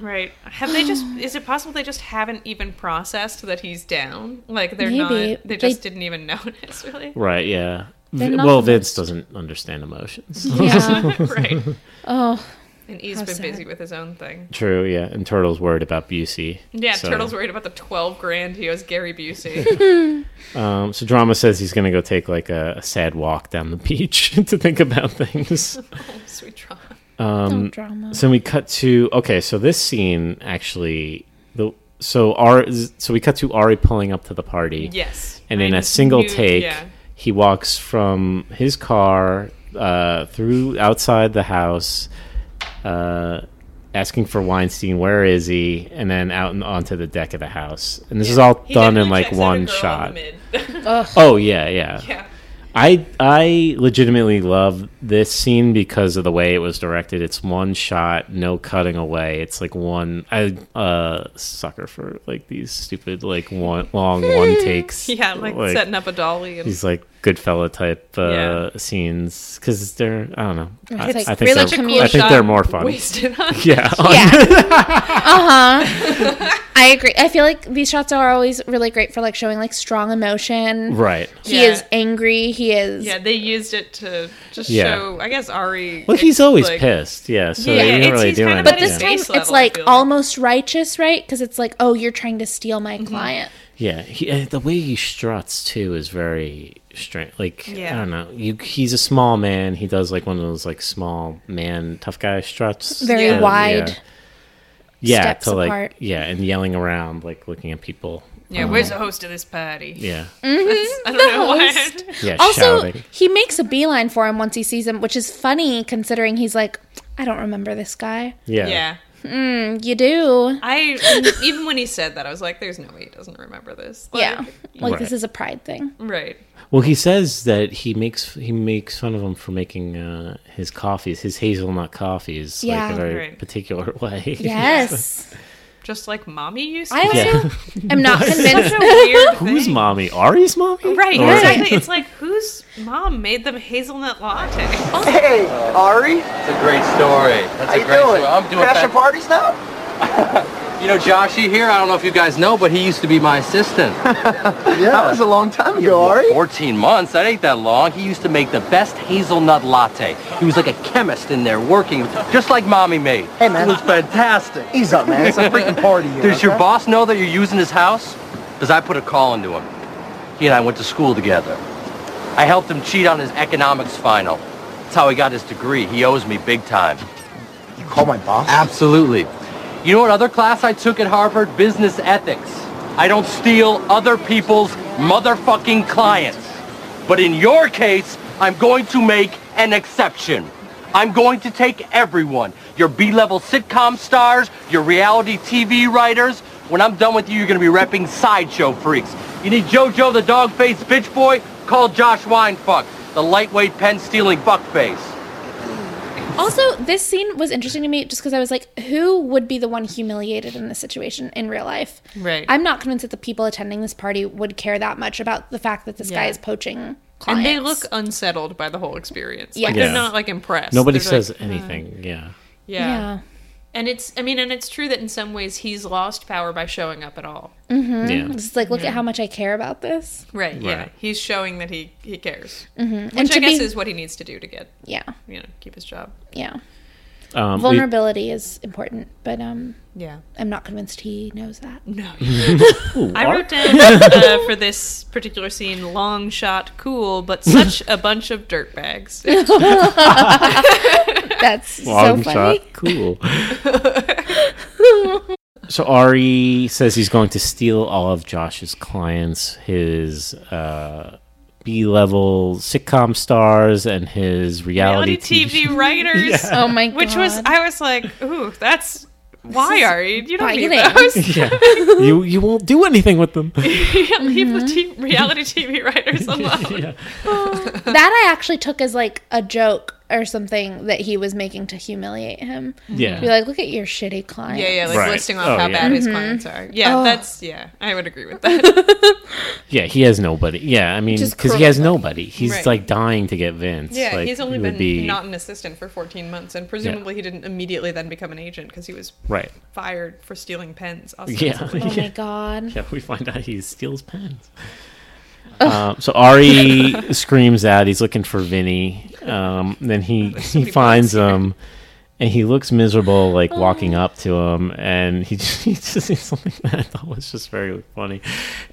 [SPEAKER 1] Right. Have they just? Is it possible they just haven't even processed that he's down? Like they're
[SPEAKER 3] Maybe.
[SPEAKER 1] not. They just
[SPEAKER 3] They-
[SPEAKER 1] didn't even notice, really.
[SPEAKER 2] Right, yeah.
[SPEAKER 3] They're
[SPEAKER 2] V-
[SPEAKER 3] not
[SPEAKER 2] well,
[SPEAKER 3] the
[SPEAKER 2] Vince doesn't understand emotions.
[SPEAKER 3] Yeah.
[SPEAKER 1] right.
[SPEAKER 3] oh,
[SPEAKER 1] And he's
[SPEAKER 3] How
[SPEAKER 1] been
[SPEAKER 3] sad.
[SPEAKER 1] busy with his own thing.
[SPEAKER 2] True, yeah. And Turtle's worried about Busey.
[SPEAKER 1] Yeah,
[SPEAKER 2] so-
[SPEAKER 1] Turtle's worried about the twelve grand he owes Gary Busey.
[SPEAKER 2] Um, so Drama says he's going to go take like a, a sad walk down the beach to think about things.
[SPEAKER 1] oh, sweet trauma. Mm.
[SPEAKER 3] no drama.
[SPEAKER 2] so we cut to okay. So this scene actually, the so Ari, so we cut to Ari pulling up to the party.
[SPEAKER 1] Yes.
[SPEAKER 2] and
[SPEAKER 1] I
[SPEAKER 2] in a
[SPEAKER 1] just
[SPEAKER 2] single
[SPEAKER 1] knew-
[SPEAKER 2] take,
[SPEAKER 1] Yeah.
[SPEAKER 2] he walks from his car uh, through outside the house, uh, asking for Weinstein, where is he? And then out and onto the deck of the house. And this is all
[SPEAKER 1] He
[SPEAKER 2] done in
[SPEAKER 1] definitely
[SPEAKER 2] like
[SPEAKER 1] checks every
[SPEAKER 2] one
[SPEAKER 1] girl in the
[SPEAKER 2] shot.
[SPEAKER 1] mid.
[SPEAKER 2] Oh yeah, yeah,
[SPEAKER 1] yeah.
[SPEAKER 2] I I legitimately love this scene because of the way it was directed. It's one shot, no cutting away. It's like one I uh sucker for like these stupid like one long one takes.
[SPEAKER 1] Yeah, like, setting up a dolly and
[SPEAKER 2] these like Goodfella type uh,
[SPEAKER 1] Yeah.
[SPEAKER 2] scenes because they're I don't know. I,
[SPEAKER 3] It's like
[SPEAKER 2] I think
[SPEAKER 3] really
[SPEAKER 2] they're,
[SPEAKER 3] cool
[SPEAKER 2] I think
[SPEAKER 1] shot
[SPEAKER 2] they're more fun.
[SPEAKER 1] wasted on
[SPEAKER 2] Yeah,
[SPEAKER 3] Yeah. uh huh. Uh-huh. I agree. I feel like these shots are always really great for like showing like strong emotion.
[SPEAKER 2] right.
[SPEAKER 3] He
[SPEAKER 1] Yeah.
[SPEAKER 3] is angry. He is.
[SPEAKER 1] Yeah, they used it to just
[SPEAKER 2] Yeah.
[SPEAKER 1] show. I guess Ari.
[SPEAKER 2] Well, he's
[SPEAKER 1] it's
[SPEAKER 2] always
[SPEAKER 1] like-
[SPEAKER 2] pissed. Yeah, so
[SPEAKER 1] Yeah,
[SPEAKER 2] they
[SPEAKER 1] it's-
[SPEAKER 2] didn't really
[SPEAKER 1] he's
[SPEAKER 2] do
[SPEAKER 1] kind
[SPEAKER 2] anything.
[SPEAKER 1] of
[SPEAKER 3] But
[SPEAKER 1] At
[SPEAKER 3] this
[SPEAKER 1] his
[SPEAKER 3] time,
[SPEAKER 1] base
[SPEAKER 3] it's
[SPEAKER 1] level, I
[SPEAKER 3] like
[SPEAKER 1] feel like.
[SPEAKER 3] almost righteous, right? Because it's like, oh, you're trying to steal my
[SPEAKER 1] Mm-hmm.
[SPEAKER 3] client.
[SPEAKER 2] Yeah, he, uh, the way he struts too is very strange. Like I
[SPEAKER 1] Yeah.
[SPEAKER 2] don't know, you, he's a small man. He does like one of those like small man tough guy struts,
[SPEAKER 3] Very
[SPEAKER 2] Uh,
[SPEAKER 1] Yeah.
[SPEAKER 3] wide.
[SPEAKER 2] Yeah, yeah
[SPEAKER 3] steps
[SPEAKER 2] to like
[SPEAKER 3] apart.
[SPEAKER 2] yeah, and yelling around, like looking at people.
[SPEAKER 1] Yeah, where's the host of this party?
[SPEAKER 2] Yeah,
[SPEAKER 1] I don't know why.
[SPEAKER 3] host.
[SPEAKER 2] yeah,
[SPEAKER 3] Mm. also,
[SPEAKER 2] shouting.
[SPEAKER 3] he makes a beeline for him once he sees him, which is funny considering he's like, I don't remember this guy.
[SPEAKER 2] Yeah,
[SPEAKER 1] Yeah,
[SPEAKER 3] You do.
[SPEAKER 1] I even when he said that, I was like, "There's no way he doesn't remember this." Like,
[SPEAKER 3] Yeah. Like, this
[SPEAKER 2] Right.
[SPEAKER 3] is a pride thing.
[SPEAKER 1] right.
[SPEAKER 2] Well, he says that he makes he makes fun of him for making uh, his coffees, his hazelnut coffees, like
[SPEAKER 3] Yeah.
[SPEAKER 2] a very
[SPEAKER 1] Right.
[SPEAKER 2] particular way.
[SPEAKER 3] Yes.
[SPEAKER 1] Just like mommy used to.
[SPEAKER 3] I also
[SPEAKER 2] Yeah.
[SPEAKER 3] am not convinced.
[SPEAKER 1] Such a weird
[SPEAKER 2] Who's
[SPEAKER 1] thing.
[SPEAKER 2] mommy? Ari's mommy?
[SPEAKER 1] Right,
[SPEAKER 2] Or-
[SPEAKER 1] exactly. It's like whose mom made them hazelnut latte?
[SPEAKER 6] Hey, Ari,
[SPEAKER 8] That's a great story. That's
[SPEAKER 6] how you
[SPEAKER 8] a great
[SPEAKER 6] doing?
[SPEAKER 8] story. I'm doing
[SPEAKER 6] Crashing
[SPEAKER 8] that.
[SPEAKER 6] parties now?
[SPEAKER 8] You know, Joshy here, I don't know if you guys know, but he used to be my assistant.
[SPEAKER 6] That was a long time ago, Ari.
[SPEAKER 8] 14 months, that ain't that long. He used to make the best hazelnut latte. He was like a chemist in there working, just like mommy made.
[SPEAKER 6] Hey, man.
[SPEAKER 8] It was fantastic.
[SPEAKER 6] Ease up, man. It's a freaking party here.
[SPEAKER 8] Does your
[SPEAKER 6] okay?
[SPEAKER 8] boss know that you're using his house? Because I put a call into him. He and I went to school together. I helped him cheat on his economics final. That's how he got his degree. He owes me big time.
[SPEAKER 6] You call my boss?
[SPEAKER 8] Absolutely. You know what other class I took at Harvard? Business ethics. I don't steal other people's motherfucking clients. But in your case, I'm going to make an exception. I'm going to take everyone, your B-level sitcom stars, your reality TV writers. When I'm done with you, you're going to be repping sideshow freaks. You need JoJo the dog-faced bitch boy? Call Josh Winefuck, the lightweight pen-stealing fuckface.
[SPEAKER 3] Also, this scene was interesting to me just because I was like, who would be the one humiliated in this situation in real life?
[SPEAKER 1] Right.
[SPEAKER 3] I'm not convinced that the people attending this party would care that much about the fact that this guy
[SPEAKER 1] Yeah.
[SPEAKER 3] is poaching
[SPEAKER 1] and
[SPEAKER 3] clients.
[SPEAKER 1] they look unsettled by the whole experience.
[SPEAKER 3] Yeah.
[SPEAKER 1] Like they're
[SPEAKER 2] Yeah.
[SPEAKER 1] not like impressed.
[SPEAKER 2] Nobody
[SPEAKER 1] They're like, uh,
[SPEAKER 2] says anything. yeah.
[SPEAKER 1] yeah.
[SPEAKER 3] Yeah.
[SPEAKER 1] And it's I mean, and it's true that in some ways he's lost power by showing up at all.
[SPEAKER 2] Yeah.
[SPEAKER 3] It's like, look at how much I care about this.
[SPEAKER 1] Right. Yeah.
[SPEAKER 2] Right.
[SPEAKER 1] He's showing that he he cares,
[SPEAKER 3] and
[SPEAKER 1] which I
[SPEAKER 3] to
[SPEAKER 1] guess
[SPEAKER 3] be,
[SPEAKER 1] is what he needs to do to get
[SPEAKER 3] yeah,
[SPEAKER 1] you know keep his job.
[SPEAKER 3] yeah.
[SPEAKER 2] Um, we-
[SPEAKER 3] Vulnerability is important, but um,
[SPEAKER 1] Yeah.
[SPEAKER 3] I'm not convinced he knows that.
[SPEAKER 1] No.
[SPEAKER 2] Ooh,
[SPEAKER 1] I
[SPEAKER 2] Ari-
[SPEAKER 1] wrote down uh, for this particular scene, long shot, cool, but such a bunch of dirt bags.
[SPEAKER 3] That's so
[SPEAKER 2] Long
[SPEAKER 3] funny.
[SPEAKER 2] shot. Cool. so Ari says he's going to steal all of Josh's clients, his uh, B level sitcom stars, and his reality,
[SPEAKER 1] Reality TV writers,
[SPEAKER 3] Oh my god.
[SPEAKER 1] which was I was like, ooh, that's why Ari? You don't need
[SPEAKER 3] biting.
[SPEAKER 1] those.
[SPEAKER 2] TV. you you won't do anything with them.
[SPEAKER 1] Yeah,
[SPEAKER 3] Mm-hmm.
[SPEAKER 1] leave the t- reality TV writers alone.
[SPEAKER 3] that I actually took as like a joke or something that he was making to humiliate him.
[SPEAKER 2] Yeah.
[SPEAKER 3] Be like, look at your shitty client.
[SPEAKER 1] Yeah, yeah, like
[SPEAKER 2] Right.
[SPEAKER 1] listing off
[SPEAKER 2] Oh,
[SPEAKER 1] how
[SPEAKER 2] yeah.
[SPEAKER 1] bad his clients are. Yeah,
[SPEAKER 3] Mm-hmm. Oh.
[SPEAKER 1] that's yeah, I would agree with that.
[SPEAKER 2] Yeah, he has nobody. Yeah, I mean,
[SPEAKER 3] Just
[SPEAKER 2] because he
[SPEAKER 3] cruel.
[SPEAKER 2] has nobody. He's
[SPEAKER 1] Right.
[SPEAKER 2] like dying to get Vince.
[SPEAKER 1] yeah,
[SPEAKER 2] Like,
[SPEAKER 1] he's only
[SPEAKER 2] it would
[SPEAKER 1] been not an assistant for 14 months, and presumably he didn't immediately then become an agent because he was
[SPEAKER 2] right.
[SPEAKER 1] fired for stealing pens.
[SPEAKER 2] Yeah,
[SPEAKER 1] ostensibly.
[SPEAKER 3] Oh my god.
[SPEAKER 2] Yeah, we find out he steals pens. Um, so Ari screams out. He's looking for Vinny. Um, then he he finds him, and he looks miserable, like
[SPEAKER 1] Oh.
[SPEAKER 2] walking up to him. And he just, he just says something that I thought was just very funny.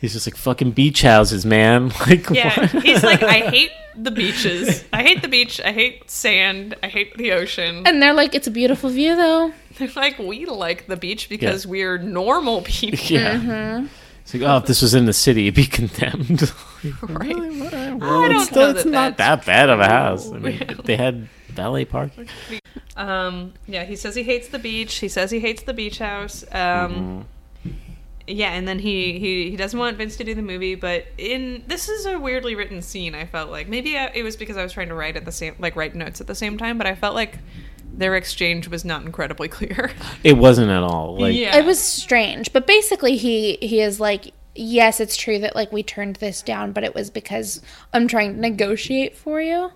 [SPEAKER 2] He's just like fucking beach houses, man. Like
[SPEAKER 1] Yeah,
[SPEAKER 2] what?
[SPEAKER 1] he's like, I hate the beaches. I hate the beach. I hate sand. I hate the ocean.
[SPEAKER 3] And they're like, it's a beautiful view though.
[SPEAKER 1] They're like, we like the beach because we're normal people.
[SPEAKER 2] yeah. It's like, oh, if this was in the city, it'd be condemned.
[SPEAKER 1] Right.
[SPEAKER 2] Well,
[SPEAKER 1] don't
[SPEAKER 2] it's still-
[SPEAKER 1] know
[SPEAKER 2] it's
[SPEAKER 1] that
[SPEAKER 2] not
[SPEAKER 1] that's
[SPEAKER 2] that bad of a house. I mean,
[SPEAKER 1] really.
[SPEAKER 2] if they had valet parking.
[SPEAKER 1] Um, yeah, he says he hates the beach. He says he hates the beach house. Um,
[SPEAKER 2] Mm-hmm.
[SPEAKER 1] Yeah, and then he, he he doesn't want Vince to do the movie, but in this is a weirdly written scene. I felt like maybe I, it was because I was trying to write at the same like write notes at the same time, but I felt like their exchange was not incredibly clear.
[SPEAKER 2] It wasn't at all. Like,
[SPEAKER 1] yeah,
[SPEAKER 3] It was strange, but basically he he is like, yes, it's true that like we turned this down, but it was because I'm trying to negotiate for you.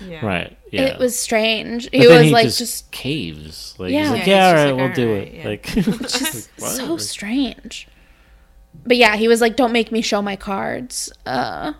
[SPEAKER 1] yeah.
[SPEAKER 2] right. Yeah.
[SPEAKER 3] It was strange.
[SPEAKER 2] But
[SPEAKER 3] he
[SPEAKER 2] then
[SPEAKER 3] was like just,
[SPEAKER 2] caves. Like,
[SPEAKER 3] Yeah.
[SPEAKER 2] he's like,
[SPEAKER 1] Yeah,
[SPEAKER 2] yeah, all
[SPEAKER 1] he's just
[SPEAKER 2] right, we'll
[SPEAKER 1] like,
[SPEAKER 2] do
[SPEAKER 1] "All right,
[SPEAKER 2] it.
[SPEAKER 1] yeah."
[SPEAKER 2] Like, just like,
[SPEAKER 3] so
[SPEAKER 2] whatever.
[SPEAKER 3] oh, strange. But yeah, he was like, don't make me show my cards. Uh,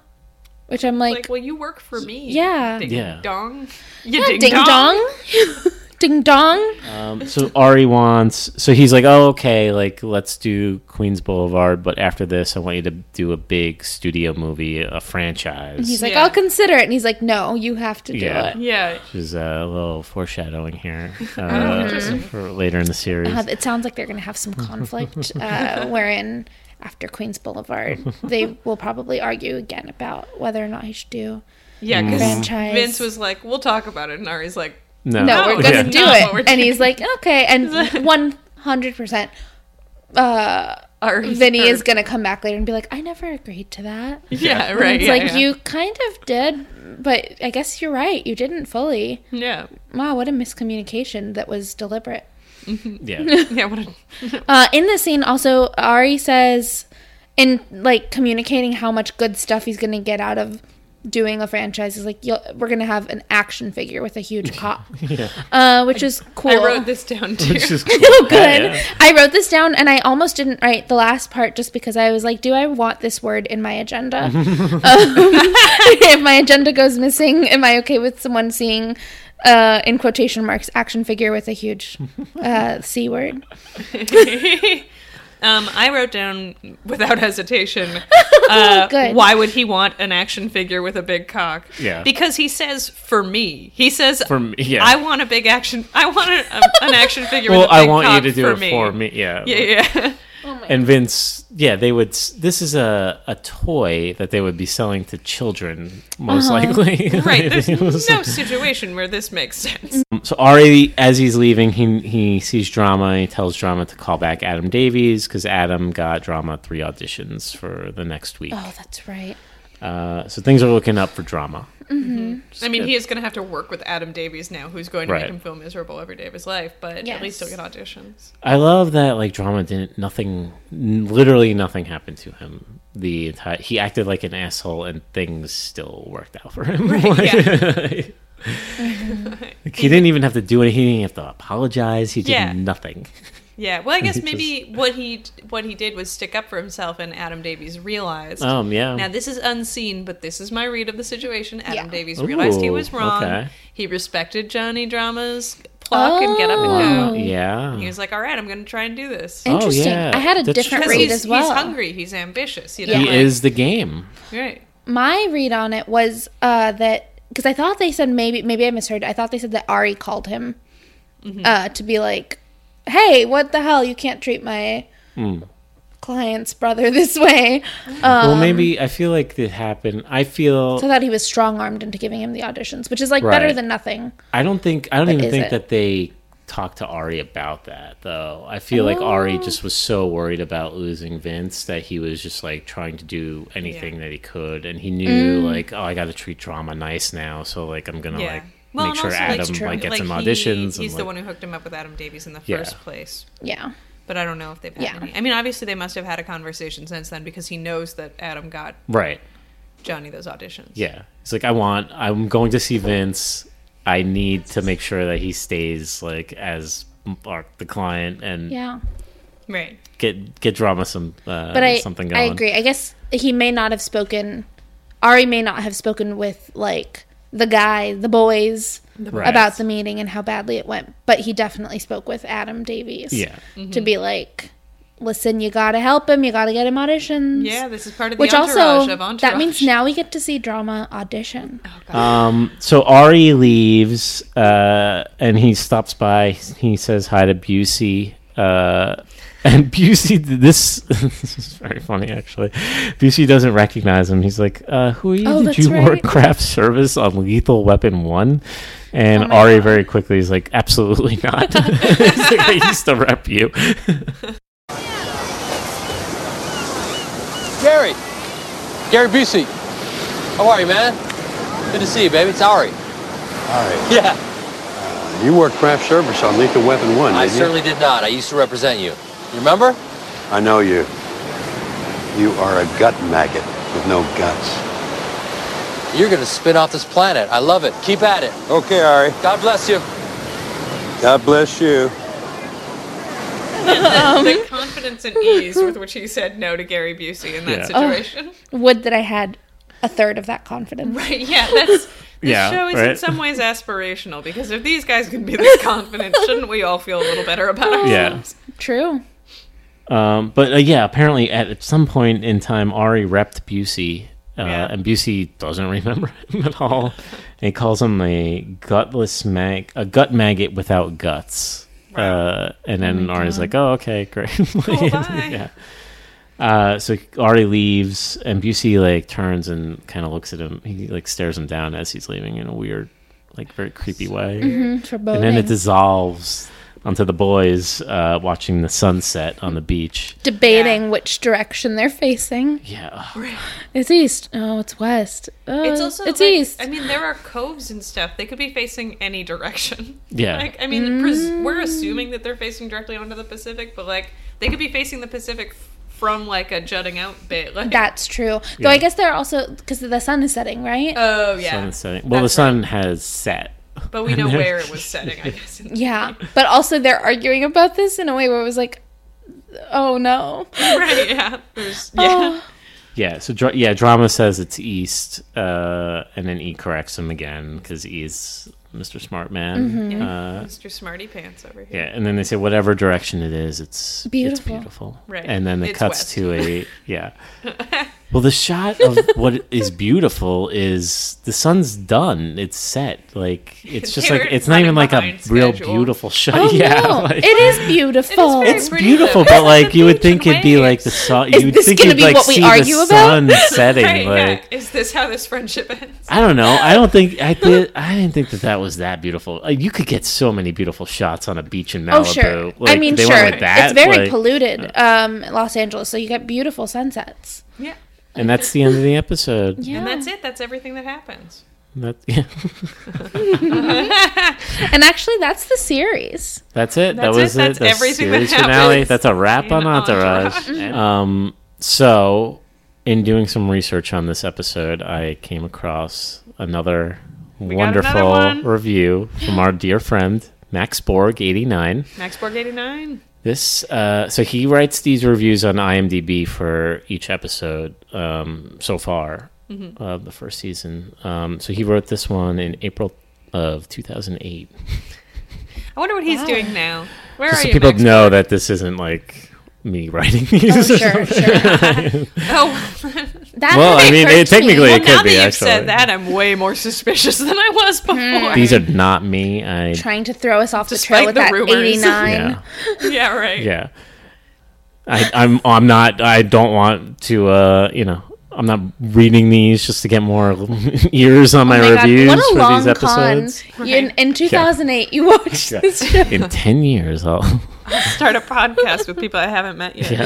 [SPEAKER 3] which I'm like,
[SPEAKER 1] Like, well, you work for me.
[SPEAKER 3] Yeah.
[SPEAKER 1] Ding
[SPEAKER 2] Yeah.
[SPEAKER 1] dong. You
[SPEAKER 3] "Yeah, ding dong, ding dong.
[SPEAKER 2] Um, so Ari wants. So he's like, "Oh, okay. Like, let's do Queens Boulevard, but after this, I want you to do a big studio movie, a franchise."
[SPEAKER 3] He's like,
[SPEAKER 1] Yeah.
[SPEAKER 3] I'll consider it. And he's like, no, you have to do
[SPEAKER 2] Yeah.
[SPEAKER 3] it.
[SPEAKER 1] Yeah.
[SPEAKER 2] which is uh, a little foreshadowing here
[SPEAKER 1] Oh,
[SPEAKER 2] uh, for later in the series.
[SPEAKER 3] Uh, it sounds like they're going to have some conflict, uh, wherein after Queens Boulevard, they will probably argue again about whether or not he should do
[SPEAKER 1] Yeah.
[SPEAKER 2] Mm-hmm.
[SPEAKER 1] Because
[SPEAKER 3] franchise.
[SPEAKER 1] Vince was like, "We'll talk about it," and Ari's like,
[SPEAKER 2] no,
[SPEAKER 3] no,
[SPEAKER 1] "No,
[SPEAKER 3] we're
[SPEAKER 1] that's
[SPEAKER 3] going to
[SPEAKER 1] not
[SPEAKER 3] do
[SPEAKER 1] what we're
[SPEAKER 3] it, and he's like, okay, and one hundred percent.
[SPEAKER 1] "Ari,
[SPEAKER 3] Vinny is
[SPEAKER 1] or-
[SPEAKER 3] going to come back later and be like, I never agreed to that.
[SPEAKER 1] Yeah. Right.
[SPEAKER 3] It's
[SPEAKER 1] yeah,
[SPEAKER 3] like
[SPEAKER 1] yeah.
[SPEAKER 3] you kind of did, but I guess you're right. You didn't fully.
[SPEAKER 1] Yeah.
[SPEAKER 3] Wow, what a miscommunication that was deliberate.
[SPEAKER 2] Yeah,
[SPEAKER 1] Yeah. What a
[SPEAKER 3] Uh, in this scene, also Ari says, in like communicating how much good stuff he's gonna get out of doing a franchise, is like You'll, we're gonna have an action figure with a huge cop, uh, which is cool.
[SPEAKER 1] I wrote this down too.
[SPEAKER 2] Which is cool.
[SPEAKER 3] Oh, good.
[SPEAKER 2] Yeah.
[SPEAKER 3] I wrote this down and I almost didn't write the last part just because I was like, do I want this word in my agenda? um, if my agenda goes missing, am I okay with someone seeing, uh, in quotation marks, action figure with a huge uh, C word?
[SPEAKER 1] um, I wrote down without hesitation.
[SPEAKER 3] Good.
[SPEAKER 1] Uh, Why would he want an action figure with a big cock?
[SPEAKER 2] Yeah.
[SPEAKER 1] because he says for me. He says
[SPEAKER 2] For me, yeah.
[SPEAKER 1] I want a big action. I want a, an action figure.
[SPEAKER 2] well,
[SPEAKER 1] with a big
[SPEAKER 2] I want
[SPEAKER 1] cock
[SPEAKER 2] you to do
[SPEAKER 1] for
[SPEAKER 2] it
[SPEAKER 1] me.
[SPEAKER 2] for me. Yeah,
[SPEAKER 1] Yeah, yeah.
[SPEAKER 2] And Vince, yeah, they would. s- This is a a toy that they would be selling to children, most likely.
[SPEAKER 1] Uh-huh. right. There's
[SPEAKER 2] It was
[SPEAKER 1] no situation where this makes sense.
[SPEAKER 2] So Ari, as he's leaving, he he sees Drama and he tells Drama to call back Adam Davies because Adam got Drama three auditions for the next week.
[SPEAKER 3] Oh, that's right.
[SPEAKER 2] Uh, so things are looking up for Drama.
[SPEAKER 1] I mean, he is going to have to work with Adam Davies now, who's going to
[SPEAKER 2] Right.
[SPEAKER 1] make him feel miserable every day of his life. But
[SPEAKER 3] Yes.
[SPEAKER 1] at least he'll get auditions.
[SPEAKER 2] I love that like Drama didn't nothing, n- literally nothing happened to him. The entire he acted like an asshole and things still worked out for him. Like- Like, he didn't even have to do anything. He didn't have to apologize. He did
[SPEAKER 1] Yeah.
[SPEAKER 2] nothing.
[SPEAKER 1] Yeah, well, I guess
[SPEAKER 2] He
[SPEAKER 1] maybe what he what he did was stick up for himself, and Adam Davies realized.
[SPEAKER 2] Um, yeah.
[SPEAKER 1] Now this is unseen, but this is my read of the situation. Adam
[SPEAKER 3] Yeah.
[SPEAKER 1] Davies realized he
[SPEAKER 2] Ooh,
[SPEAKER 1] was wrong.
[SPEAKER 2] okay.
[SPEAKER 1] He respected Johnny Drama's pluck and get up and
[SPEAKER 2] Uh,
[SPEAKER 1] go.
[SPEAKER 2] yeah.
[SPEAKER 1] Oh. He was like, "All right, I'm going to try and do this."
[SPEAKER 2] Oh,
[SPEAKER 3] Interesting.
[SPEAKER 2] yeah.
[SPEAKER 3] I had a
[SPEAKER 2] That's
[SPEAKER 3] different
[SPEAKER 2] true.
[SPEAKER 1] Because
[SPEAKER 3] read
[SPEAKER 1] he's,
[SPEAKER 3] as well.
[SPEAKER 1] he's hungry, he's ambitious. You know,
[SPEAKER 3] Yeah.
[SPEAKER 2] He
[SPEAKER 1] like-
[SPEAKER 2] is the game.
[SPEAKER 1] right.
[SPEAKER 3] My read on it was uh, that because I thought they said maybe maybe I misheard. I thought they said that Ari called him
[SPEAKER 1] Mm-hmm.
[SPEAKER 3] uh, to be like, "Hey, what the hell? You can't treat my
[SPEAKER 2] Hmm.
[SPEAKER 3] client's brother this way."
[SPEAKER 2] well,
[SPEAKER 1] Um,
[SPEAKER 2] maybe I feel like it happened. I feel
[SPEAKER 3] So I thought he was strong armed into giving him the auditions, which is like better
[SPEAKER 2] Right.
[SPEAKER 3] than nothing.
[SPEAKER 2] I don't think I don't even
[SPEAKER 3] is
[SPEAKER 2] think
[SPEAKER 3] it?
[SPEAKER 2] that they talked to Ari about that though. I feel like
[SPEAKER 3] Oh.
[SPEAKER 2] Ari just was so worried about losing Vince that he was just like trying to do anything that he could, and he
[SPEAKER 3] Mm.
[SPEAKER 2] knew like, oh, I got to treat drama nice now, so like I'm gonna
[SPEAKER 1] Yeah.
[SPEAKER 2] like
[SPEAKER 1] Well,
[SPEAKER 2] make
[SPEAKER 1] and
[SPEAKER 2] sure
[SPEAKER 1] also,
[SPEAKER 2] Adam
[SPEAKER 3] true.
[SPEAKER 2] like gets
[SPEAKER 1] Like
[SPEAKER 2] some
[SPEAKER 1] he-
[SPEAKER 2] auditions.
[SPEAKER 1] he's
[SPEAKER 2] and,
[SPEAKER 1] the
[SPEAKER 2] like-
[SPEAKER 1] one who hooked him up with Adam Davies in the
[SPEAKER 2] Yeah.
[SPEAKER 1] first place.
[SPEAKER 3] Yeah.
[SPEAKER 1] But I don't know if they've had
[SPEAKER 3] Yeah.
[SPEAKER 1] any. I mean, obviously they must have had a conversation since then because he knows that Adam got
[SPEAKER 2] right?
[SPEAKER 1] Johnny those auditions.
[SPEAKER 2] Yeah, it's like I want. I'm going to see Vince. I need to make sure that he stays like as our, the client and
[SPEAKER 3] Yeah.
[SPEAKER 1] Right.
[SPEAKER 2] get get drama some uh,
[SPEAKER 3] But I
[SPEAKER 2] something
[SPEAKER 3] I
[SPEAKER 2] going.
[SPEAKER 3] agree. I guess he may not have spoken Ari may not have spoken with like the guy, the boys
[SPEAKER 2] Right.
[SPEAKER 3] about the meeting and how badly it went, but he definitely spoke with Adam Davies.
[SPEAKER 2] Yeah.
[SPEAKER 1] Mm-hmm.
[SPEAKER 3] To be like, "Listen, you got to help him. You got to get him auditions."
[SPEAKER 1] Yeah, this is part of the
[SPEAKER 3] Which
[SPEAKER 1] entourage
[SPEAKER 3] also
[SPEAKER 1] of entourage.
[SPEAKER 3] that means now we get to see drama audition.
[SPEAKER 2] Um, so Ari leaves, uh, and he stops by. He says hi to Busey, Uh, and Busey, this, this is very funny actually. Busey doesn't recognize him. He's like, uh, "Who are you?
[SPEAKER 3] Oh,
[SPEAKER 2] Did
[SPEAKER 3] that's
[SPEAKER 2] you work
[SPEAKER 3] right.
[SPEAKER 2] craft service on Lethal Weapon One?" And
[SPEAKER 3] Oh my
[SPEAKER 2] Ari
[SPEAKER 3] God.
[SPEAKER 2] very quickly is like, "Absolutely not." He's like, I used to rep you.
[SPEAKER 8] Gary. Gary Busey. How are you, man? Good to see you, baby. It's Ari.
[SPEAKER 7] All
[SPEAKER 8] Yeah.
[SPEAKER 7] right. You work craft service on Lethal Weapon 1,
[SPEAKER 8] I
[SPEAKER 7] didn't you?
[SPEAKER 8] certainly did not. I used to represent you. You remember?
[SPEAKER 7] I know you. You are a gut maggot with no guts.
[SPEAKER 8] You're going to spin off this planet. I love it. Keep at it.
[SPEAKER 7] Okay, Ari.
[SPEAKER 8] God bless you.
[SPEAKER 7] God bless you.
[SPEAKER 1] the
[SPEAKER 3] Um,
[SPEAKER 1] confidence and ease with which he said no to Gary Busey in that
[SPEAKER 2] Yeah.
[SPEAKER 3] Oh.
[SPEAKER 1] situation.
[SPEAKER 3] Would that I had a third of that confidence.
[SPEAKER 1] Right? Yeah, that's. This
[SPEAKER 2] Yeah,
[SPEAKER 1] show is in
[SPEAKER 2] right.
[SPEAKER 1] some ways aspirational because if these guys can be this confident, shouldn't we all feel a little better about
[SPEAKER 2] yeah.
[SPEAKER 1] ourselves?
[SPEAKER 3] True.
[SPEAKER 2] Um, but uh, yeah, apparently at, at some point in time, Ari repped Busey, uh,
[SPEAKER 1] Yeah.
[SPEAKER 2] and Busey doesn't remember him at all. and he calls him a gutless mag, a gut maggot without guts. Uh, and then Ari's like, "Oh, okay, great."
[SPEAKER 1] Cool, bye.
[SPEAKER 2] yeah. Uh, so Ari leaves, and Busey like turns and kind of looks at him. He like stares him down as he's leaving in a weird, like very creepy way. And
[SPEAKER 3] Foreboding.
[SPEAKER 2] then it dissolves onto the boys uh, watching the sunset on the beach.
[SPEAKER 3] Debating which direction they're facing.
[SPEAKER 2] Yeah.
[SPEAKER 3] It's east. Oh, it's west. Oh,
[SPEAKER 1] It's also
[SPEAKER 3] it's
[SPEAKER 1] like-
[SPEAKER 3] east.
[SPEAKER 1] I mean, there are coves and stuff. They could be facing any direction.
[SPEAKER 2] Yeah.
[SPEAKER 1] Like, I mean, pres-
[SPEAKER 3] Mm.
[SPEAKER 1] we're assuming that they're facing directly onto the Pacific, but like they could be facing the Pacific f- from like a jutting out bay. Like,
[SPEAKER 3] That's true.
[SPEAKER 2] Yeah.
[SPEAKER 3] Though I guess they're also because the sun is setting, right?
[SPEAKER 1] oh yeah,
[SPEAKER 2] Sun is setting. Well, the
[SPEAKER 1] That's
[SPEAKER 2] sun has set.
[SPEAKER 1] but we know
[SPEAKER 2] there-
[SPEAKER 1] where it was setting. I guess.
[SPEAKER 3] yeah, but also they're arguing about this in a way where it was like, oh no. Oh,
[SPEAKER 1] right. Yeah. There's, yeah.
[SPEAKER 2] Yeah. So, dra- yeah, drama says it's east, uh, and then E corrects him again because E is Mr. Smart Man.
[SPEAKER 1] Mm-hmm. Mr. Smarty Pants over here.
[SPEAKER 2] Yeah, and then they say whatever direction it is, it's beautiful.
[SPEAKER 3] Beautiful.
[SPEAKER 2] It's beautiful.
[SPEAKER 1] Right.
[SPEAKER 2] And then it
[SPEAKER 1] It's
[SPEAKER 2] cuts
[SPEAKER 1] west.
[SPEAKER 2] to a yeah. well, the shot of what is beautiful is the sun's done. It's set. Like it's just like
[SPEAKER 1] They're
[SPEAKER 2] it's not even
[SPEAKER 1] running
[SPEAKER 2] like a
[SPEAKER 1] behind
[SPEAKER 2] real
[SPEAKER 1] schedule.
[SPEAKER 2] beautiful shot.
[SPEAKER 3] Oh
[SPEAKER 2] yeah.
[SPEAKER 3] no.
[SPEAKER 2] like-
[SPEAKER 3] it is beautiful.
[SPEAKER 1] very
[SPEAKER 2] it's
[SPEAKER 1] pretty,
[SPEAKER 2] beautiful,
[SPEAKER 1] though.
[SPEAKER 2] but like you would
[SPEAKER 1] It's in
[SPEAKER 2] think it'd be like the
[SPEAKER 1] waves.
[SPEAKER 2] sun.
[SPEAKER 3] Is
[SPEAKER 2] You would
[SPEAKER 3] this
[SPEAKER 2] think
[SPEAKER 3] gonna
[SPEAKER 2] you'd
[SPEAKER 3] be
[SPEAKER 2] like
[SPEAKER 3] what we
[SPEAKER 2] see the
[SPEAKER 3] argue about?
[SPEAKER 2] sun setting.
[SPEAKER 1] Right,
[SPEAKER 2] like
[SPEAKER 1] yeah. Is this how this friendship ends?
[SPEAKER 2] I don't know. I don't think I did. I didn't think that that was that beautiful. Uh, you could get so many beautiful shots on a beach in Malibu.
[SPEAKER 3] oh sure. I
[SPEAKER 2] Like,
[SPEAKER 3] mean
[SPEAKER 2] they
[SPEAKER 3] sure.
[SPEAKER 2] went with that,
[SPEAKER 3] it's very
[SPEAKER 2] like- uh,
[SPEAKER 3] polluted, um, Los Angeles, so you get beautiful sunsets.
[SPEAKER 1] Yeah.
[SPEAKER 2] And that's the end of the episode.
[SPEAKER 3] Yeah.
[SPEAKER 1] And that's it. That's everything that happens.
[SPEAKER 2] That- yeah.
[SPEAKER 3] And actually that's the series.
[SPEAKER 2] That's it. that
[SPEAKER 1] That's
[SPEAKER 2] was
[SPEAKER 1] it.
[SPEAKER 2] it.
[SPEAKER 1] That's everything that
[SPEAKER 2] series finale.
[SPEAKER 1] happens Oh,
[SPEAKER 2] That's a wrap
[SPEAKER 1] in
[SPEAKER 2] on Entourage.
[SPEAKER 1] Entourage.
[SPEAKER 2] Um, so, in doing some research on this episode, I came across another
[SPEAKER 1] got another
[SPEAKER 2] wonderful
[SPEAKER 1] one.
[SPEAKER 2] review from our dear friend Max Borg eighty nine.
[SPEAKER 1] Max Borg 89.
[SPEAKER 2] This uh, so he writes these reviews on IMDb for each episode um, so far
[SPEAKER 1] Mm-hmm.
[SPEAKER 2] of the first season. Um, so he wrote this one in April of 2008.
[SPEAKER 1] I wonder what he's doing now. Where are
[SPEAKER 2] Just so
[SPEAKER 1] you?
[SPEAKER 2] people
[SPEAKER 1] Max
[SPEAKER 2] know that this isn't like me writing these.
[SPEAKER 3] Oh, sure, sure.
[SPEAKER 1] Oh,
[SPEAKER 3] That's
[SPEAKER 2] Well,
[SPEAKER 3] what
[SPEAKER 2] I mean, it,
[SPEAKER 3] occurred to me.
[SPEAKER 2] technically
[SPEAKER 1] well,
[SPEAKER 2] it could
[SPEAKER 1] now
[SPEAKER 2] be
[SPEAKER 1] that you've
[SPEAKER 2] actually.
[SPEAKER 1] said that, I'm way more suspicious than I was before.
[SPEAKER 2] These are not me. I
[SPEAKER 3] trying to throw us off
[SPEAKER 1] Despite
[SPEAKER 3] the trail with
[SPEAKER 1] the
[SPEAKER 3] that
[SPEAKER 1] rumors.
[SPEAKER 3] 89.
[SPEAKER 2] yeah
[SPEAKER 1] yeah, right.
[SPEAKER 2] yeah. I, I'm I'm not. I don't want to. Uh, you know. I'm not reading these just to get more ears on my,
[SPEAKER 3] Oh my
[SPEAKER 2] reviews
[SPEAKER 3] God, what a
[SPEAKER 2] for
[SPEAKER 3] long
[SPEAKER 2] these episodes.
[SPEAKER 3] con. You- in, in 2008, you watched
[SPEAKER 2] Yeah.
[SPEAKER 3] this show.
[SPEAKER 2] in 10 years i'll
[SPEAKER 1] Start a podcast with people I haven't met yet.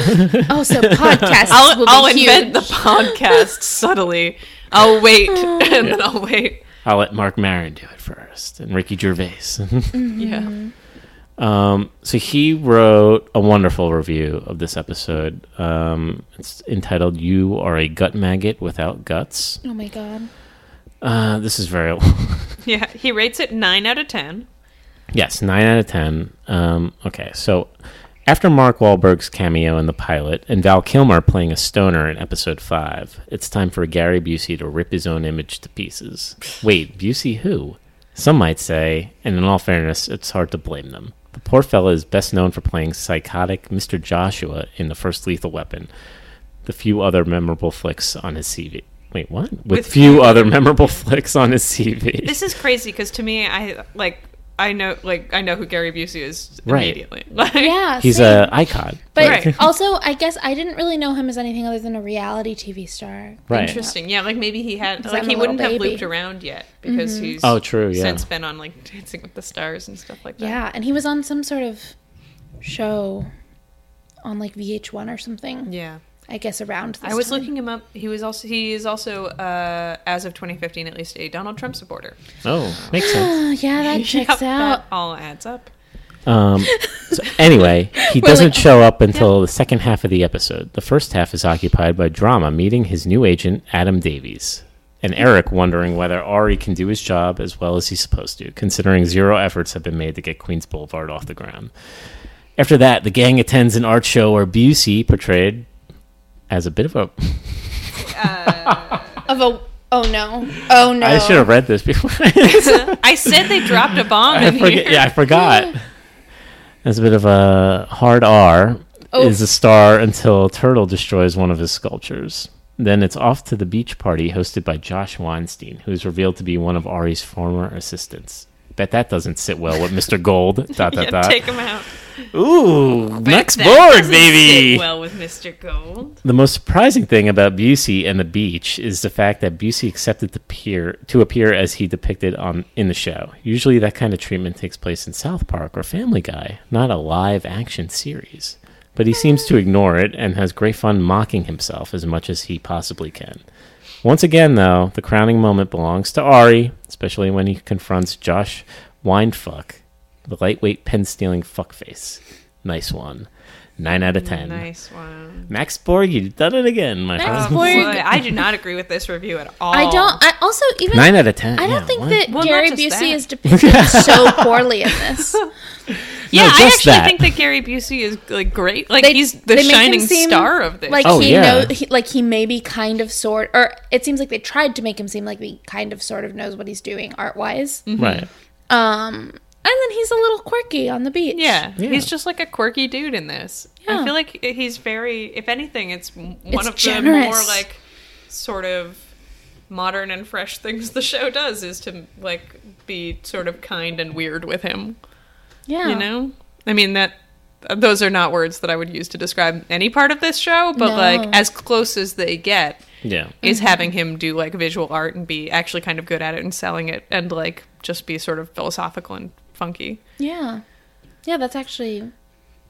[SPEAKER 3] Oh, so podcasts
[SPEAKER 1] I'll,
[SPEAKER 3] will be
[SPEAKER 1] I'll
[SPEAKER 3] huge.
[SPEAKER 1] invent the podcast subtly. I'll wait, and then I'll wait.
[SPEAKER 2] i'll let mark marin do it first and ricky gervais
[SPEAKER 1] Yeah.
[SPEAKER 3] Mm-hmm.
[SPEAKER 2] um, so he wrote a wonderful review of this episode um, it's entitled you are a gut maggot without guts
[SPEAKER 3] Oh my god.
[SPEAKER 2] uh, this is very
[SPEAKER 1] Yeah. He rates it 9 out of 10.
[SPEAKER 2] Yes, nine out of ten. Um, okay, so after Mark Wahlberg's cameo in the pilot and Val Kilmer playing a stoner in episode five, it's time for Gary Busey to rip his own image to pieces. Wait, Busey who? Some might say, and in all fairness, it's hard to blame them. The poor fella is best known for playing psychotic Mr. Joshua in the first Lethal Weapon, the few other memorable flicks on his CV. Wait, what? With,
[SPEAKER 1] With
[SPEAKER 2] few other memorable flicks on his CV.
[SPEAKER 1] This is crazy because to me, I like I know, like, I know who Gary Busey is
[SPEAKER 2] Right.
[SPEAKER 1] immediately. Like,
[SPEAKER 3] Yeah,
[SPEAKER 2] He's
[SPEAKER 3] same.
[SPEAKER 2] a icon.
[SPEAKER 3] But
[SPEAKER 1] Right.
[SPEAKER 3] also, I guess I didn't really know him as anything other than a reality TV star.
[SPEAKER 2] right.
[SPEAKER 1] Interesting. Yeah, like maybe he had,
[SPEAKER 3] Because
[SPEAKER 1] like,
[SPEAKER 3] I'm
[SPEAKER 1] he
[SPEAKER 3] a little
[SPEAKER 1] wouldn't have
[SPEAKER 3] baby. Mm-hmm.
[SPEAKER 1] looped around yet because he's
[SPEAKER 2] Oh, true, yeah.
[SPEAKER 1] since been on like Dancing with the Stars and stuff like that.
[SPEAKER 3] Yeah, and he was on some sort of show on like VH1 or something.
[SPEAKER 1] yeah.
[SPEAKER 3] I guess around. This
[SPEAKER 1] I was
[SPEAKER 3] time.
[SPEAKER 1] looking him up. He was also he is also uh, as of 2015 at least a Donald Trump supporter.
[SPEAKER 2] Oh, makes sense.
[SPEAKER 3] Oh, yeah, that
[SPEAKER 1] Yep,
[SPEAKER 3] checks out.
[SPEAKER 1] That all adds up.
[SPEAKER 2] Um, so anyway, he doesn't
[SPEAKER 3] like-
[SPEAKER 2] show up until the second half of the episode. The first half is occupied by drama meeting his new agent, Adam Davies, and Eric wondering whether Ari can do his job as well as he's supposed to, considering zero efforts have been made to get Queens Boulevard off the ground. After that, the gang attends an art show where Busey, portrayed as a bit of a.
[SPEAKER 3] Of a oh no, oh no.
[SPEAKER 2] I should have read this before.
[SPEAKER 1] I said they dropped a bomb
[SPEAKER 2] I
[SPEAKER 1] in
[SPEAKER 2] forget,
[SPEAKER 1] here.
[SPEAKER 2] yeah, I forgot. That's a bit of a hard R.
[SPEAKER 3] Oh.
[SPEAKER 2] Is a star until Turtle destroys one of his sculptures. Then it's off to the beach party hosted by Josh Weinstein, who is revealed to be one of Ari's former assistants. Bet that doesn't sit well with Mr. Gold. dot dot
[SPEAKER 1] Yeah,
[SPEAKER 2] dot.
[SPEAKER 1] take him out.
[SPEAKER 2] Ooh, next
[SPEAKER 1] That
[SPEAKER 2] board,
[SPEAKER 1] doesn't
[SPEAKER 2] baby.
[SPEAKER 1] sit well with Mr. Gold.
[SPEAKER 2] The most surprising thing about Busey and the beach is the fact that Busey accepted to appear to appear as he depicted on in the show. Usually, that kind of treatment takes place in South Park or Family Guy, not a live action series. But he seems to ignore it and has great fun mocking himself as much as he possibly can. Once again, though, the crowning moment belongs to Ari, especially when he confronts Josh Windfuck, the lightweight pen stealing fuckface. Nice one. Nine out of ten.
[SPEAKER 1] Nice one.
[SPEAKER 2] Max Borg, you've done it again, my
[SPEAKER 3] Max
[SPEAKER 2] friend.
[SPEAKER 3] Borg-
[SPEAKER 1] Boy, I do not agree with this review at all.
[SPEAKER 3] I don't. I also even.
[SPEAKER 2] Nine out of ten.
[SPEAKER 3] I don't
[SPEAKER 2] yeah,
[SPEAKER 3] think
[SPEAKER 2] what?
[SPEAKER 3] that
[SPEAKER 1] Well, not
[SPEAKER 3] Gary
[SPEAKER 1] just
[SPEAKER 3] Busey
[SPEAKER 1] that.
[SPEAKER 3] is depicted so poorly in this.
[SPEAKER 1] Yeah, I
[SPEAKER 2] just
[SPEAKER 1] actually
[SPEAKER 2] that.
[SPEAKER 1] think that Gary Busey is like great. Like
[SPEAKER 3] They-
[SPEAKER 1] he's the
[SPEAKER 3] they make him
[SPEAKER 1] shining
[SPEAKER 3] seem
[SPEAKER 1] star of this.
[SPEAKER 3] Like
[SPEAKER 2] Oh,
[SPEAKER 3] he
[SPEAKER 2] yeah.
[SPEAKER 3] knows, he, like he maybe kind of sort, or it seems like they tried to make him seem like he kind of sort of knows what he's doing art wise.
[SPEAKER 1] Mm-hmm.
[SPEAKER 2] Right.
[SPEAKER 3] Um, and then he's a little quirky on the beach.
[SPEAKER 1] yeah,
[SPEAKER 2] Yeah.
[SPEAKER 1] he's just like a quirky dude in this.
[SPEAKER 3] Yeah.
[SPEAKER 1] I feel like he's very. If anything, it's m- one
[SPEAKER 3] It's
[SPEAKER 1] of the more
[SPEAKER 3] generous.
[SPEAKER 1] like sort of modern and fresh things the show does is to like be sort of kind and weird with him.
[SPEAKER 3] yeah.
[SPEAKER 1] You know, I mean that. Those are not words that I would use to describe any part of this show, but
[SPEAKER 3] No.
[SPEAKER 1] like as close as they get,
[SPEAKER 2] Yeah.
[SPEAKER 1] is having him do like visual art and be actually kind of good at it and selling it and like just be sort of philosophical and funky.
[SPEAKER 3] Yeah. Yeah, that's actually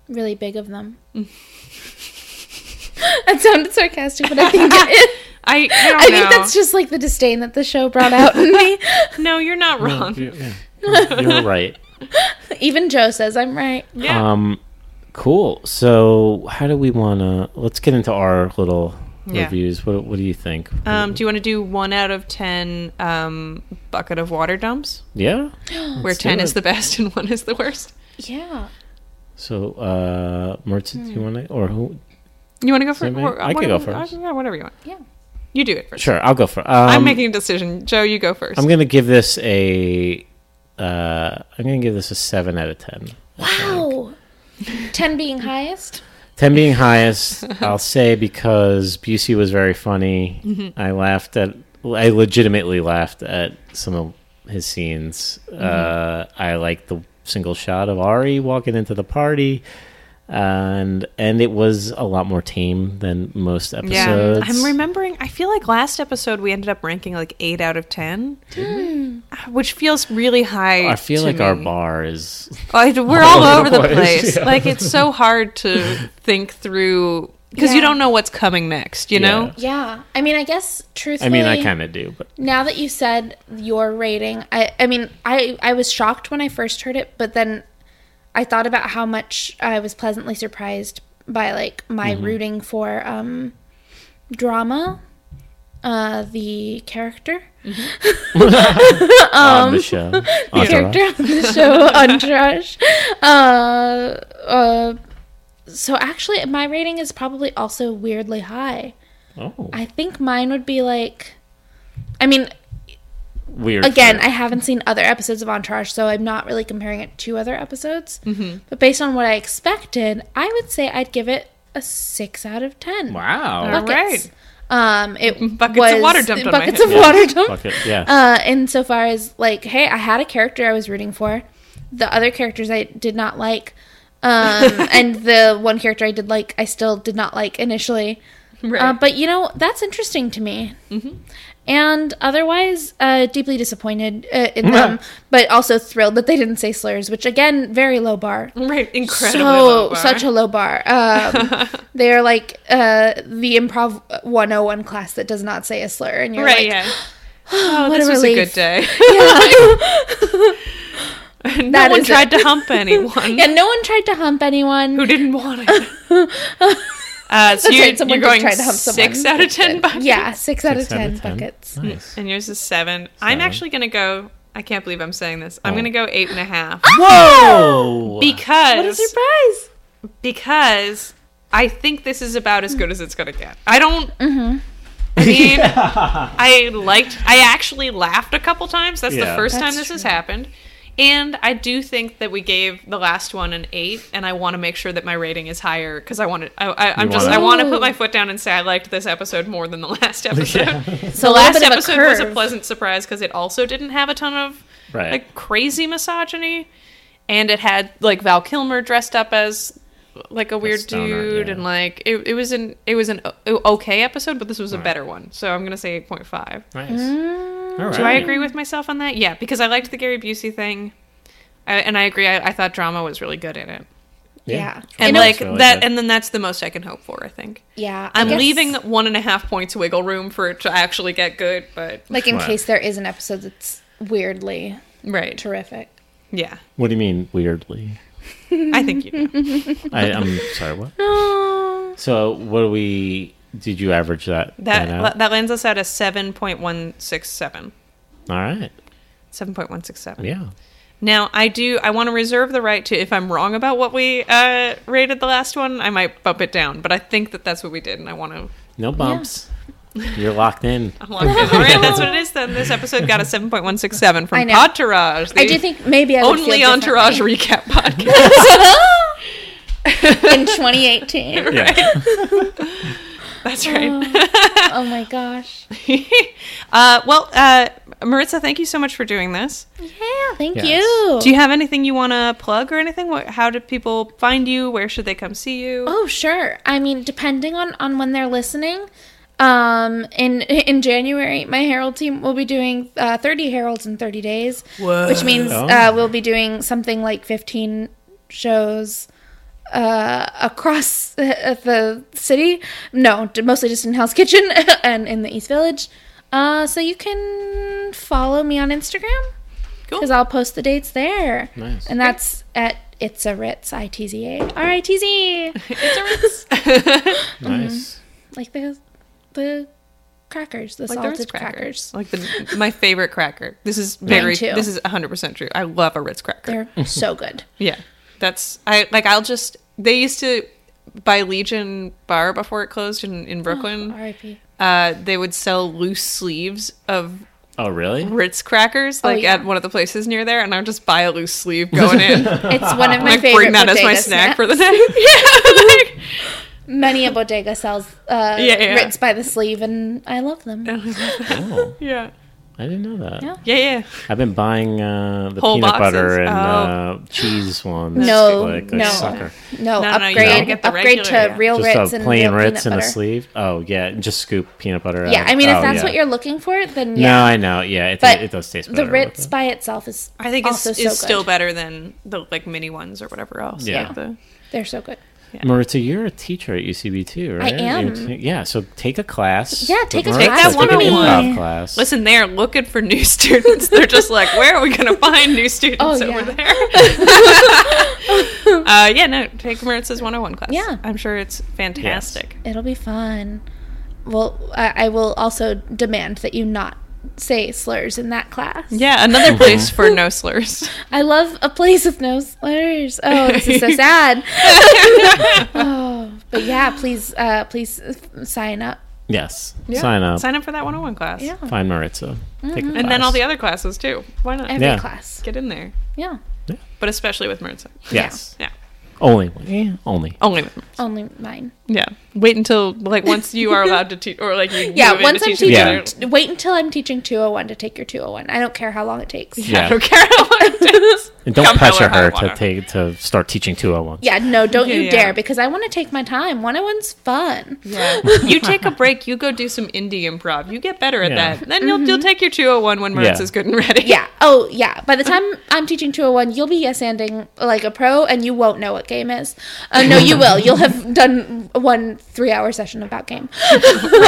[SPEAKER 3] really big of them. that sounded sarcastic, but I think it is.
[SPEAKER 1] I, I, don't
[SPEAKER 3] I
[SPEAKER 1] know.
[SPEAKER 3] think that's just like the disdain that the show brought out in me.
[SPEAKER 1] no, you're not wrong.
[SPEAKER 2] You're right.
[SPEAKER 3] Even Joe says I'm right.
[SPEAKER 1] yeah.
[SPEAKER 2] Um, cool. So, how do we want to? Let's get into our little
[SPEAKER 1] Yeah.
[SPEAKER 2] reviews. What What do you think?
[SPEAKER 1] Um, do you want to do one out of ten um, bucket of water dumps,
[SPEAKER 2] yeah.
[SPEAKER 1] where
[SPEAKER 2] do
[SPEAKER 1] ten is
[SPEAKER 2] it.
[SPEAKER 1] the best and one is the worst?
[SPEAKER 3] Yeah.
[SPEAKER 2] So, uh, Mertz, do
[SPEAKER 1] hmm.
[SPEAKER 2] you want to, or who?
[SPEAKER 1] You want to go first?
[SPEAKER 2] me?
[SPEAKER 1] Or, uh,
[SPEAKER 2] I can go
[SPEAKER 1] whatever-
[SPEAKER 2] first.
[SPEAKER 1] uh, Yeah, whatever you want.
[SPEAKER 3] Yeah.
[SPEAKER 1] You do it first.
[SPEAKER 2] Sure, I'll go for. Um,
[SPEAKER 1] I'm making a decision. Joe, you go 1st
[SPEAKER 2] I'm gonna give this a. Uh, I'm gonna give this a seven out of ten.
[SPEAKER 3] Wow. Ten being highest.
[SPEAKER 2] 10 being highest, I'll say because Busey was very funny.
[SPEAKER 1] Mm-hmm.
[SPEAKER 2] I laughed at, I legitimately laughed at some of his scenes.
[SPEAKER 1] Mm-hmm.
[SPEAKER 2] Uh, I liked the single shot of Ari walking into the party. And and it was a lot more tame than most episodes.
[SPEAKER 1] yeah, I'm remembering. I feel like last episode we ended up ranking like eight out of ten, Uh, which feels really high.
[SPEAKER 2] I feel
[SPEAKER 1] to
[SPEAKER 2] like our
[SPEAKER 1] me.
[SPEAKER 2] bar is
[SPEAKER 1] Like, we're all
[SPEAKER 2] over
[SPEAKER 1] over
[SPEAKER 2] the
[SPEAKER 1] the
[SPEAKER 2] place,
[SPEAKER 1] place.
[SPEAKER 2] yeah.
[SPEAKER 1] Like it's so hard to think through because
[SPEAKER 3] Yeah.
[SPEAKER 1] you don't know what's coming next. You know?
[SPEAKER 3] Yeah. I mean, I guess
[SPEAKER 2] I
[SPEAKER 3] truthfully
[SPEAKER 2] mean, I kind of do, but
[SPEAKER 1] Um,
[SPEAKER 3] Now that you said your rating, I I mean, I I was shocked when I first heard it, but then I thought about how much I was pleasantly surprised by like my
[SPEAKER 2] Mm-hmm.
[SPEAKER 3] rooting for um drama uh the character
[SPEAKER 2] on the show. Entourage.
[SPEAKER 3] character on the show Entourage. Uh, uh, so actually, my rating is probably also weirdly high.
[SPEAKER 2] Oh,
[SPEAKER 3] I think mine would be like, I mean,
[SPEAKER 2] weird.
[SPEAKER 3] again,
[SPEAKER 2] for-
[SPEAKER 3] I haven't seen other episodes of Entourage, so I'm not really comparing it to other episodes.
[SPEAKER 1] Mm-hmm.
[SPEAKER 3] But based on what I expected, I would say I'd give it a six out of ten.
[SPEAKER 2] wow.
[SPEAKER 1] All
[SPEAKER 3] Buckets.
[SPEAKER 1] right.
[SPEAKER 3] Um, it
[SPEAKER 1] Buckets
[SPEAKER 3] was
[SPEAKER 1] of water dumped on my
[SPEAKER 3] buckets
[SPEAKER 1] head.
[SPEAKER 3] of water dumped.
[SPEAKER 2] Fuck it, Yeah.
[SPEAKER 3] Uh, insofar as like, hey, I had a character I was rooting for. the other characters I did not like. Um, and the one character I did like, I still did not like initially.
[SPEAKER 1] Right. Mm-hmm.
[SPEAKER 3] Uh, but you know, that's interesting to me. And otherwise, uh, deeply disappointed uh, in them, but also thrilled that they didn't say slurs, which again, very low bar.
[SPEAKER 1] right. Incredibly
[SPEAKER 3] so
[SPEAKER 1] low bar.
[SPEAKER 3] such a low bar. Um, they're like uh, the improv 101 class that does not say a slur, and you're
[SPEAKER 1] right. yeah.
[SPEAKER 3] like,
[SPEAKER 1] Oh,
[SPEAKER 3] what
[SPEAKER 1] this
[SPEAKER 3] a
[SPEAKER 1] was a
[SPEAKER 3] relief.
[SPEAKER 1] good day. no
[SPEAKER 3] That
[SPEAKER 1] one
[SPEAKER 3] is
[SPEAKER 1] tried
[SPEAKER 3] it.
[SPEAKER 1] to hump anyone
[SPEAKER 3] yeah, no one tried to hump anyone.
[SPEAKER 1] who didn't want it. Uh, so
[SPEAKER 3] That's
[SPEAKER 1] you,
[SPEAKER 3] right, someone
[SPEAKER 1] you're going
[SPEAKER 3] did try to hump someone.
[SPEAKER 1] six out of ten buckets.
[SPEAKER 3] yeah, six out
[SPEAKER 2] Six
[SPEAKER 3] of ten buckets.
[SPEAKER 2] Nice.
[SPEAKER 1] And yours is 7 seven. I'm actually going to go. I can't believe I'm saying this. I'm
[SPEAKER 2] Oh.
[SPEAKER 1] going to go eight and a half
[SPEAKER 2] Whoa!
[SPEAKER 3] What a
[SPEAKER 1] because
[SPEAKER 3] surprise!
[SPEAKER 1] because I think this is about as good as it's gonna get. I don't.
[SPEAKER 2] Mm-hmm.
[SPEAKER 1] I mean, I liked. I actually laughed a couple times. That's
[SPEAKER 2] Yeah.
[SPEAKER 1] the first time
[SPEAKER 3] That's
[SPEAKER 1] this has happened. And I do think that we gave the last one an eight, and I want to make sure that my rating is higher because I want to. I, I, I'm
[SPEAKER 2] You
[SPEAKER 1] just.
[SPEAKER 2] wanna-
[SPEAKER 1] I want to put my foot down and say I liked this episode more than the last episode.
[SPEAKER 3] So
[SPEAKER 1] The
[SPEAKER 3] a little
[SPEAKER 1] last
[SPEAKER 3] bit of a
[SPEAKER 1] episode was a
[SPEAKER 3] curve.
[SPEAKER 1] pleasant surprise because it also didn't have a ton of
[SPEAKER 2] Right.
[SPEAKER 1] like crazy misogyny, and it had like Val Kilmer dressed up as like a weird
[SPEAKER 2] stoner,
[SPEAKER 1] dude,
[SPEAKER 2] yeah.
[SPEAKER 1] and like it, it was an it was an o- okay episode, but this was a better one. So I'm gonna say eight point five.
[SPEAKER 2] nice.
[SPEAKER 3] Mm.
[SPEAKER 2] All right.
[SPEAKER 1] Do I agree with myself on that? Yeah, because I liked the Gary Busey thing, I, and I agree. I, I thought drama was really good in it,
[SPEAKER 3] Yeah.
[SPEAKER 1] and
[SPEAKER 3] And it was
[SPEAKER 1] like
[SPEAKER 2] really
[SPEAKER 1] that,
[SPEAKER 2] good.
[SPEAKER 1] and then that's the most I can hope for. I think.
[SPEAKER 3] Yeah, I
[SPEAKER 1] I'm
[SPEAKER 3] guess,
[SPEAKER 1] leaving one and a half points wiggle room for it to actually get good, but
[SPEAKER 3] Like in
[SPEAKER 2] Right.
[SPEAKER 3] case there is an episode that's weirdly
[SPEAKER 1] right,
[SPEAKER 3] terrific.
[SPEAKER 1] yeah.
[SPEAKER 2] What do you mean weirdly?
[SPEAKER 1] I think you know.
[SPEAKER 2] I, I'm sorry. What? So what do we? Did you average that?
[SPEAKER 1] That
[SPEAKER 2] out?
[SPEAKER 1] that lands us at a 7.167.
[SPEAKER 2] All right.
[SPEAKER 1] 7.167.
[SPEAKER 2] Yeah.
[SPEAKER 1] Now, I do I want to reserve the right to if I'm wrong about what we uh rated the last one, I might bump it down, but I think that that's what we did and I want to
[SPEAKER 2] No bumps. You're locked in.
[SPEAKER 1] I'm locked in. All right, that's what it is then. This episode got a 7.167
[SPEAKER 3] I
[SPEAKER 1] from
[SPEAKER 3] know.
[SPEAKER 1] Podtourage. the
[SPEAKER 3] I do think maybe I would
[SPEAKER 1] only
[SPEAKER 3] feel
[SPEAKER 1] Entourage
[SPEAKER 3] differently
[SPEAKER 1] recap podcast.
[SPEAKER 3] in 2018.
[SPEAKER 2] Yeah.
[SPEAKER 1] that's right.
[SPEAKER 3] oh my gosh!
[SPEAKER 1] uh, well, uh Maritza, thank you so much for doing this.
[SPEAKER 3] Yeah, thank
[SPEAKER 2] Yes.
[SPEAKER 3] you.
[SPEAKER 1] Do you have anything you want to plug or anything? What, how do people find you? Where should they come see you?
[SPEAKER 3] Oh sure. I mean, depending on on when they're listening, um, in in January, my Herald team will be doing uh, thirty Heralds in thirty days, which means
[SPEAKER 2] Oh.
[SPEAKER 3] uh, we'll be doing something like fifteen shows uh, across uh, the city. No, d- mostly just in Hell's Kitchen and in the East Village. Uh, so you can follow me on Instagram
[SPEAKER 1] Cool.
[SPEAKER 3] because I'll post the dates there.
[SPEAKER 2] Nice.
[SPEAKER 3] And that's at it's a Ritz, I T Z A R I T Z. Uh-huh.
[SPEAKER 2] Nice.
[SPEAKER 3] like the the crackers, the
[SPEAKER 1] Like the
[SPEAKER 3] salted
[SPEAKER 1] Ritz
[SPEAKER 3] crackers.
[SPEAKER 1] crackers. Like the, my favorite cracker. This is very.
[SPEAKER 3] too.
[SPEAKER 1] This is 100 percent true. I love a Ritz cracker.
[SPEAKER 3] They're so good.
[SPEAKER 1] Yeah, that's I like. I'll just. They used to by Legion Bar before it closed in
[SPEAKER 3] Oh,
[SPEAKER 1] in Brooklyn.
[SPEAKER 3] R.I.P.
[SPEAKER 1] Uh, they would sell loose sleeves of
[SPEAKER 2] Oh really?
[SPEAKER 3] Mm-hmm.
[SPEAKER 1] Ritz crackers, like
[SPEAKER 3] Oh, yeah.
[SPEAKER 1] at one of the places near there, and I would just buy a loose sleeve going in.
[SPEAKER 3] It's one of my
[SPEAKER 1] like
[SPEAKER 3] favorite.
[SPEAKER 1] bring that as my
[SPEAKER 3] bodega
[SPEAKER 1] snack
[SPEAKER 3] snack.
[SPEAKER 1] for the day. yeah. like-
[SPEAKER 3] Many a bodega sells uh,
[SPEAKER 1] Yeah, yeah.
[SPEAKER 3] Ritz by the sleeve, and I love them.
[SPEAKER 2] Oh,
[SPEAKER 1] yeah.
[SPEAKER 2] I didn't know that.
[SPEAKER 3] Yeah.
[SPEAKER 1] Yeah, yeah.
[SPEAKER 2] I've been buying uh, the
[SPEAKER 1] Whole
[SPEAKER 2] peanut
[SPEAKER 1] boxes.
[SPEAKER 2] butter and
[SPEAKER 1] Oh.
[SPEAKER 2] uh, cheese ones.
[SPEAKER 3] No,
[SPEAKER 2] like a
[SPEAKER 3] no.
[SPEAKER 2] sucker.
[SPEAKER 3] No,
[SPEAKER 1] no, you gotta
[SPEAKER 3] upgrade,
[SPEAKER 1] get the
[SPEAKER 3] upgrade to
[SPEAKER 1] regular, yeah.
[SPEAKER 3] real
[SPEAKER 2] Just
[SPEAKER 3] Ritz
[SPEAKER 2] a
[SPEAKER 3] and
[SPEAKER 2] plain
[SPEAKER 3] real
[SPEAKER 2] Ritz
[SPEAKER 3] peanut
[SPEAKER 2] and a
[SPEAKER 3] butter.
[SPEAKER 2] sleeve. Oh yeah, just scoop peanut butter.
[SPEAKER 3] Yeah,
[SPEAKER 2] out.
[SPEAKER 3] I mean, if
[SPEAKER 2] Oh,
[SPEAKER 3] that's
[SPEAKER 2] yeah.
[SPEAKER 3] what you're looking for, then
[SPEAKER 2] No,
[SPEAKER 3] yeah.
[SPEAKER 2] I know. Yeah, it,
[SPEAKER 3] but
[SPEAKER 2] it does taste better.
[SPEAKER 3] the
[SPEAKER 2] with
[SPEAKER 3] Ritz
[SPEAKER 2] it.
[SPEAKER 3] by itself is.
[SPEAKER 1] I think it's,
[SPEAKER 3] also so
[SPEAKER 1] it's still
[SPEAKER 3] good.
[SPEAKER 1] better than the like mini ones or whatever else.
[SPEAKER 2] Yeah.
[SPEAKER 1] Like the-
[SPEAKER 3] They're so good.
[SPEAKER 2] Maritza, you're a teacher at UCB too, right?
[SPEAKER 3] am.
[SPEAKER 2] You're t- yeah, so take a class.
[SPEAKER 3] Yeah, take
[SPEAKER 2] with
[SPEAKER 3] a
[SPEAKER 2] Maritza.
[SPEAKER 1] class Take that with
[SPEAKER 2] an
[SPEAKER 1] 101.
[SPEAKER 2] improv class.
[SPEAKER 1] Listen, they're looking for new students. They're just like, where are we going to find new students
[SPEAKER 3] Oh,
[SPEAKER 1] over
[SPEAKER 3] yeah.
[SPEAKER 1] there? uh, yeah, no, take Maritza's 101 class.
[SPEAKER 3] Yeah.
[SPEAKER 1] I'm sure it's fantastic.
[SPEAKER 3] It'll be fun. Well, I, I will also demand that you not say slurs in that class.
[SPEAKER 1] Yeah,
[SPEAKER 2] Mm-hmm.
[SPEAKER 1] another place for no slurs.
[SPEAKER 3] I love a place with no slurs. Oh, this is so sad. oh, but yeah, please, uh, please uh, sign up.
[SPEAKER 2] Yes, sign up.
[SPEAKER 1] Sign up for that 101 class.
[SPEAKER 3] Yeah,
[SPEAKER 2] Find Maritza. Take a
[SPEAKER 3] Mm-hmm.
[SPEAKER 2] class.
[SPEAKER 1] And then all the other classes too. Why not?
[SPEAKER 3] every
[SPEAKER 2] Yeah.
[SPEAKER 3] class.
[SPEAKER 1] Get in there.
[SPEAKER 3] Yeah,
[SPEAKER 1] But especially with Maritza.
[SPEAKER 2] Yes,
[SPEAKER 1] Yeah.
[SPEAKER 2] only, yeah, only.
[SPEAKER 1] Oh, Only with Maritza.
[SPEAKER 3] only mine.
[SPEAKER 1] Yeah. Wait until like once you are allowed to teach, or like you
[SPEAKER 3] Yeah,
[SPEAKER 1] move
[SPEAKER 3] once
[SPEAKER 1] into
[SPEAKER 3] I'm
[SPEAKER 1] teaching.
[SPEAKER 3] teaching,
[SPEAKER 2] Yeah.
[SPEAKER 3] t- wait until I'm teaching 201 to take your 201. I don't care how long it takes. Yeah,
[SPEAKER 1] I don't care how long it takes.
[SPEAKER 2] And don't
[SPEAKER 1] Come hell
[SPEAKER 2] pressure
[SPEAKER 1] or high
[SPEAKER 2] her
[SPEAKER 1] water.
[SPEAKER 2] to take to start teaching 201.
[SPEAKER 3] no, don't you
[SPEAKER 1] yeah.
[SPEAKER 3] dare because I want to take my time. 101's fun.
[SPEAKER 1] you take a break. You go do some indie improv. You get better at
[SPEAKER 2] Yeah.
[SPEAKER 1] that. Then you'll you'll take your 201 when Maritz
[SPEAKER 2] Yeah.
[SPEAKER 1] is good and ready.
[SPEAKER 3] Yeah. Oh, yeah. By the time I'm teaching 201, you'll be yes anding like a pro and you won't know what game is. Uh, no, you will. You'll have done one three hour session about game.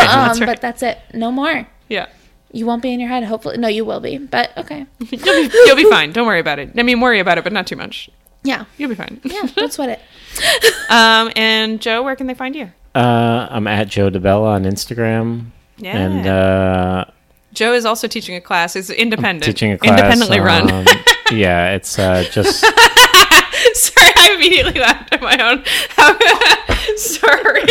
[SPEAKER 3] um, But that's it. No more.
[SPEAKER 1] Yeah.
[SPEAKER 3] You won't be in your head, hopefully. No, you will be. But okay.
[SPEAKER 1] You'll be, you'll be fine. Don't worry about it. I mean, worry about it, but not too much.
[SPEAKER 3] Yeah.
[SPEAKER 1] You'll be fine.
[SPEAKER 3] Yeah. Don't sweat it.
[SPEAKER 1] Um, and Joe, where can they find you?
[SPEAKER 2] Uh, I'm at Joe DeBella on Instagram.
[SPEAKER 1] Yeah.
[SPEAKER 2] And uh,
[SPEAKER 1] Joe is also teaching a class. He's independent.
[SPEAKER 2] teaching a class.
[SPEAKER 1] Independently run.
[SPEAKER 2] um, yeah, it's uh, just
[SPEAKER 1] Sorry, I immediately laughed at my own. Sorry.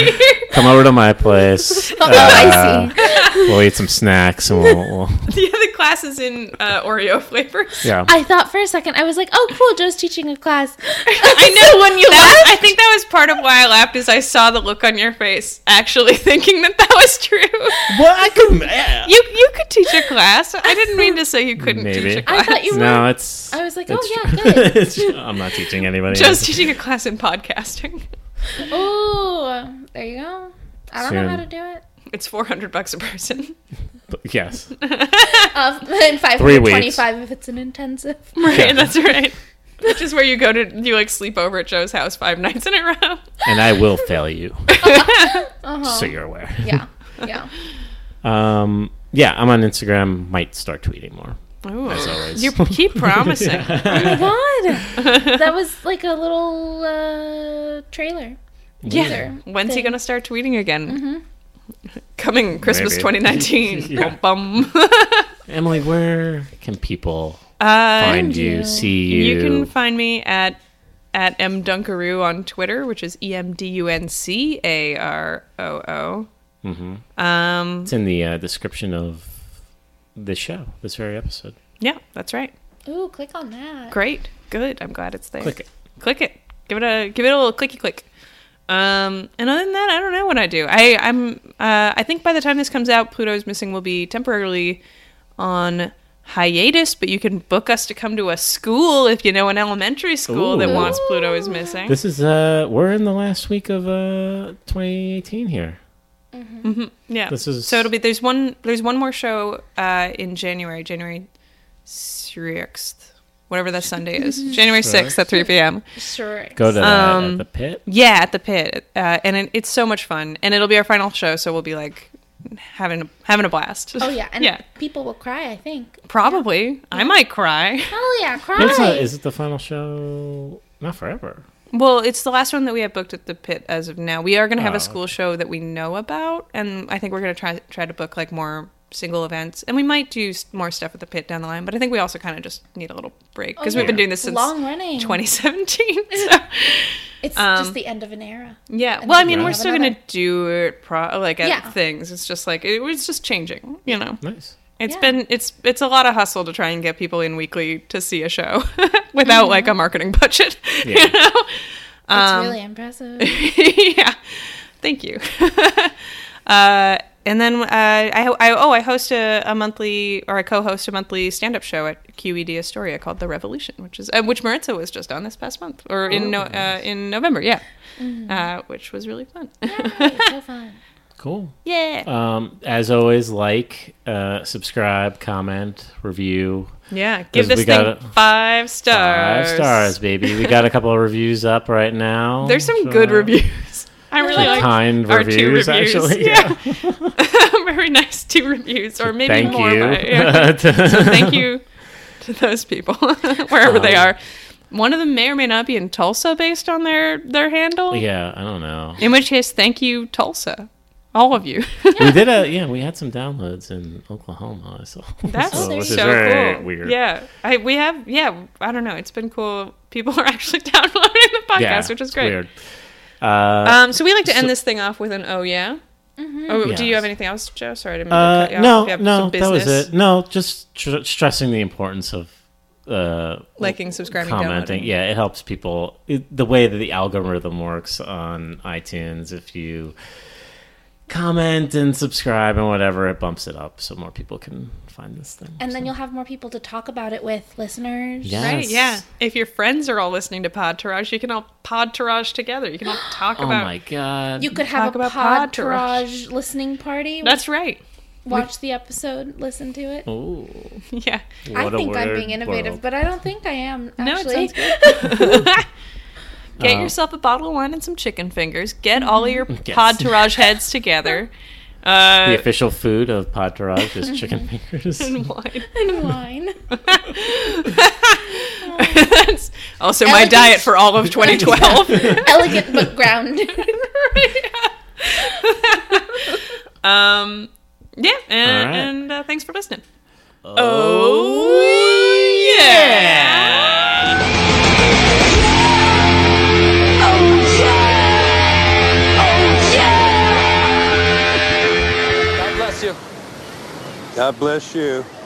[SPEAKER 2] come over to my place. Uh,
[SPEAKER 3] Oh, I see.
[SPEAKER 2] We'll eat some snacks and we'll, we'll
[SPEAKER 1] the other class is in uh, Oreo flavors.
[SPEAKER 2] yeah.
[SPEAKER 3] I thought for a second, I was like, oh, cool. Joe's teaching a class.
[SPEAKER 1] I know when you
[SPEAKER 3] laughed?
[SPEAKER 1] I think that was part of why I laughed is I saw the look on your face, actually thinking that that was true.
[SPEAKER 2] well, I could. Yeah.
[SPEAKER 1] You you could teach a class. I didn't mean to say you couldn't
[SPEAKER 2] Maybe.
[SPEAKER 1] teach a
[SPEAKER 3] I
[SPEAKER 1] class.
[SPEAKER 3] thought you were.
[SPEAKER 2] No, it's.
[SPEAKER 3] I was like,
[SPEAKER 2] it's
[SPEAKER 3] oh,
[SPEAKER 2] true.
[SPEAKER 3] yeah, good.
[SPEAKER 2] It's true. I'm not teaching anybody.
[SPEAKER 1] Joe's teaching a class in podcasting.
[SPEAKER 3] Ooh, there you go. I don't know how to
[SPEAKER 2] Soon.
[SPEAKER 3] do it.
[SPEAKER 1] It's four hundred bucks a person.
[SPEAKER 2] Yes.
[SPEAKER 3] Of and five
[SPEAKER 2] Three
[SPEAKER 3] hundred
[SPEAKER 2] weeks.
[SPEAKER 3] twenty-five if it's an intensive.
[SPEAKER 1] Right,
[SPEAKER 2] Yeah.
[SPEAKER 1] that's right. Which is where you go to you like sleep over at Joe's house five nights in a row.
[SPEAKER 2] And I will fail you. So you're aware.
[SPEAKER 3] Yeah, yeah.
[SPEAKER 2] Um, yeah, I'm on Instagram. Might start tweeting more.
[SPEAKER 1] As
[SPEAKER 2] always.
[SPEAKER 1] You keep promising.
[SPEAKER 3] God, that was like a little uh, trailer.
[SPEAKER 1] Yeah.
[SPEAKER 3] Teaser
[SPEAKER 1] When's he
[SPEAKER 3] thing.
[SPEAKER 1] going to start tweeting again?
[SPEAKER 3] Mm-hmm.
[SPEAKER 1] Coming Christmas
[SPEAKER 2] Maybe.
[SPEAKER 1] 2019.
[SPEAKER 2] Yeah.
[SPEAKER 1] Bum, bum.
[SPEAKER 2] Emily, where can people
[SPEAKER 1] Uh,
[SPEAKER 2] find you,
[SPEAKER 3] you.
[SPEAKER 2] see you?
[SPEAKER 1] you can find me at at mdunkaroo on Twitter, which is e m d u n c a r o o.
[SPEAKER 2] it's in the uh, description of this show, this very episode.
[SPEAKER 1] Yeah, that's right.
[SPEAKER 3] Ooh, click on that.
[SPEAKER 1] Great, good. I'm glad it's there.
[SPEAKER 2] Click it.
[SPEAKER 1] click it. Give it a give it a little clicky click. Um, and other than that, I don't know what I do. I I'm uh, I think by the time this comes out, Pluto's Missing will be temporarily on hiatus, but you can book us to come to a school if you know an elementary school that
[SPEAKER 2] Ooh.
[SPEAKER 1] wants Pluto is Missing.
[SPEAKER 2] This is uh, we're in the last week of uh 2018 here.
[SPEAKER 1] yeah.
[SPEAKER 2] this is-
[SPEAKER 1] so it'll be there's one there's one more show uh, in January January sixth. Whatever that Sunday is, January sixth at three p.m.
[SPEAKER 3] Sure.
[SPEAKER 2] Go to that at the pit.
[SPEAKER 1] Yeah, at the pit, uh, and it, it's so much fun. And it'll be our final show, so we'll be like having a, having a blast.
[SPEAKER 3] Oh yeah, and
[SPEAKER 1] yeah,
[SPEAKER 3] people will cry. I think.
[SPEAKER 1] probably. I might cry.
[SPEAKER 3] Oh yeah, cry.
[SPEAKER 2] It's not- is it the final show? Not forever.
[SPEAKER 1] Well, it's the last one that we have booked at the pit as of now. We are going to have
[SPEAKER 2] Oh,
[SPEAKER 1] a school show that we know about, and I think we're going to try try to book like more single events, and we might do s- more stuff at the pit down the line. But I think we also kind of just need a little break because we've been doing this since
[SPEAKER 3] Oh, Long running.
[SPEAKER 1] 2017. So.
[SPEAKER 3] It's
[SPEAKER 1] Um,
[SPEAKER 3] just the end of an era.
[SPEAKER 1] Yeah.
[SPEAKER 3] And
[SPEAKER 1] Well, I
[SPEAKER 3] then
[SPEAKER 1] mean,
[SPEAKER 3] we
[SPEAKER 1] we're
[SPEAKER 3] have
[SPEAKER 1] still going to
[SPEAKER 3] another.
[SPEAKER 1] do it pro- like at
[SPEAKER 3] Yeah.
[SPEAKER 1] things. It's just like it was just changing, you know.
[SPEAKER 2] Nice.
[SPEAKER 1] It's
[SPEAKER 3] Yeah.
[SPEAKER 1] been it's it's a lot of hustle to try and get people in weekly to see a show without
[SPEAKER 3] Mm-hmm.
[SPEAKER 1] like a marketing budget,
[SPEAKER 2] Yeah.
[SPEAKER 1] you know.
[SPEAKER 3] It's
[SPEAKER 1] um,
[SPEAKER 3] really impressive.
[SPEAKER 1] yeah. Thank you. uh, and then uh, I, I oh I host a, a monthly or I co-host a monthly stand-up show at QED Astoria called The Revolution, which is uh, which Maritza was just on this past month or in no, uh, in November, yeah, uh, which was really fun.
[SPEAKER 3] It's so fun.
[SPEAKER 2] Cool.
[SPEAKER 1] yeah.
[SPEAKER 2] Um, as always, like, uh, subscribe, comment, review.
[SPEAKER 1] Yeah, give this
[SPEAKER 2] we
[SPEAKER 1] thing
[SPEAKER 2] got
[SPEAKER 1] five
[SPEAKER 2] Five
[SPEAKER 1] stars.
[SPEAKER 2] stars, baby. We got a couple of reviews up right now.
[SPEAKER 1] There's some
[SPEAKER 2] So-
[SPEAKER 1] good reviews. I really like
[SPEAKER 2] kind
[SPEAKER 1] our
[SPEAKER 2] reviews,
[SPEAKER 1] two reviews.
[SPEAKER 2] actually.
[SPEAKER 1] Yeah, very nice two reviews, or maybe
[SPEAKER 2] Thank
[SPEAKER 1] more.
[SPEAKER 2] you.
[SPEAKER 1] but- yeah. so thank you to those people wherever they
[SPEAKER 2] Um,
[SPEAKER 1] are. One of them may or may not be in Tulsa, based on their their handle.
[SPEAKER 2] yeah, I don't know.
[SPEAKER 1] In which case, thank you, Tulsa, all of you.
[SPEAKER 2] We did a yeah. We had some downloads in Oklahoma. I saw.
[SPEAKER 1] That's so,
[SPEAKER 2] so, which Oh, is very
[SPEAKER 1] cool.
[SPEAKER 2] weird.
[SPEAKER 1] Yeah, I we have yeah. I don't know. It's been cool. People are actually downloading the podcast,
[SPEAKER 2] yeah,
[SPEAKER 1] which is
[SPEAKER 2] it's
[SPEAKER 1] great.
[SPEAKER 2] Weird. Uh,
[SPEAKER 1] Um, so we like to end this thing off with an oh yeah. Oh, do you
[SPEAKER 2] Yes.
[SPEAKER 1] have anything else, Joe? Sorry, I didn't mean to
[SPEAKER 2] uh,
[SPEAKER 1] cut you off.
[SPEAKER 2] no,
[SPEAKER 1] If you have
[SPEAKER 2] no,
[SPEAKER 1] some
[SPEAKER 2] that was
[SPEAKER 1] business.
[SPEAKER 2] it. No, just tr- stressing the importance of uh,
[SPEAKER 1] Liking, subscribing,
[SPEAKER 2] commenting.
[SPEAKER 1] downloading.
[SPEAKER 2] Yeah, it helps people. It, the way that the algorithm works on iTunes, if you comment and subscribe and whatever, it bumps it up so more people can find this thing.
[SPEAKER 3] And then you'll have more people to talk about it with listeners.
[SPEAKER 2] Yes.
[SPEAKER 1] Right, yeah. If your friends are all listening to Podtourage, you can all Podtourage together. You can all talk
[SPEAKER 2] Oh
[SPEAKER 1] about.
[SPEAKER 2] my god!
[SPEAKER 3] You could have
[SPEAKER 1] Talk about
[SPEAKER 3] a
[SPEAKER 1] Podtourage.
[SPEAKER 3] podtourage listening party.
[SPEAKER 1] That's right.
[SPEAKER 3] Watch the episode, listen to it.
[SPEAKER 2] Ooh,
[SPEAKER 1] Yeah.
[SPEAKER 3] I
[SPEAKER 2] what a
[SPEAKER 3] think I'm
[SPEAKER 2] weird
[SPEAKER 3] being innovative,
[SPEAKER 2] world.
[SPEAKER 3] but I don't think I am
[SPEAKER 1] No, it
[SPEAKER 3] actually.
[SPEAKER 1] sounds good. Get yourself a bottle of wine and some chicken fingers. Get all of your
[SPEAKER 2] Uh, Yes.
[SPEAKER 1] Podtourage heads together.
[SPEAKER 2] the
[SPEAKER 1] Uh,
[SPEAKER 2] official food of Podtourage is chicken fingers.
[SPEAKER 1] and wine.
[SPEAKER 3] and wine.
[SPEAKER 1] That's also my
[SPEAKER 3] Elegant-
[SPEAKER 1] diet for all of 2012.
[SPEAKER 3] Elegant but grounded.
[SPEAKER 1] um, yeah, and,
[SPEAKER 2] All right.
[SPEAKER 1] and uh, thanks for listening.
[SPEAKER 2] oh yeah.
[SPEAKER 8] God bless you.
[SPEAKER 7] God bless you.